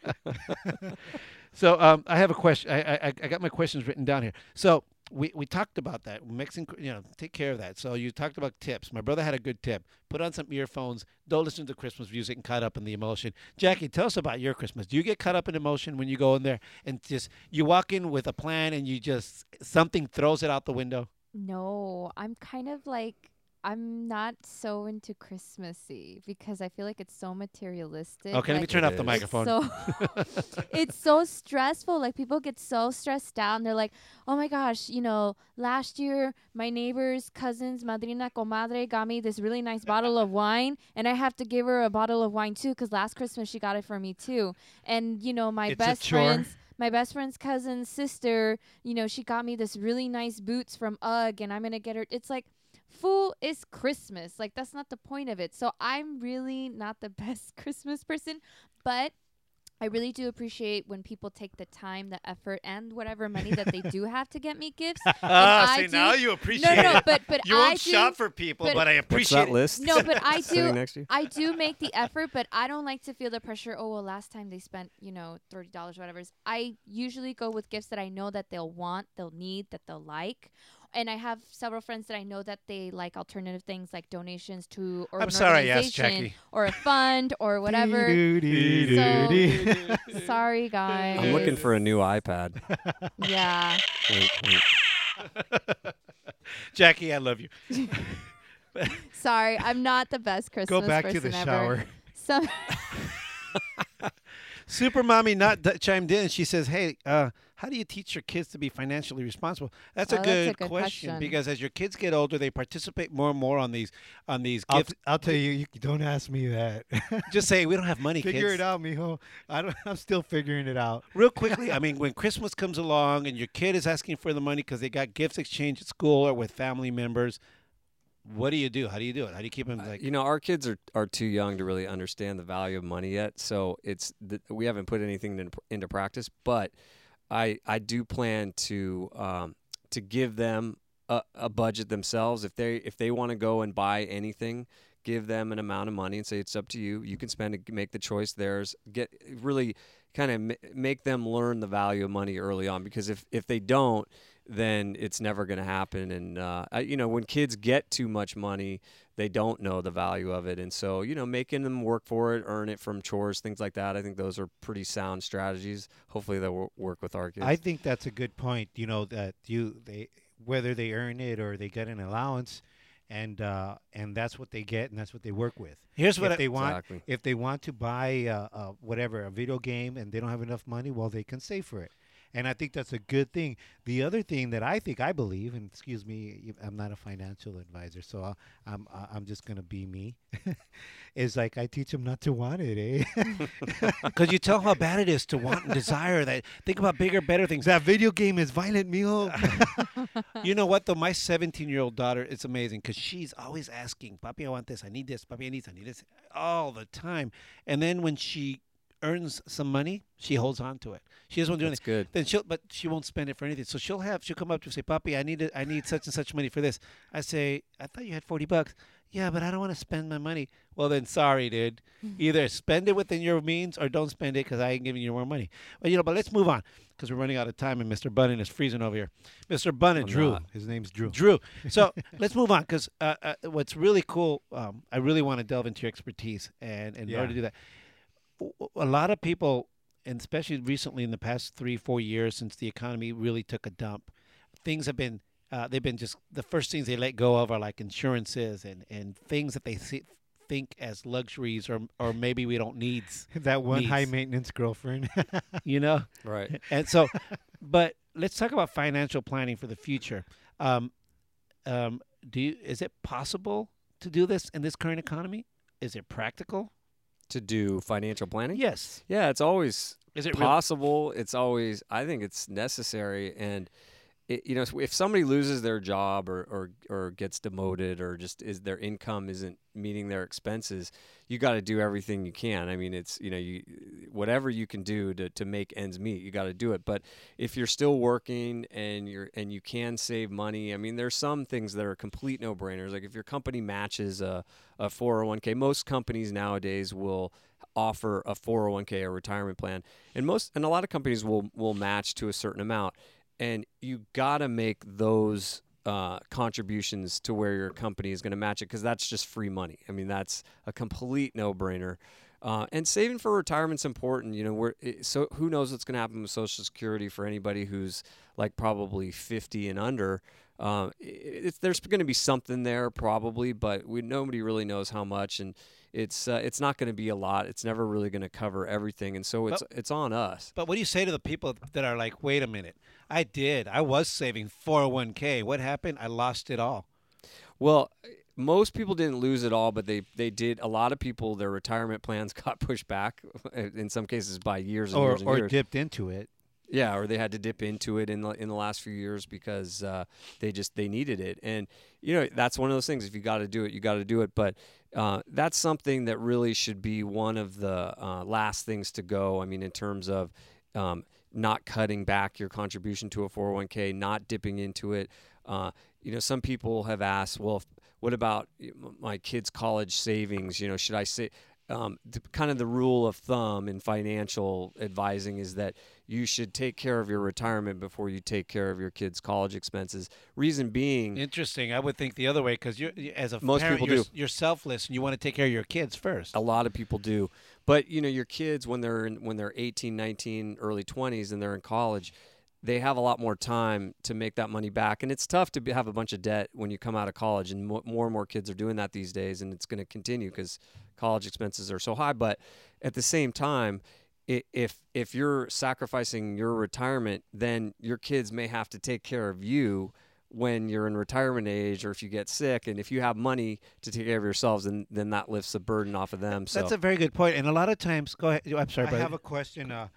B: So um, I have a question. I, I I I got my questions written down here. So we, we talked about that mixing. You know, take care of that. So you talked about tips. My brother had a good tip. Put on some earphones. Don't listen to Christmas music and caught up in the emotion. Jackie, tell us about your Christmas. Do you get caught up in emotion when you go in there and just you walk in with a plan and you just something throws it out the window?
D: No, I'm kind of like I'm not so into Christmassy because I feel like it's so materialistic.
B: Okay, let me
D: like,
B: turn off the
J: It
D: it's
B: microphone.
D: So it's so stressful. Like people get so stressed out and they're like, "Oh my gosh, you know, last year my neighbor's cousins, madrina comadre, got me this really nice bottle of wine, and I have to give her a bottle of wine too because last Christmas she got it for me too." And you know, my
C: It's a
D: best
C: chore.
D: friends my best friend's cousin's sister, you know, she got me this really nice boots from UGG and I'm going to get her. It's like, fool is Christmas. Like, that's not the point of it. So I'm really not the best Christmas person, but I really do appreciate when people take the time, the effort, and whatever money that they do have to get me gifts. And
H: Ah,
B: Ah,
D: I do-
B: appreciate
D: No, no, no, but, but I do,
B: for people,
D: but- but
B: I
J: What's that list?
D: No, but I do.
J: Sitting next to you.
D: I do make the effort, but I don't like to feel the pressure. Oh well, last time they spent you know thirty dollars, whatever. I usually go with gifts that I know that they'll want, they'll need, that they'll like. And I have several friends that I know that they like alternative things, like donations to or
B: I'm
D: an
B: sorry I asked,
D: organization
B: Jackie.
D: or a fund or whatever.
C: Dee-doo-dee-doo-dee.
D: sorry, guys.
J: I'm looking for a new iPad.
D: Yeah.
J: Wink, wink.
B: Jackie, I love you.
D: Sorry, I'm not the best Christmas
C: Go back to
D: person
C: the
D: ever.
C: shower.
D: Some-
B: Super mommy not d- chimed in. She says, "Hey, uh, how do you teach your kids to be financially responsible?" That's, a,
D: Oh,
B: good
D: that's a good
B: question,
D: question.
B: because as your kids get older, they participate more and more on these on these
C: I'll,
B: gifts.
C: I'll tell you, you don't ask me that.
B: Just say we don't have money,
C: Figure
B: kids.
C: it out, mijo. I don't, I'm still figuring it out.
B: Real quickly, I mean, when Christmas comes along and your kid is asking for the money because they got gifts exchanged at school or with family members, what do you do? How do you do it? How do you keep
C: Uh,
B: them like?
J: Uh, you know, our kids are, are too young to really understand the value of money yet. So it's th- we haven't put anything in, into practice, but I I do plan to um, to give them a, a budget themselves if they if they want to go and buy anything. Give them an amount of money and say it's up to you. You can spend it, make the choice theirs. Get really kind of m- make them learn the value of money early on because if if they don't, then it's never going to happen. And uh, I- you know, when kids get too much money, they don't know the value of it. And so, you know, making them work for it, earn it from chores, things like that. I think those are pretty sound strategies. Hopefully, they'll wo- work with our kids.
C: I think that's a good point. You know that you they whether they earn it or they get an allowance, and uh, and that's what they get and that's what they work with.
B: Here's what
C: if
B: I-
C: they want.
J: Exactly.
C: If they want to buy uh, uh, whatever a video game and they don't have enough money, well, they can save for it. And I think that's a good thing. The other thing that I think I believe, and excuse me, you- I'm not a financial advisor, so I'll, I'm I- I'm just gonna be me. is like I teach them not to want it, eh?
B: Because you tell how bad it is to want and desire that. Think about bigger, better things.
C: that video game is violent, mijo.
B: You know what though? My 17 year old daughter is amazing because she's always asking, "Papi, I want this. I need this. Papi, I need this. I need this," all the time. And then when she earns some money, she holds on to it. She doesn't want to do
J: That's
B: anything.
J: good.
B: Then she'll, but she won't spend it for anything. So she'll have, she'll come up to me and say, "Papi, I need it. I need such and such money for this." I say, "I thought you had 40 bucks." Yeah, but I don't want to spend my money. Well, then, sorry, dude. Either spend it within your means or don't spend it because I ain't giving you more money. Well, you know, but let's move on because we're running out of time and Mr. Bunning is freezing over here. Mr. Bunning, Drew,
J: not.
C: His name's Drew.
B: Drew. So let's move on because uh, uh, what's really cool, um, I really want to delve into your expertise. And, and in order to do that, w- w- a lot of people, and especially recently in the past three, four years since the economy really took a dump, things have been. Uh, they've been just the first things they let go of are like insurances and, and things that they see, think as luxuries or or maybe we don't needs
C: that one
B: needs.
C: high maintenance girlfriend.
B: you know
J: Right.
B: and so, but let's talk about financial planning for the future. Um, um, do you, is it possible to do this in this current economy? Is it practical?
J: to do financial planning.
B: Yes.
J: Yeah, it's always
B: Is it real-
J: possible. It's always I think it's necessary and it, you know if somebody loses their job or, or or gets demoted or just is their income isn't meeting their expenses, you got to do everything you can. I mean, it's you know you whatever you can do to, to make ends meet, you got to do it. But if you're still working and you're and you can save money, I mean, there's some things that are complete no brainers. Like if your company matches a a 401k, most companies nowadays will offer a 401k or retirement plan and most and a lot of companies will will match to a certain amount and you gotta make those uh, contributions to where your company is going to match it because that's just free money i mean that's a complete no-brainer uh, and saving for retirement's important you know we're it, so who knows what's going to happen with social security for anybody who's like probably 50 and under um, i- it's, there's going to be something there probably, but we nobody really knows how much, and it's uh, it's not going to be a lot. It's never really going to cover everything, and so it's it's on us.
B: But what do you say to the people that are like, wait a minute, I did. I was saving 401k. What happened? I lost it all.
J: Well, most people didn't lose it all, but they they did. A lot of people their retirement plans got pushed back, uh, in some cases by years and
C: or
J: years and
C: or
J: years.
C: dipped into it.
J: Yeah, or they had to dip into it in the, in the last few years because uh, they just they needed it, and you know that's one of those things. If you got to do it, you got to do it. But uh, that's something that really should be one of the uh, last things to go. I mean, in terms of um, not cutting back your contribution to a 401k, not dipping into it. Uh, you know, some people have asked, well, if- what about my kids' college savings? You know, should I say? um, the, kind of the rule of thumb in financial advising is that you should take care of your retirement before you take care of your kids' college expenses. Reason being,
B: Interesting. I would think the other way because you're you- as a
J: Most
B: parent,
J: people
B: you're,
J: do.
B: you're selfless and you want to take care of your kids first.
J: a lot of people do, but you know, your kids when they're in, when they're 18, 19, early 20s, and they're in college, they have a lot more time to make that money back, and it's tough to be, have a bunch of debt when you come out of college. And mo- more and more kids are doing that these days, and it's going to continue because college expenses are so high. But at the same time, i- if if you're sacrificing your retirement, then your kids may have to take care of you when you're in retirement age, or if you get sick, and if you have money to take care of yourselves, then then that lifts the burden off of them. So
B: That's a very good point. And a lot of times, go ahead. I'm sorry,
C: I
B: brother.
C: have a question. Uh,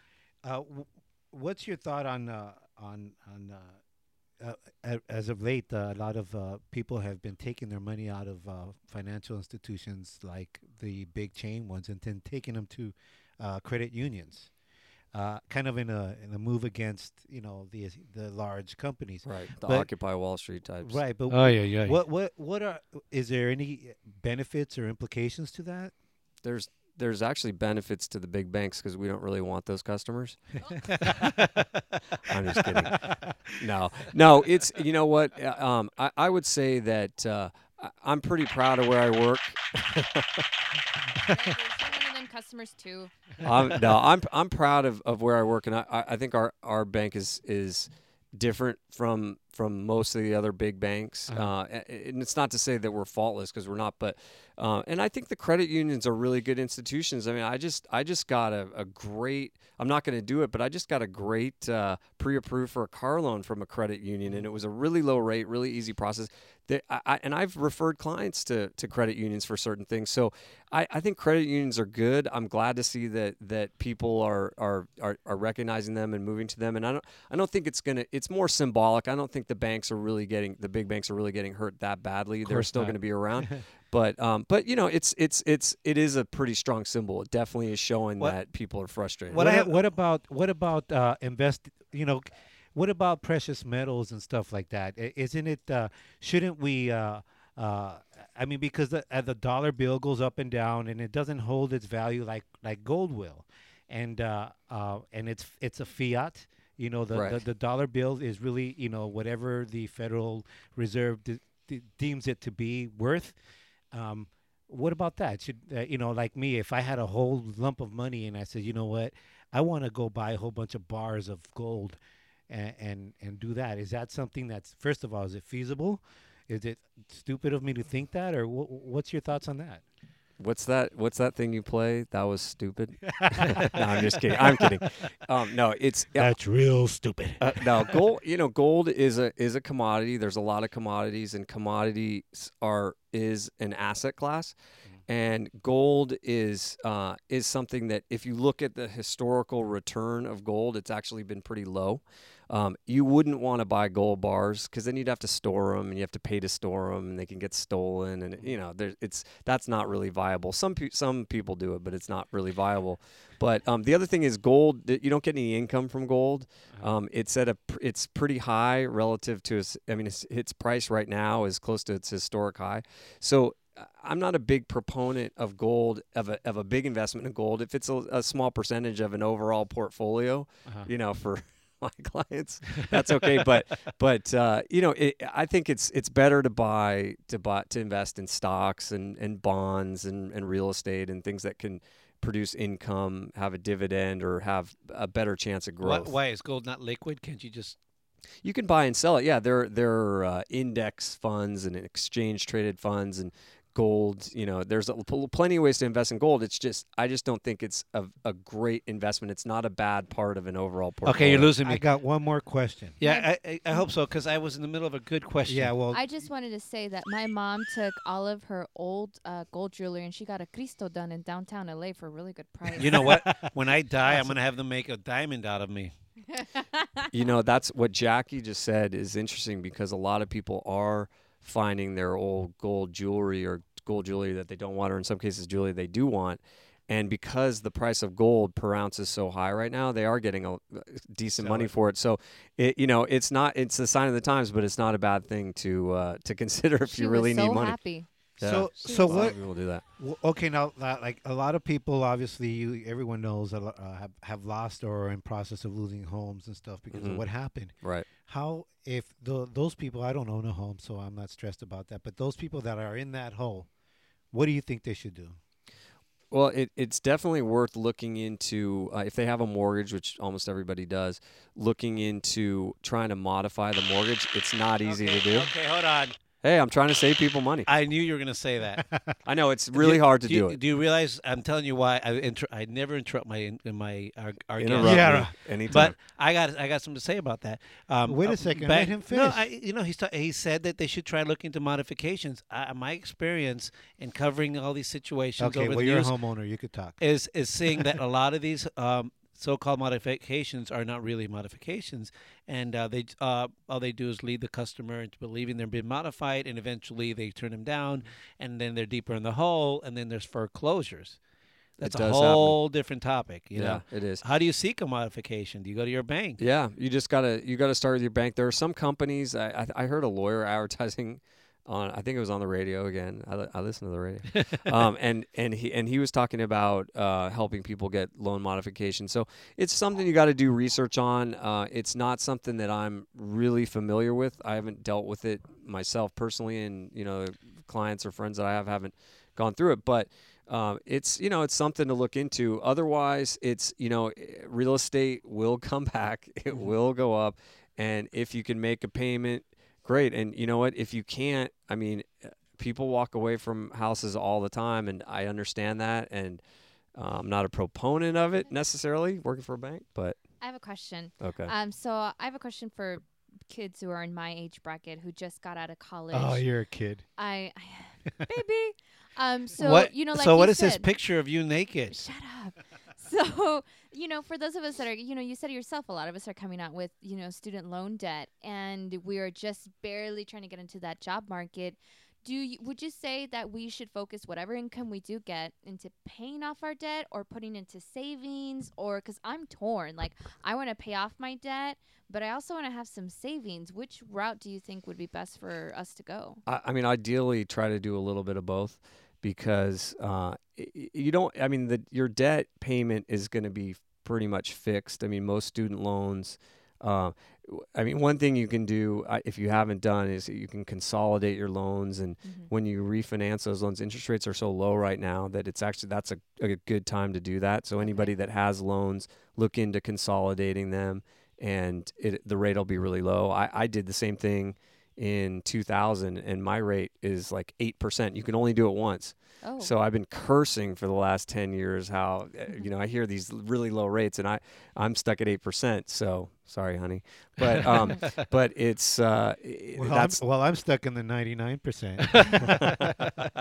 C: uh, w- what's your thought on uh, on on uh, uh, a- as of late? Uh, a lot of uh, people have been taking their money out of uh, financial institutions like the big chain ones, and then taking them to uh, credit unions. Uh, kind of in a in a move against you know the the large companies.
J: right, the
C: But-
J: Occupy Wall Street types.
C: Right, but
B: Oh, yeah, yeah.
C: what what what are is there any benefits or implications to that?
J: There's there's actually benefits to the big banks because we don't really want those customers. I'm just kidding. No, no, it's you know what? uh, Um, I, I would say that uh, I- I'm pretty proud of where I work.
D: there's so many of them customers too.
J: I'm, no, I'm I'm proud of, of where I work, and I, I I think our, our bank is is different from from most of the other big banks. uh a- a- and it's not to say that we're faultless because we're not, but uh, and I think the credit unions are really good institutions. I mean, I just I just got a, a great. I'm not going to do it, but I just got a great uh, pre-approved for a car loan from a credit union, and it was a really low rate, really easy process. That I, I, and I've referred clients to, to credit unions for certain things. So I, I think credit unions are good. I'm glad to see that that people are are, are, are recognizing them and moving to them. And I don't I don't think it's gonna it's more symbolic. I don't think the banks are really getting the big banks are really getting hurt that badly. They're
C: course
J: still
C: not.
J: going to be around. But um, but you know it's it's it's it is a pretty strong symbol. It definitely is showing
B: What-
J: that people are frustrated.
B: What
C: What,
B: I
C: a-
B: have-
C: what about what about uh, invest? You know, what about precious metals and stuff like that? I- Isn't it? Uh, shouldn't we? Uh, uh, I mean, because the, uh, the dollar bill goes up and down, and it doesn't hold its value like like gold will, and uh, uh, and it's it's a fiat. You know, the,
J: Right.
C: the the dollar bill is really you know whatever the Federal Reserve de- de- deems it to be worth. Um, what about that? Should uh, you know, like me, if I had a whole lump of money and I said, you know what, I want to go buy a whole bunch of bars of gold, and, and and do that. Is that something that's first of all, is it feasible? Is it stupid of me to think that, or wh- what's your thoughts on that?
J: What's that? What's that thing you play? That was stupid. no, I'm just kidding. I'm kidding. Um, no, it's
C: That's real stupid.
J: uh, no gold. You know, gold is a is a commodity. There's a lot of commodities, and commodities are is an asset class. And gold is uh, is something that if you look at the historical return of gold, it's actually been pretty low. Um, you wouldn't want to buy gold bars because then you'd have to store them and you have to pay to store them and they can get stolen and you know there it's that's not really viable. Some pe- some people do it, but it's not really viable. But um, the other thing is gold. th- You don't get any income from gold. Um, it's at a pr- it's pretty high relative to its. I mean, its, its price right now is close to its historic high. So I- I'm not a big proponent of gold of a of a big investment in gold. If it's a, a small percentage of an overall portfolio, you know, for my clients, that's okay. but but uh, you know, it, I think it's it's better to buy to buy to invest in stocks and and bonds and and real estate and things that can produce income, have a dividend, or have a better chance of
B: Why,
J: growth.
B: why is gold not liquid? Can't you just
J: You can buy and sell it. Yeah, there there are uh, index funds and exchange traded funds and gold. You know, there's a, pl- plenty of ways to invest in gold. It's just I just don't think it's a, a great investment. It's not a bad part of an overall portfolio.
B: okay? You're losing
C: I
B: me.
C: got one more question.
B: yeah, I, I, I hope so because I was in the middle of a good question.
C: Yeah, well,
D: I just wanted to say that my mom took all of her old uh, gold jewelry and she got a Cristo done in downtown LA for a really good price.
B: You know what? When I die, I'm gonna have them make a diamond out of me.
J: you know that's what Jackie just said is interesting because a lot of people are finding their old gold jewelry or gold jewelry that they don't want or in some cases jewelry they do want and because the price of gold per ounce is so high right now they are getting a uh, decent money for it so it you know it's not it's a sign of the times but it's not a bad thing to uh, to consider if
D: she
J: you really
D: was
J: need
D: so
J: money
D: happy.
J: Yeah.
C: so
D: She
C: so
J: a lot
C: what?
J: of people do that
C: Well, okay, now li- like a lot of people, obviously, you everyone knows a lo- uh, have have lost or are in process of losing homes and stuff because
J: Mhm.
C: of what happened.
J: right
C: How if tho- those people? I don't own a home, so I'm not stressed about that. But those people that are in that hole, what do you think they should do?
J: Well, it, it's definitely worth looking into uh, if they have a mortgage, which almost everybody does. Looking into trying to modify the mortgage, it's not easy to do.
B: Okay, hold on.
J: Hey, I'm trying to save people money.
B: I knew you were gonna say that.
J: I know it's really
B: you-
J: hard to
B: do, you-
J: do it.
B: Do you realize? I'm telling you why I inter- I never interrupt my in my our, our guest.
J: Interrupt
C: Yeah.
J: me anytime.
B: But I got I got something to say about that. Um,
C: Wait a
B: uh,
C: second,
B: back-
C: let him
B: No,
C: finish.
B: I, you know he's ta- he said that they should try looking into modifications. I, my experience in covering all these situations
C: Okay,
B: over
C: well,
B: the
C: you're a
B: years
C: homeowner. You could talk.
B: is is seeing that a lot of these um, so-called modifications are not really modifications, and uh, they uh, all they do is lead the customer into believing they're being modified, and eventually they turn them down, and then they're deeper in the hole, and then there's foreclosures. That's a
J: does happen.
B: whole different topic. You
J: Yeah,
B: know?
J: it is.
B: How do you seek a modification? Do you go to your bank?
J: yeah, you just gotta you gotta start with your bank. There are some companies. I I, I heard a lawyer advertising on I think it was on the radio again. I, li- I listen to the radio, um, and and he and he was talking about uh, helping people get loan modification. So it's something you got to do research on. Uh, it's not something that I'm really familiar with. I haven't dealt with it myself personally, and you know, clients or friends that I have haven't gone through it, but. Um, it's you know it's something to look into. Otherwise, it's you know eh, real estate will come back. It will go up, and if you can make a payment, great. And you know what? If you can't, I mean, eh, people walk away from houses all the time, and I understand that. And uh, I'm not a proponent of it necessarily, working for a bank, but
D: I have a question.
J: okay.
D: Um, so I have a question for kids who are in my age bracket who just got out of college.
C: Oh, you're a kid.
D: I, I baby. Um, so
B: what,
D: you know, like
B: so
D: you
B: what is
D: said,
B: this picture of you naked?
D: Shut up. So, you know, for those of us that are, you know, you said it yourself, a lot of us are coming out with, you know, student loan debt, and we are just barely trying to get into that job market. Do you, would you say that we should focus whatever income we do get into paying off our debt or putting into savings or because I'm torn like I want to pay off my debt but I also want to have some savings which route do you think would be best for us to go
J: I, I mean, ideally, try to do a little bit of both because uh, y- y- you don't. I mean, the, your debt payment is going to be pretty much fixed. I mean, most student loans. Uh, w- I mean, one thing you can do uh, if you haven't done is you can consolidate your loans, and when you refinance those loans, interest rates are so low right now that it's actually that's a, a good time to do that. So anybody that has loans, look into consolidating them, and it, the rate will be really low. I, I did the same thing in 2000 and my rate is like 8%. You can only do it once.
D: Oh.
J: So I've been cursing for the last 10 years how uh, you know I hear these really low rates and I I'm stuck at 8%. So sorry honey. But um but it's uh i-
C: Well, I'm,
J: that's
C: well, I'm stuck in the 99%.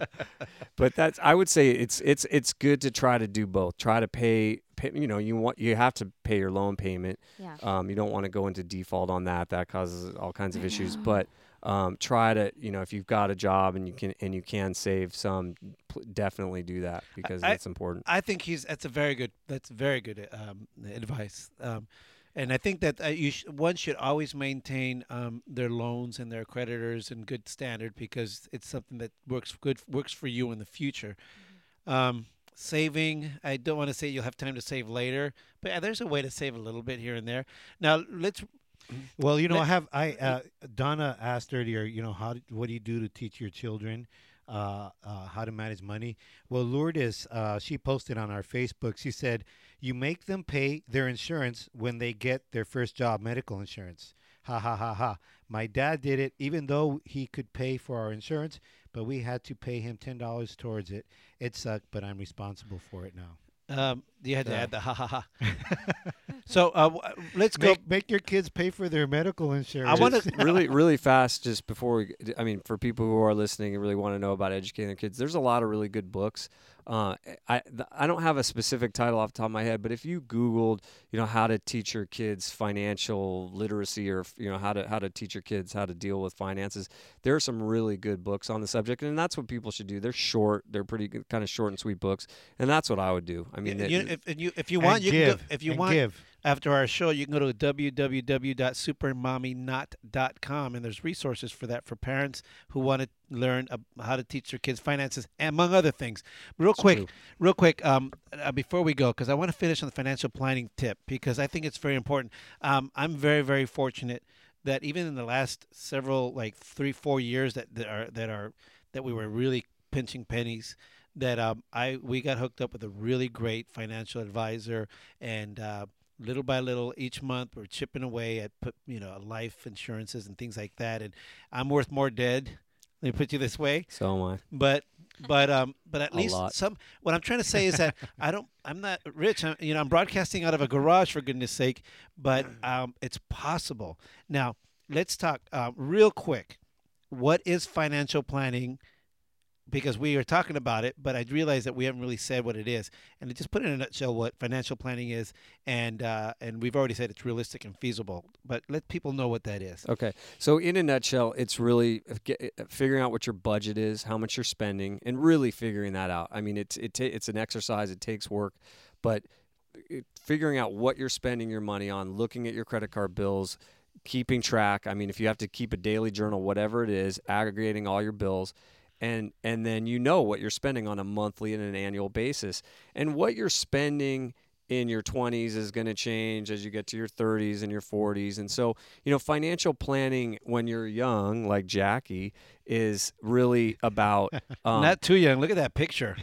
J: but that's I would say it's it's it's good to try to do both. Try to pay, pay you know, you want you have to pay your loan payment.
D: Yeah.
J: Um, you don't want to go into default on that. That causes all kinds of issues. But um, try to you know if you've got a job and you can and you can save some, pl- definitely do that because
B: I-
J: that's important.
B: I think he's that's a very good that's very good um, advice, um, and I think that uh, you sh- one should always maintain um, their loans and their creditors in good standard because it's something that works good works for you in the future. Um, saving, I don't want to say you'll have time to save later, but uh, there's a way to save a little bit here and there. Now let's
C: Well, you know,
B: Let-
C: I have. I uh, Donna asked earlier. You know, how? d- What do you do to teach your children uh, uh, how to manage money? Well, Lourdes, uh, she posted on our Facebook. She said, "You make them pay their insurance when they get their first job, medical insurance." Ha ha ha ha! My dad did it, even though he could pay for our insurance, but we had to pay him ten dollars towards it. It sucked, but I'm responsible for it now.
B: um, you had to
J: Yeah.
B: add the ha ha ha. so uh, w- let's go.
C: Make, make your kids pay for their medical insurance.
B: wanna-
J: Just really, really fast. Just before we, g- I mean, for people who are listening and really want to know about educating their kids, there's a lot of really good books. Uh, I th- I don't have a specific title off the top of my head, but if you Googled, you know, how to teach your kids financial literacy, or you know, how to how to teach your kids how to deal with finances, there are some really good books on the subject, and that's what people should do. They're short, they're pretty kind of short and sweet books, and that's what I would do. I mean, that-
B: You, if, and you, if you
C: And
B: want, you can go,
C: give,
B: if you
C: and
B: want,
C: give.
B: after our show, you can go to www.supermommynot.com and there's resources for that for parents who want to learn uh, how to teach their kids finances, among other things. Real quick, real quick, um, uh, before we go, because I want to finish on the financial planning tip because I think it's very important. Um, I'm very, very fortunate that even in the last several, like three, four years that, that are that are that we were really pinching pennies that um, I we got hooked up with a really great financial advisor, and uh, little by little, each month we're chipping away at put you know life insurances and things like that. And I'm worth more dead. Let me put you this way
J: so am I.
B: but but um but at
J: A
B: least
J: lot.
B: some what i'm trying to say is that i don't i'm not rich I'm, you know i'm broadcasting out of a garage for goodness sake but um it's possible now let's talk uh, real quick what is financial planning because we are talking about it but i realize that we haven't really said what it is and to just put in a nutshell what financial planning is and uh, and we've already said it's realistic and feasible but let people know what that is
J: Okay. So, in a nutshell, it's really uh, f- get- figuring out what your budget is, how much you're spending, and really figuring that out. I mean, it's it ta- it's an exercise. It takes work, uh, but it, figuring out what you're spending your money on, looking at your credit card bills, keeping track. I mean, if you have to keep a daily journal, whatever it is, aggregating all your bills, and and then you know what you're spending on a monthly and an annual basis, and what you're spending in your 20s is going to change as you get to your 30s and your 40s and so you know financial planning when you're young like jackie is really about um,
B: Not too young. Look at that picture.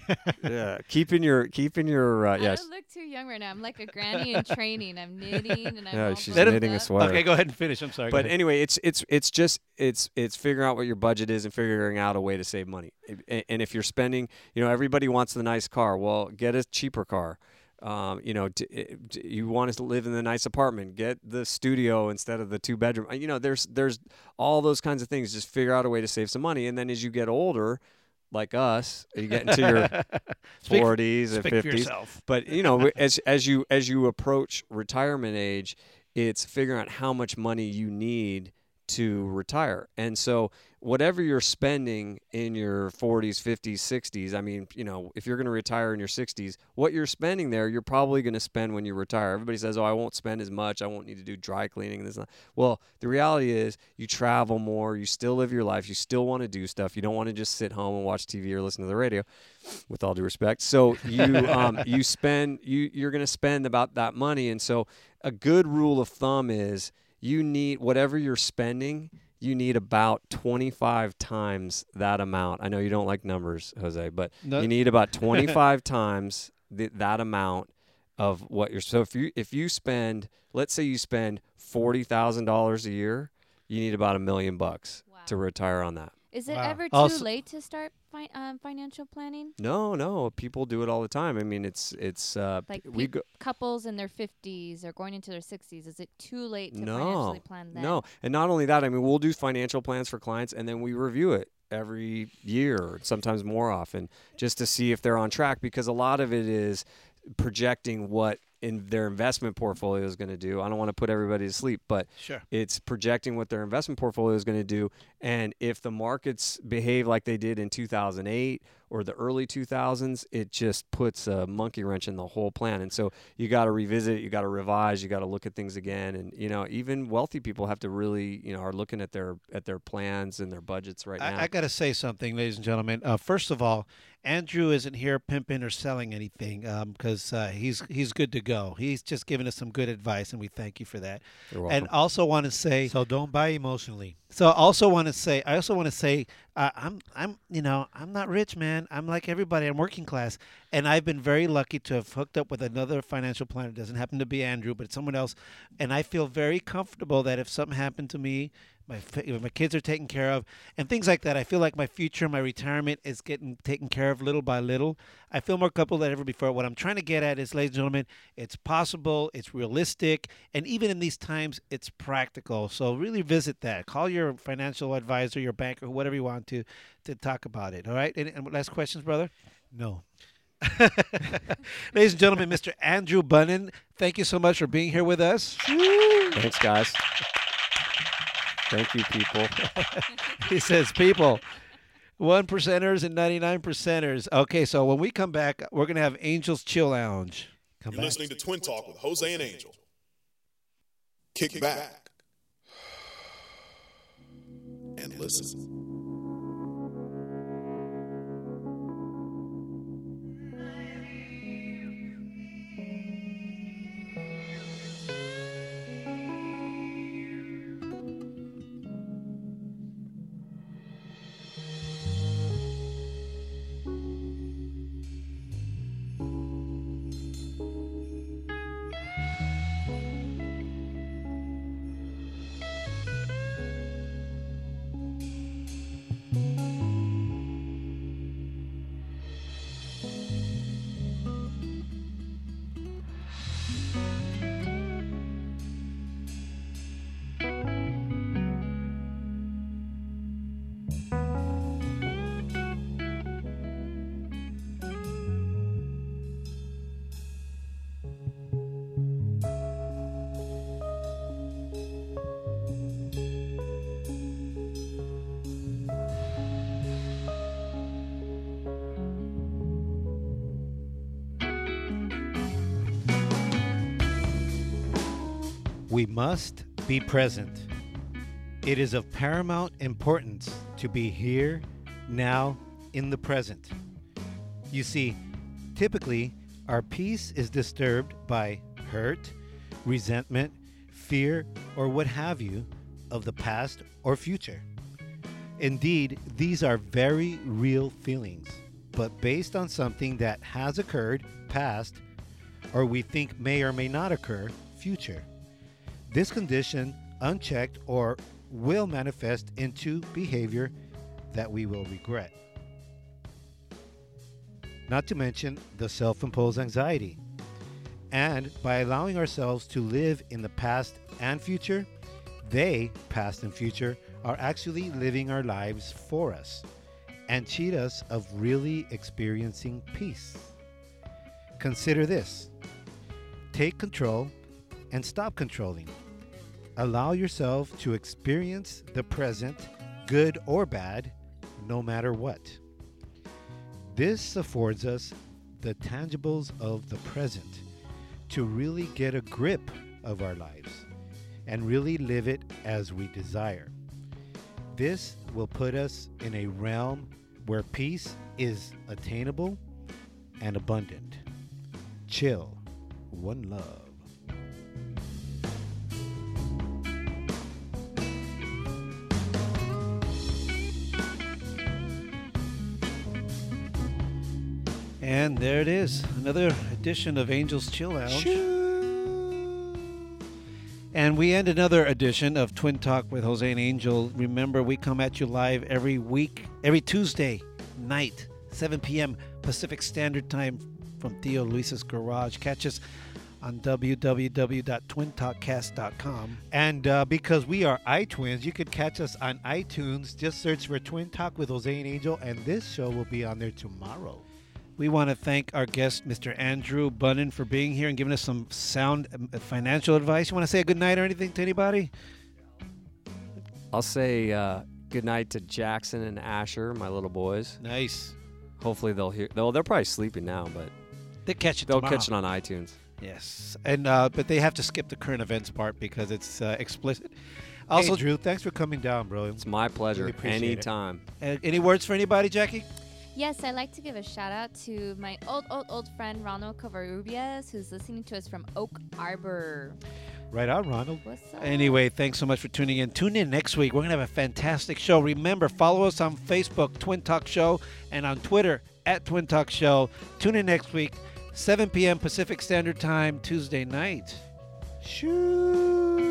J: yeah, keeping your keeping your uh,
D: I
J: yes
D: don't look too young right now. I'm like a granny in training. I'm knitting and I'm
J: Yeah,
D: all
J: she's
D: bundled
J: knitting a
D: up.
J: sweater.
B: Okay, go ahead and finish. I'm sorry. go
J: But
B: ahead.
J: anyway, it's it's it's just it's it's figuring out what your budget is and figuring out a way to save money. And, and if you're spending, you know, everybody wants the nice car. Well, get a cheaper car. Um, you know, d- it- d- you want us to live in the nice apartment. Get the studio instead of the two bedroom. Uh, You know, there's there's all those kinds of things. Just figure out a way to save some money. And then as you get older, like us, you get into your
B: Speak-
J: 40s and
B: speak
J: 50s
B: for yourself.
J: but you know as as you as you approach retirement age it's figuring out how much money you need to retire and so whatever you're spending in your 40s 50s 60s i mean you know if you're going to retire in your 60s what you're spending there you're probably going to spend when you retire everybody says oh i won't spend as much i won't need to do dry cleaning and this and that. well the reality is you travel more you still live your life you still want to do stuff you don't want to just sit home and watch tv or listen to the radio with all due respect. So you um, you spend you you're going to spend about that money, and so a good rule of thumb is you need whatever you're spending, you need about 25 times that amount. I know you don't like numbers, Jose, but
B: No.
J: you need about 25 times th- that amount of what you're. So if you if you spend, let's say you spend forty thousand dollars a year, you need about a million bucks to retire on that.
D: Is it
B: Wow.
D: ever too
B: Also-
D: late to start fi- um, financial planning?
J: No, no, people do it all the time. I mean, it's it's uh,
D: Like
J: p- we
D: peop-
J: go.
D: couples in their 50s or going into their 60s, is it too late to
J: No,
D: financially plan then?
J: no, and not only that. I mean, we'll do financial plans for clients, and then we review it every year, sometimes more often, just to see if they're on track. Because a lot of it is projecting what in their investment portfolio is going to do. I don't want to put everybody to sleep, but
B: Sure.
J: it's projecting what their investment portfolio is going to do, and if the markets behave like they did in 2008 or the early 2000s, it just puts a monkey wrench in the whole plan. And so you got to revisit it, you got to revise, you got to look at things again. And you know, even wealthy people have to really, you know, are looking at their at their plans and their budgets right now.
B: I, I got to say something, ladies and gentlemen. Uh, first of all, Andrew isn't here pimping or selling anything because uh, he's he's good to go. He's just giving us some good advice, and we thank you for that.
J: You're welcome.
B: And also want to say, so,
C: So don't buy emotionally.
B: I also want to say, I also want to say, uh, I'm I'm you know I'm not rich, man. I'm like everybody. I'm working class, and I've been very lucky to have hooked up with another financial planner. It doesn't happen to be Andrew, but it's someone else, and I feel very comfortable that if something happened to me my fa- if my kids are taken care of and things like that. I feel like my future, my retirement is getting taken care of little by little. I feel more comfortable than ever before. What I'm trying to get at is, ladies and gentlemen, it's possible, it's realistic, and even in these times, it's practical. So really visit that. Call your financial advisor, your banker, whatever you want to, to talk about it. All right. And, and last questions, brother.
C: No.
B: Ladies and gentlemen, Mr. Andrew Bunnan, thank you so much for being here with us.
J: Thanks, guys. Thank you, people.
B: he says people one percenters and 99 percenters okay so when we come back we're gonna have angels chill lounge
C: Come
A: You're
C: back.
A: listening to Twin Talk with Jose and Angel. Kick back and listen.
C: We must be present. It is of paramount importance to be here, now, in the present. You see, typically, our peace is disturbed by hurt, resentment, fear, or what have you of the past or future. Indeed, these are very real feelings, but based on something that has occurred, past, or we think may or may not occur, future. This condition, unchecked or will manifest into behavior that we will regret. Not to mention the self imposed anxiety. And by allowing ourselves to live in the past and future, they, past and future, are actually living our lives for us and cheat us of really experiencing peace. Consider this take control and stop controlling. Allow yourself to experience the present, good or bad, no matter what. This affords us the tangibles of the present to really get a grip of our lives and really live it as we desire. This will put us in a realm where peace is attainable and abundant. Chill. One love.
B: And there it is, another edition of Angels Chill Lounge. And we end another edition of Twin Talk with Jose and Angel. Remember, we come at you live every week, every Tuesday night, 7 p.m. Pacific Standard Time from Theo Luis's garage. Catch us on www.twintalkcast.com.
C: And uh, because we are iTwins, you could catch us on iTunes. Just search for Twin Talk with Jose and Angel, and this show will be on there tomorrow.
B: We want to thank our guest, Mr. Andrew Bunnan, for being here and giving us some sound um, financial advice. You want to say a good night or anything to anybody?
J: I'll say uh, good night to Jackson and Asher, my little boys.
B: Nice.
J: Hopefully they'll hear. They'll, they're probably sleeping now, but
B: They catch it
J: they'll
B: tomorrow.
J: catch it on iTunes.
B: Yes, and uh, but they have to skip the current events part because it's uh, explicit. Also,
C: hey, Drew, thanks for coming down, bro.
J: It's my pleasure.
C: Really appreciate it.
J: Anytime.
B: uh, any words for anybody, Jackie?
D: Yes, I'd like to give a shout out to my old, old, old friend Ronald Covarrubias, who's listening to us from Oak Arbor.
C: Right on, Ronald.
D: What's up?
B: Anyway, thanks so much for tuning in. Tune in next week. We're gonna have a fantastic show. Remember, follow us on Facebook, Twin Talk Show, and on Twitter at Twin Talk Show. Tune in next week, 7 p.m. Pacific Standard Time, Tuesday night.
C: Shoo.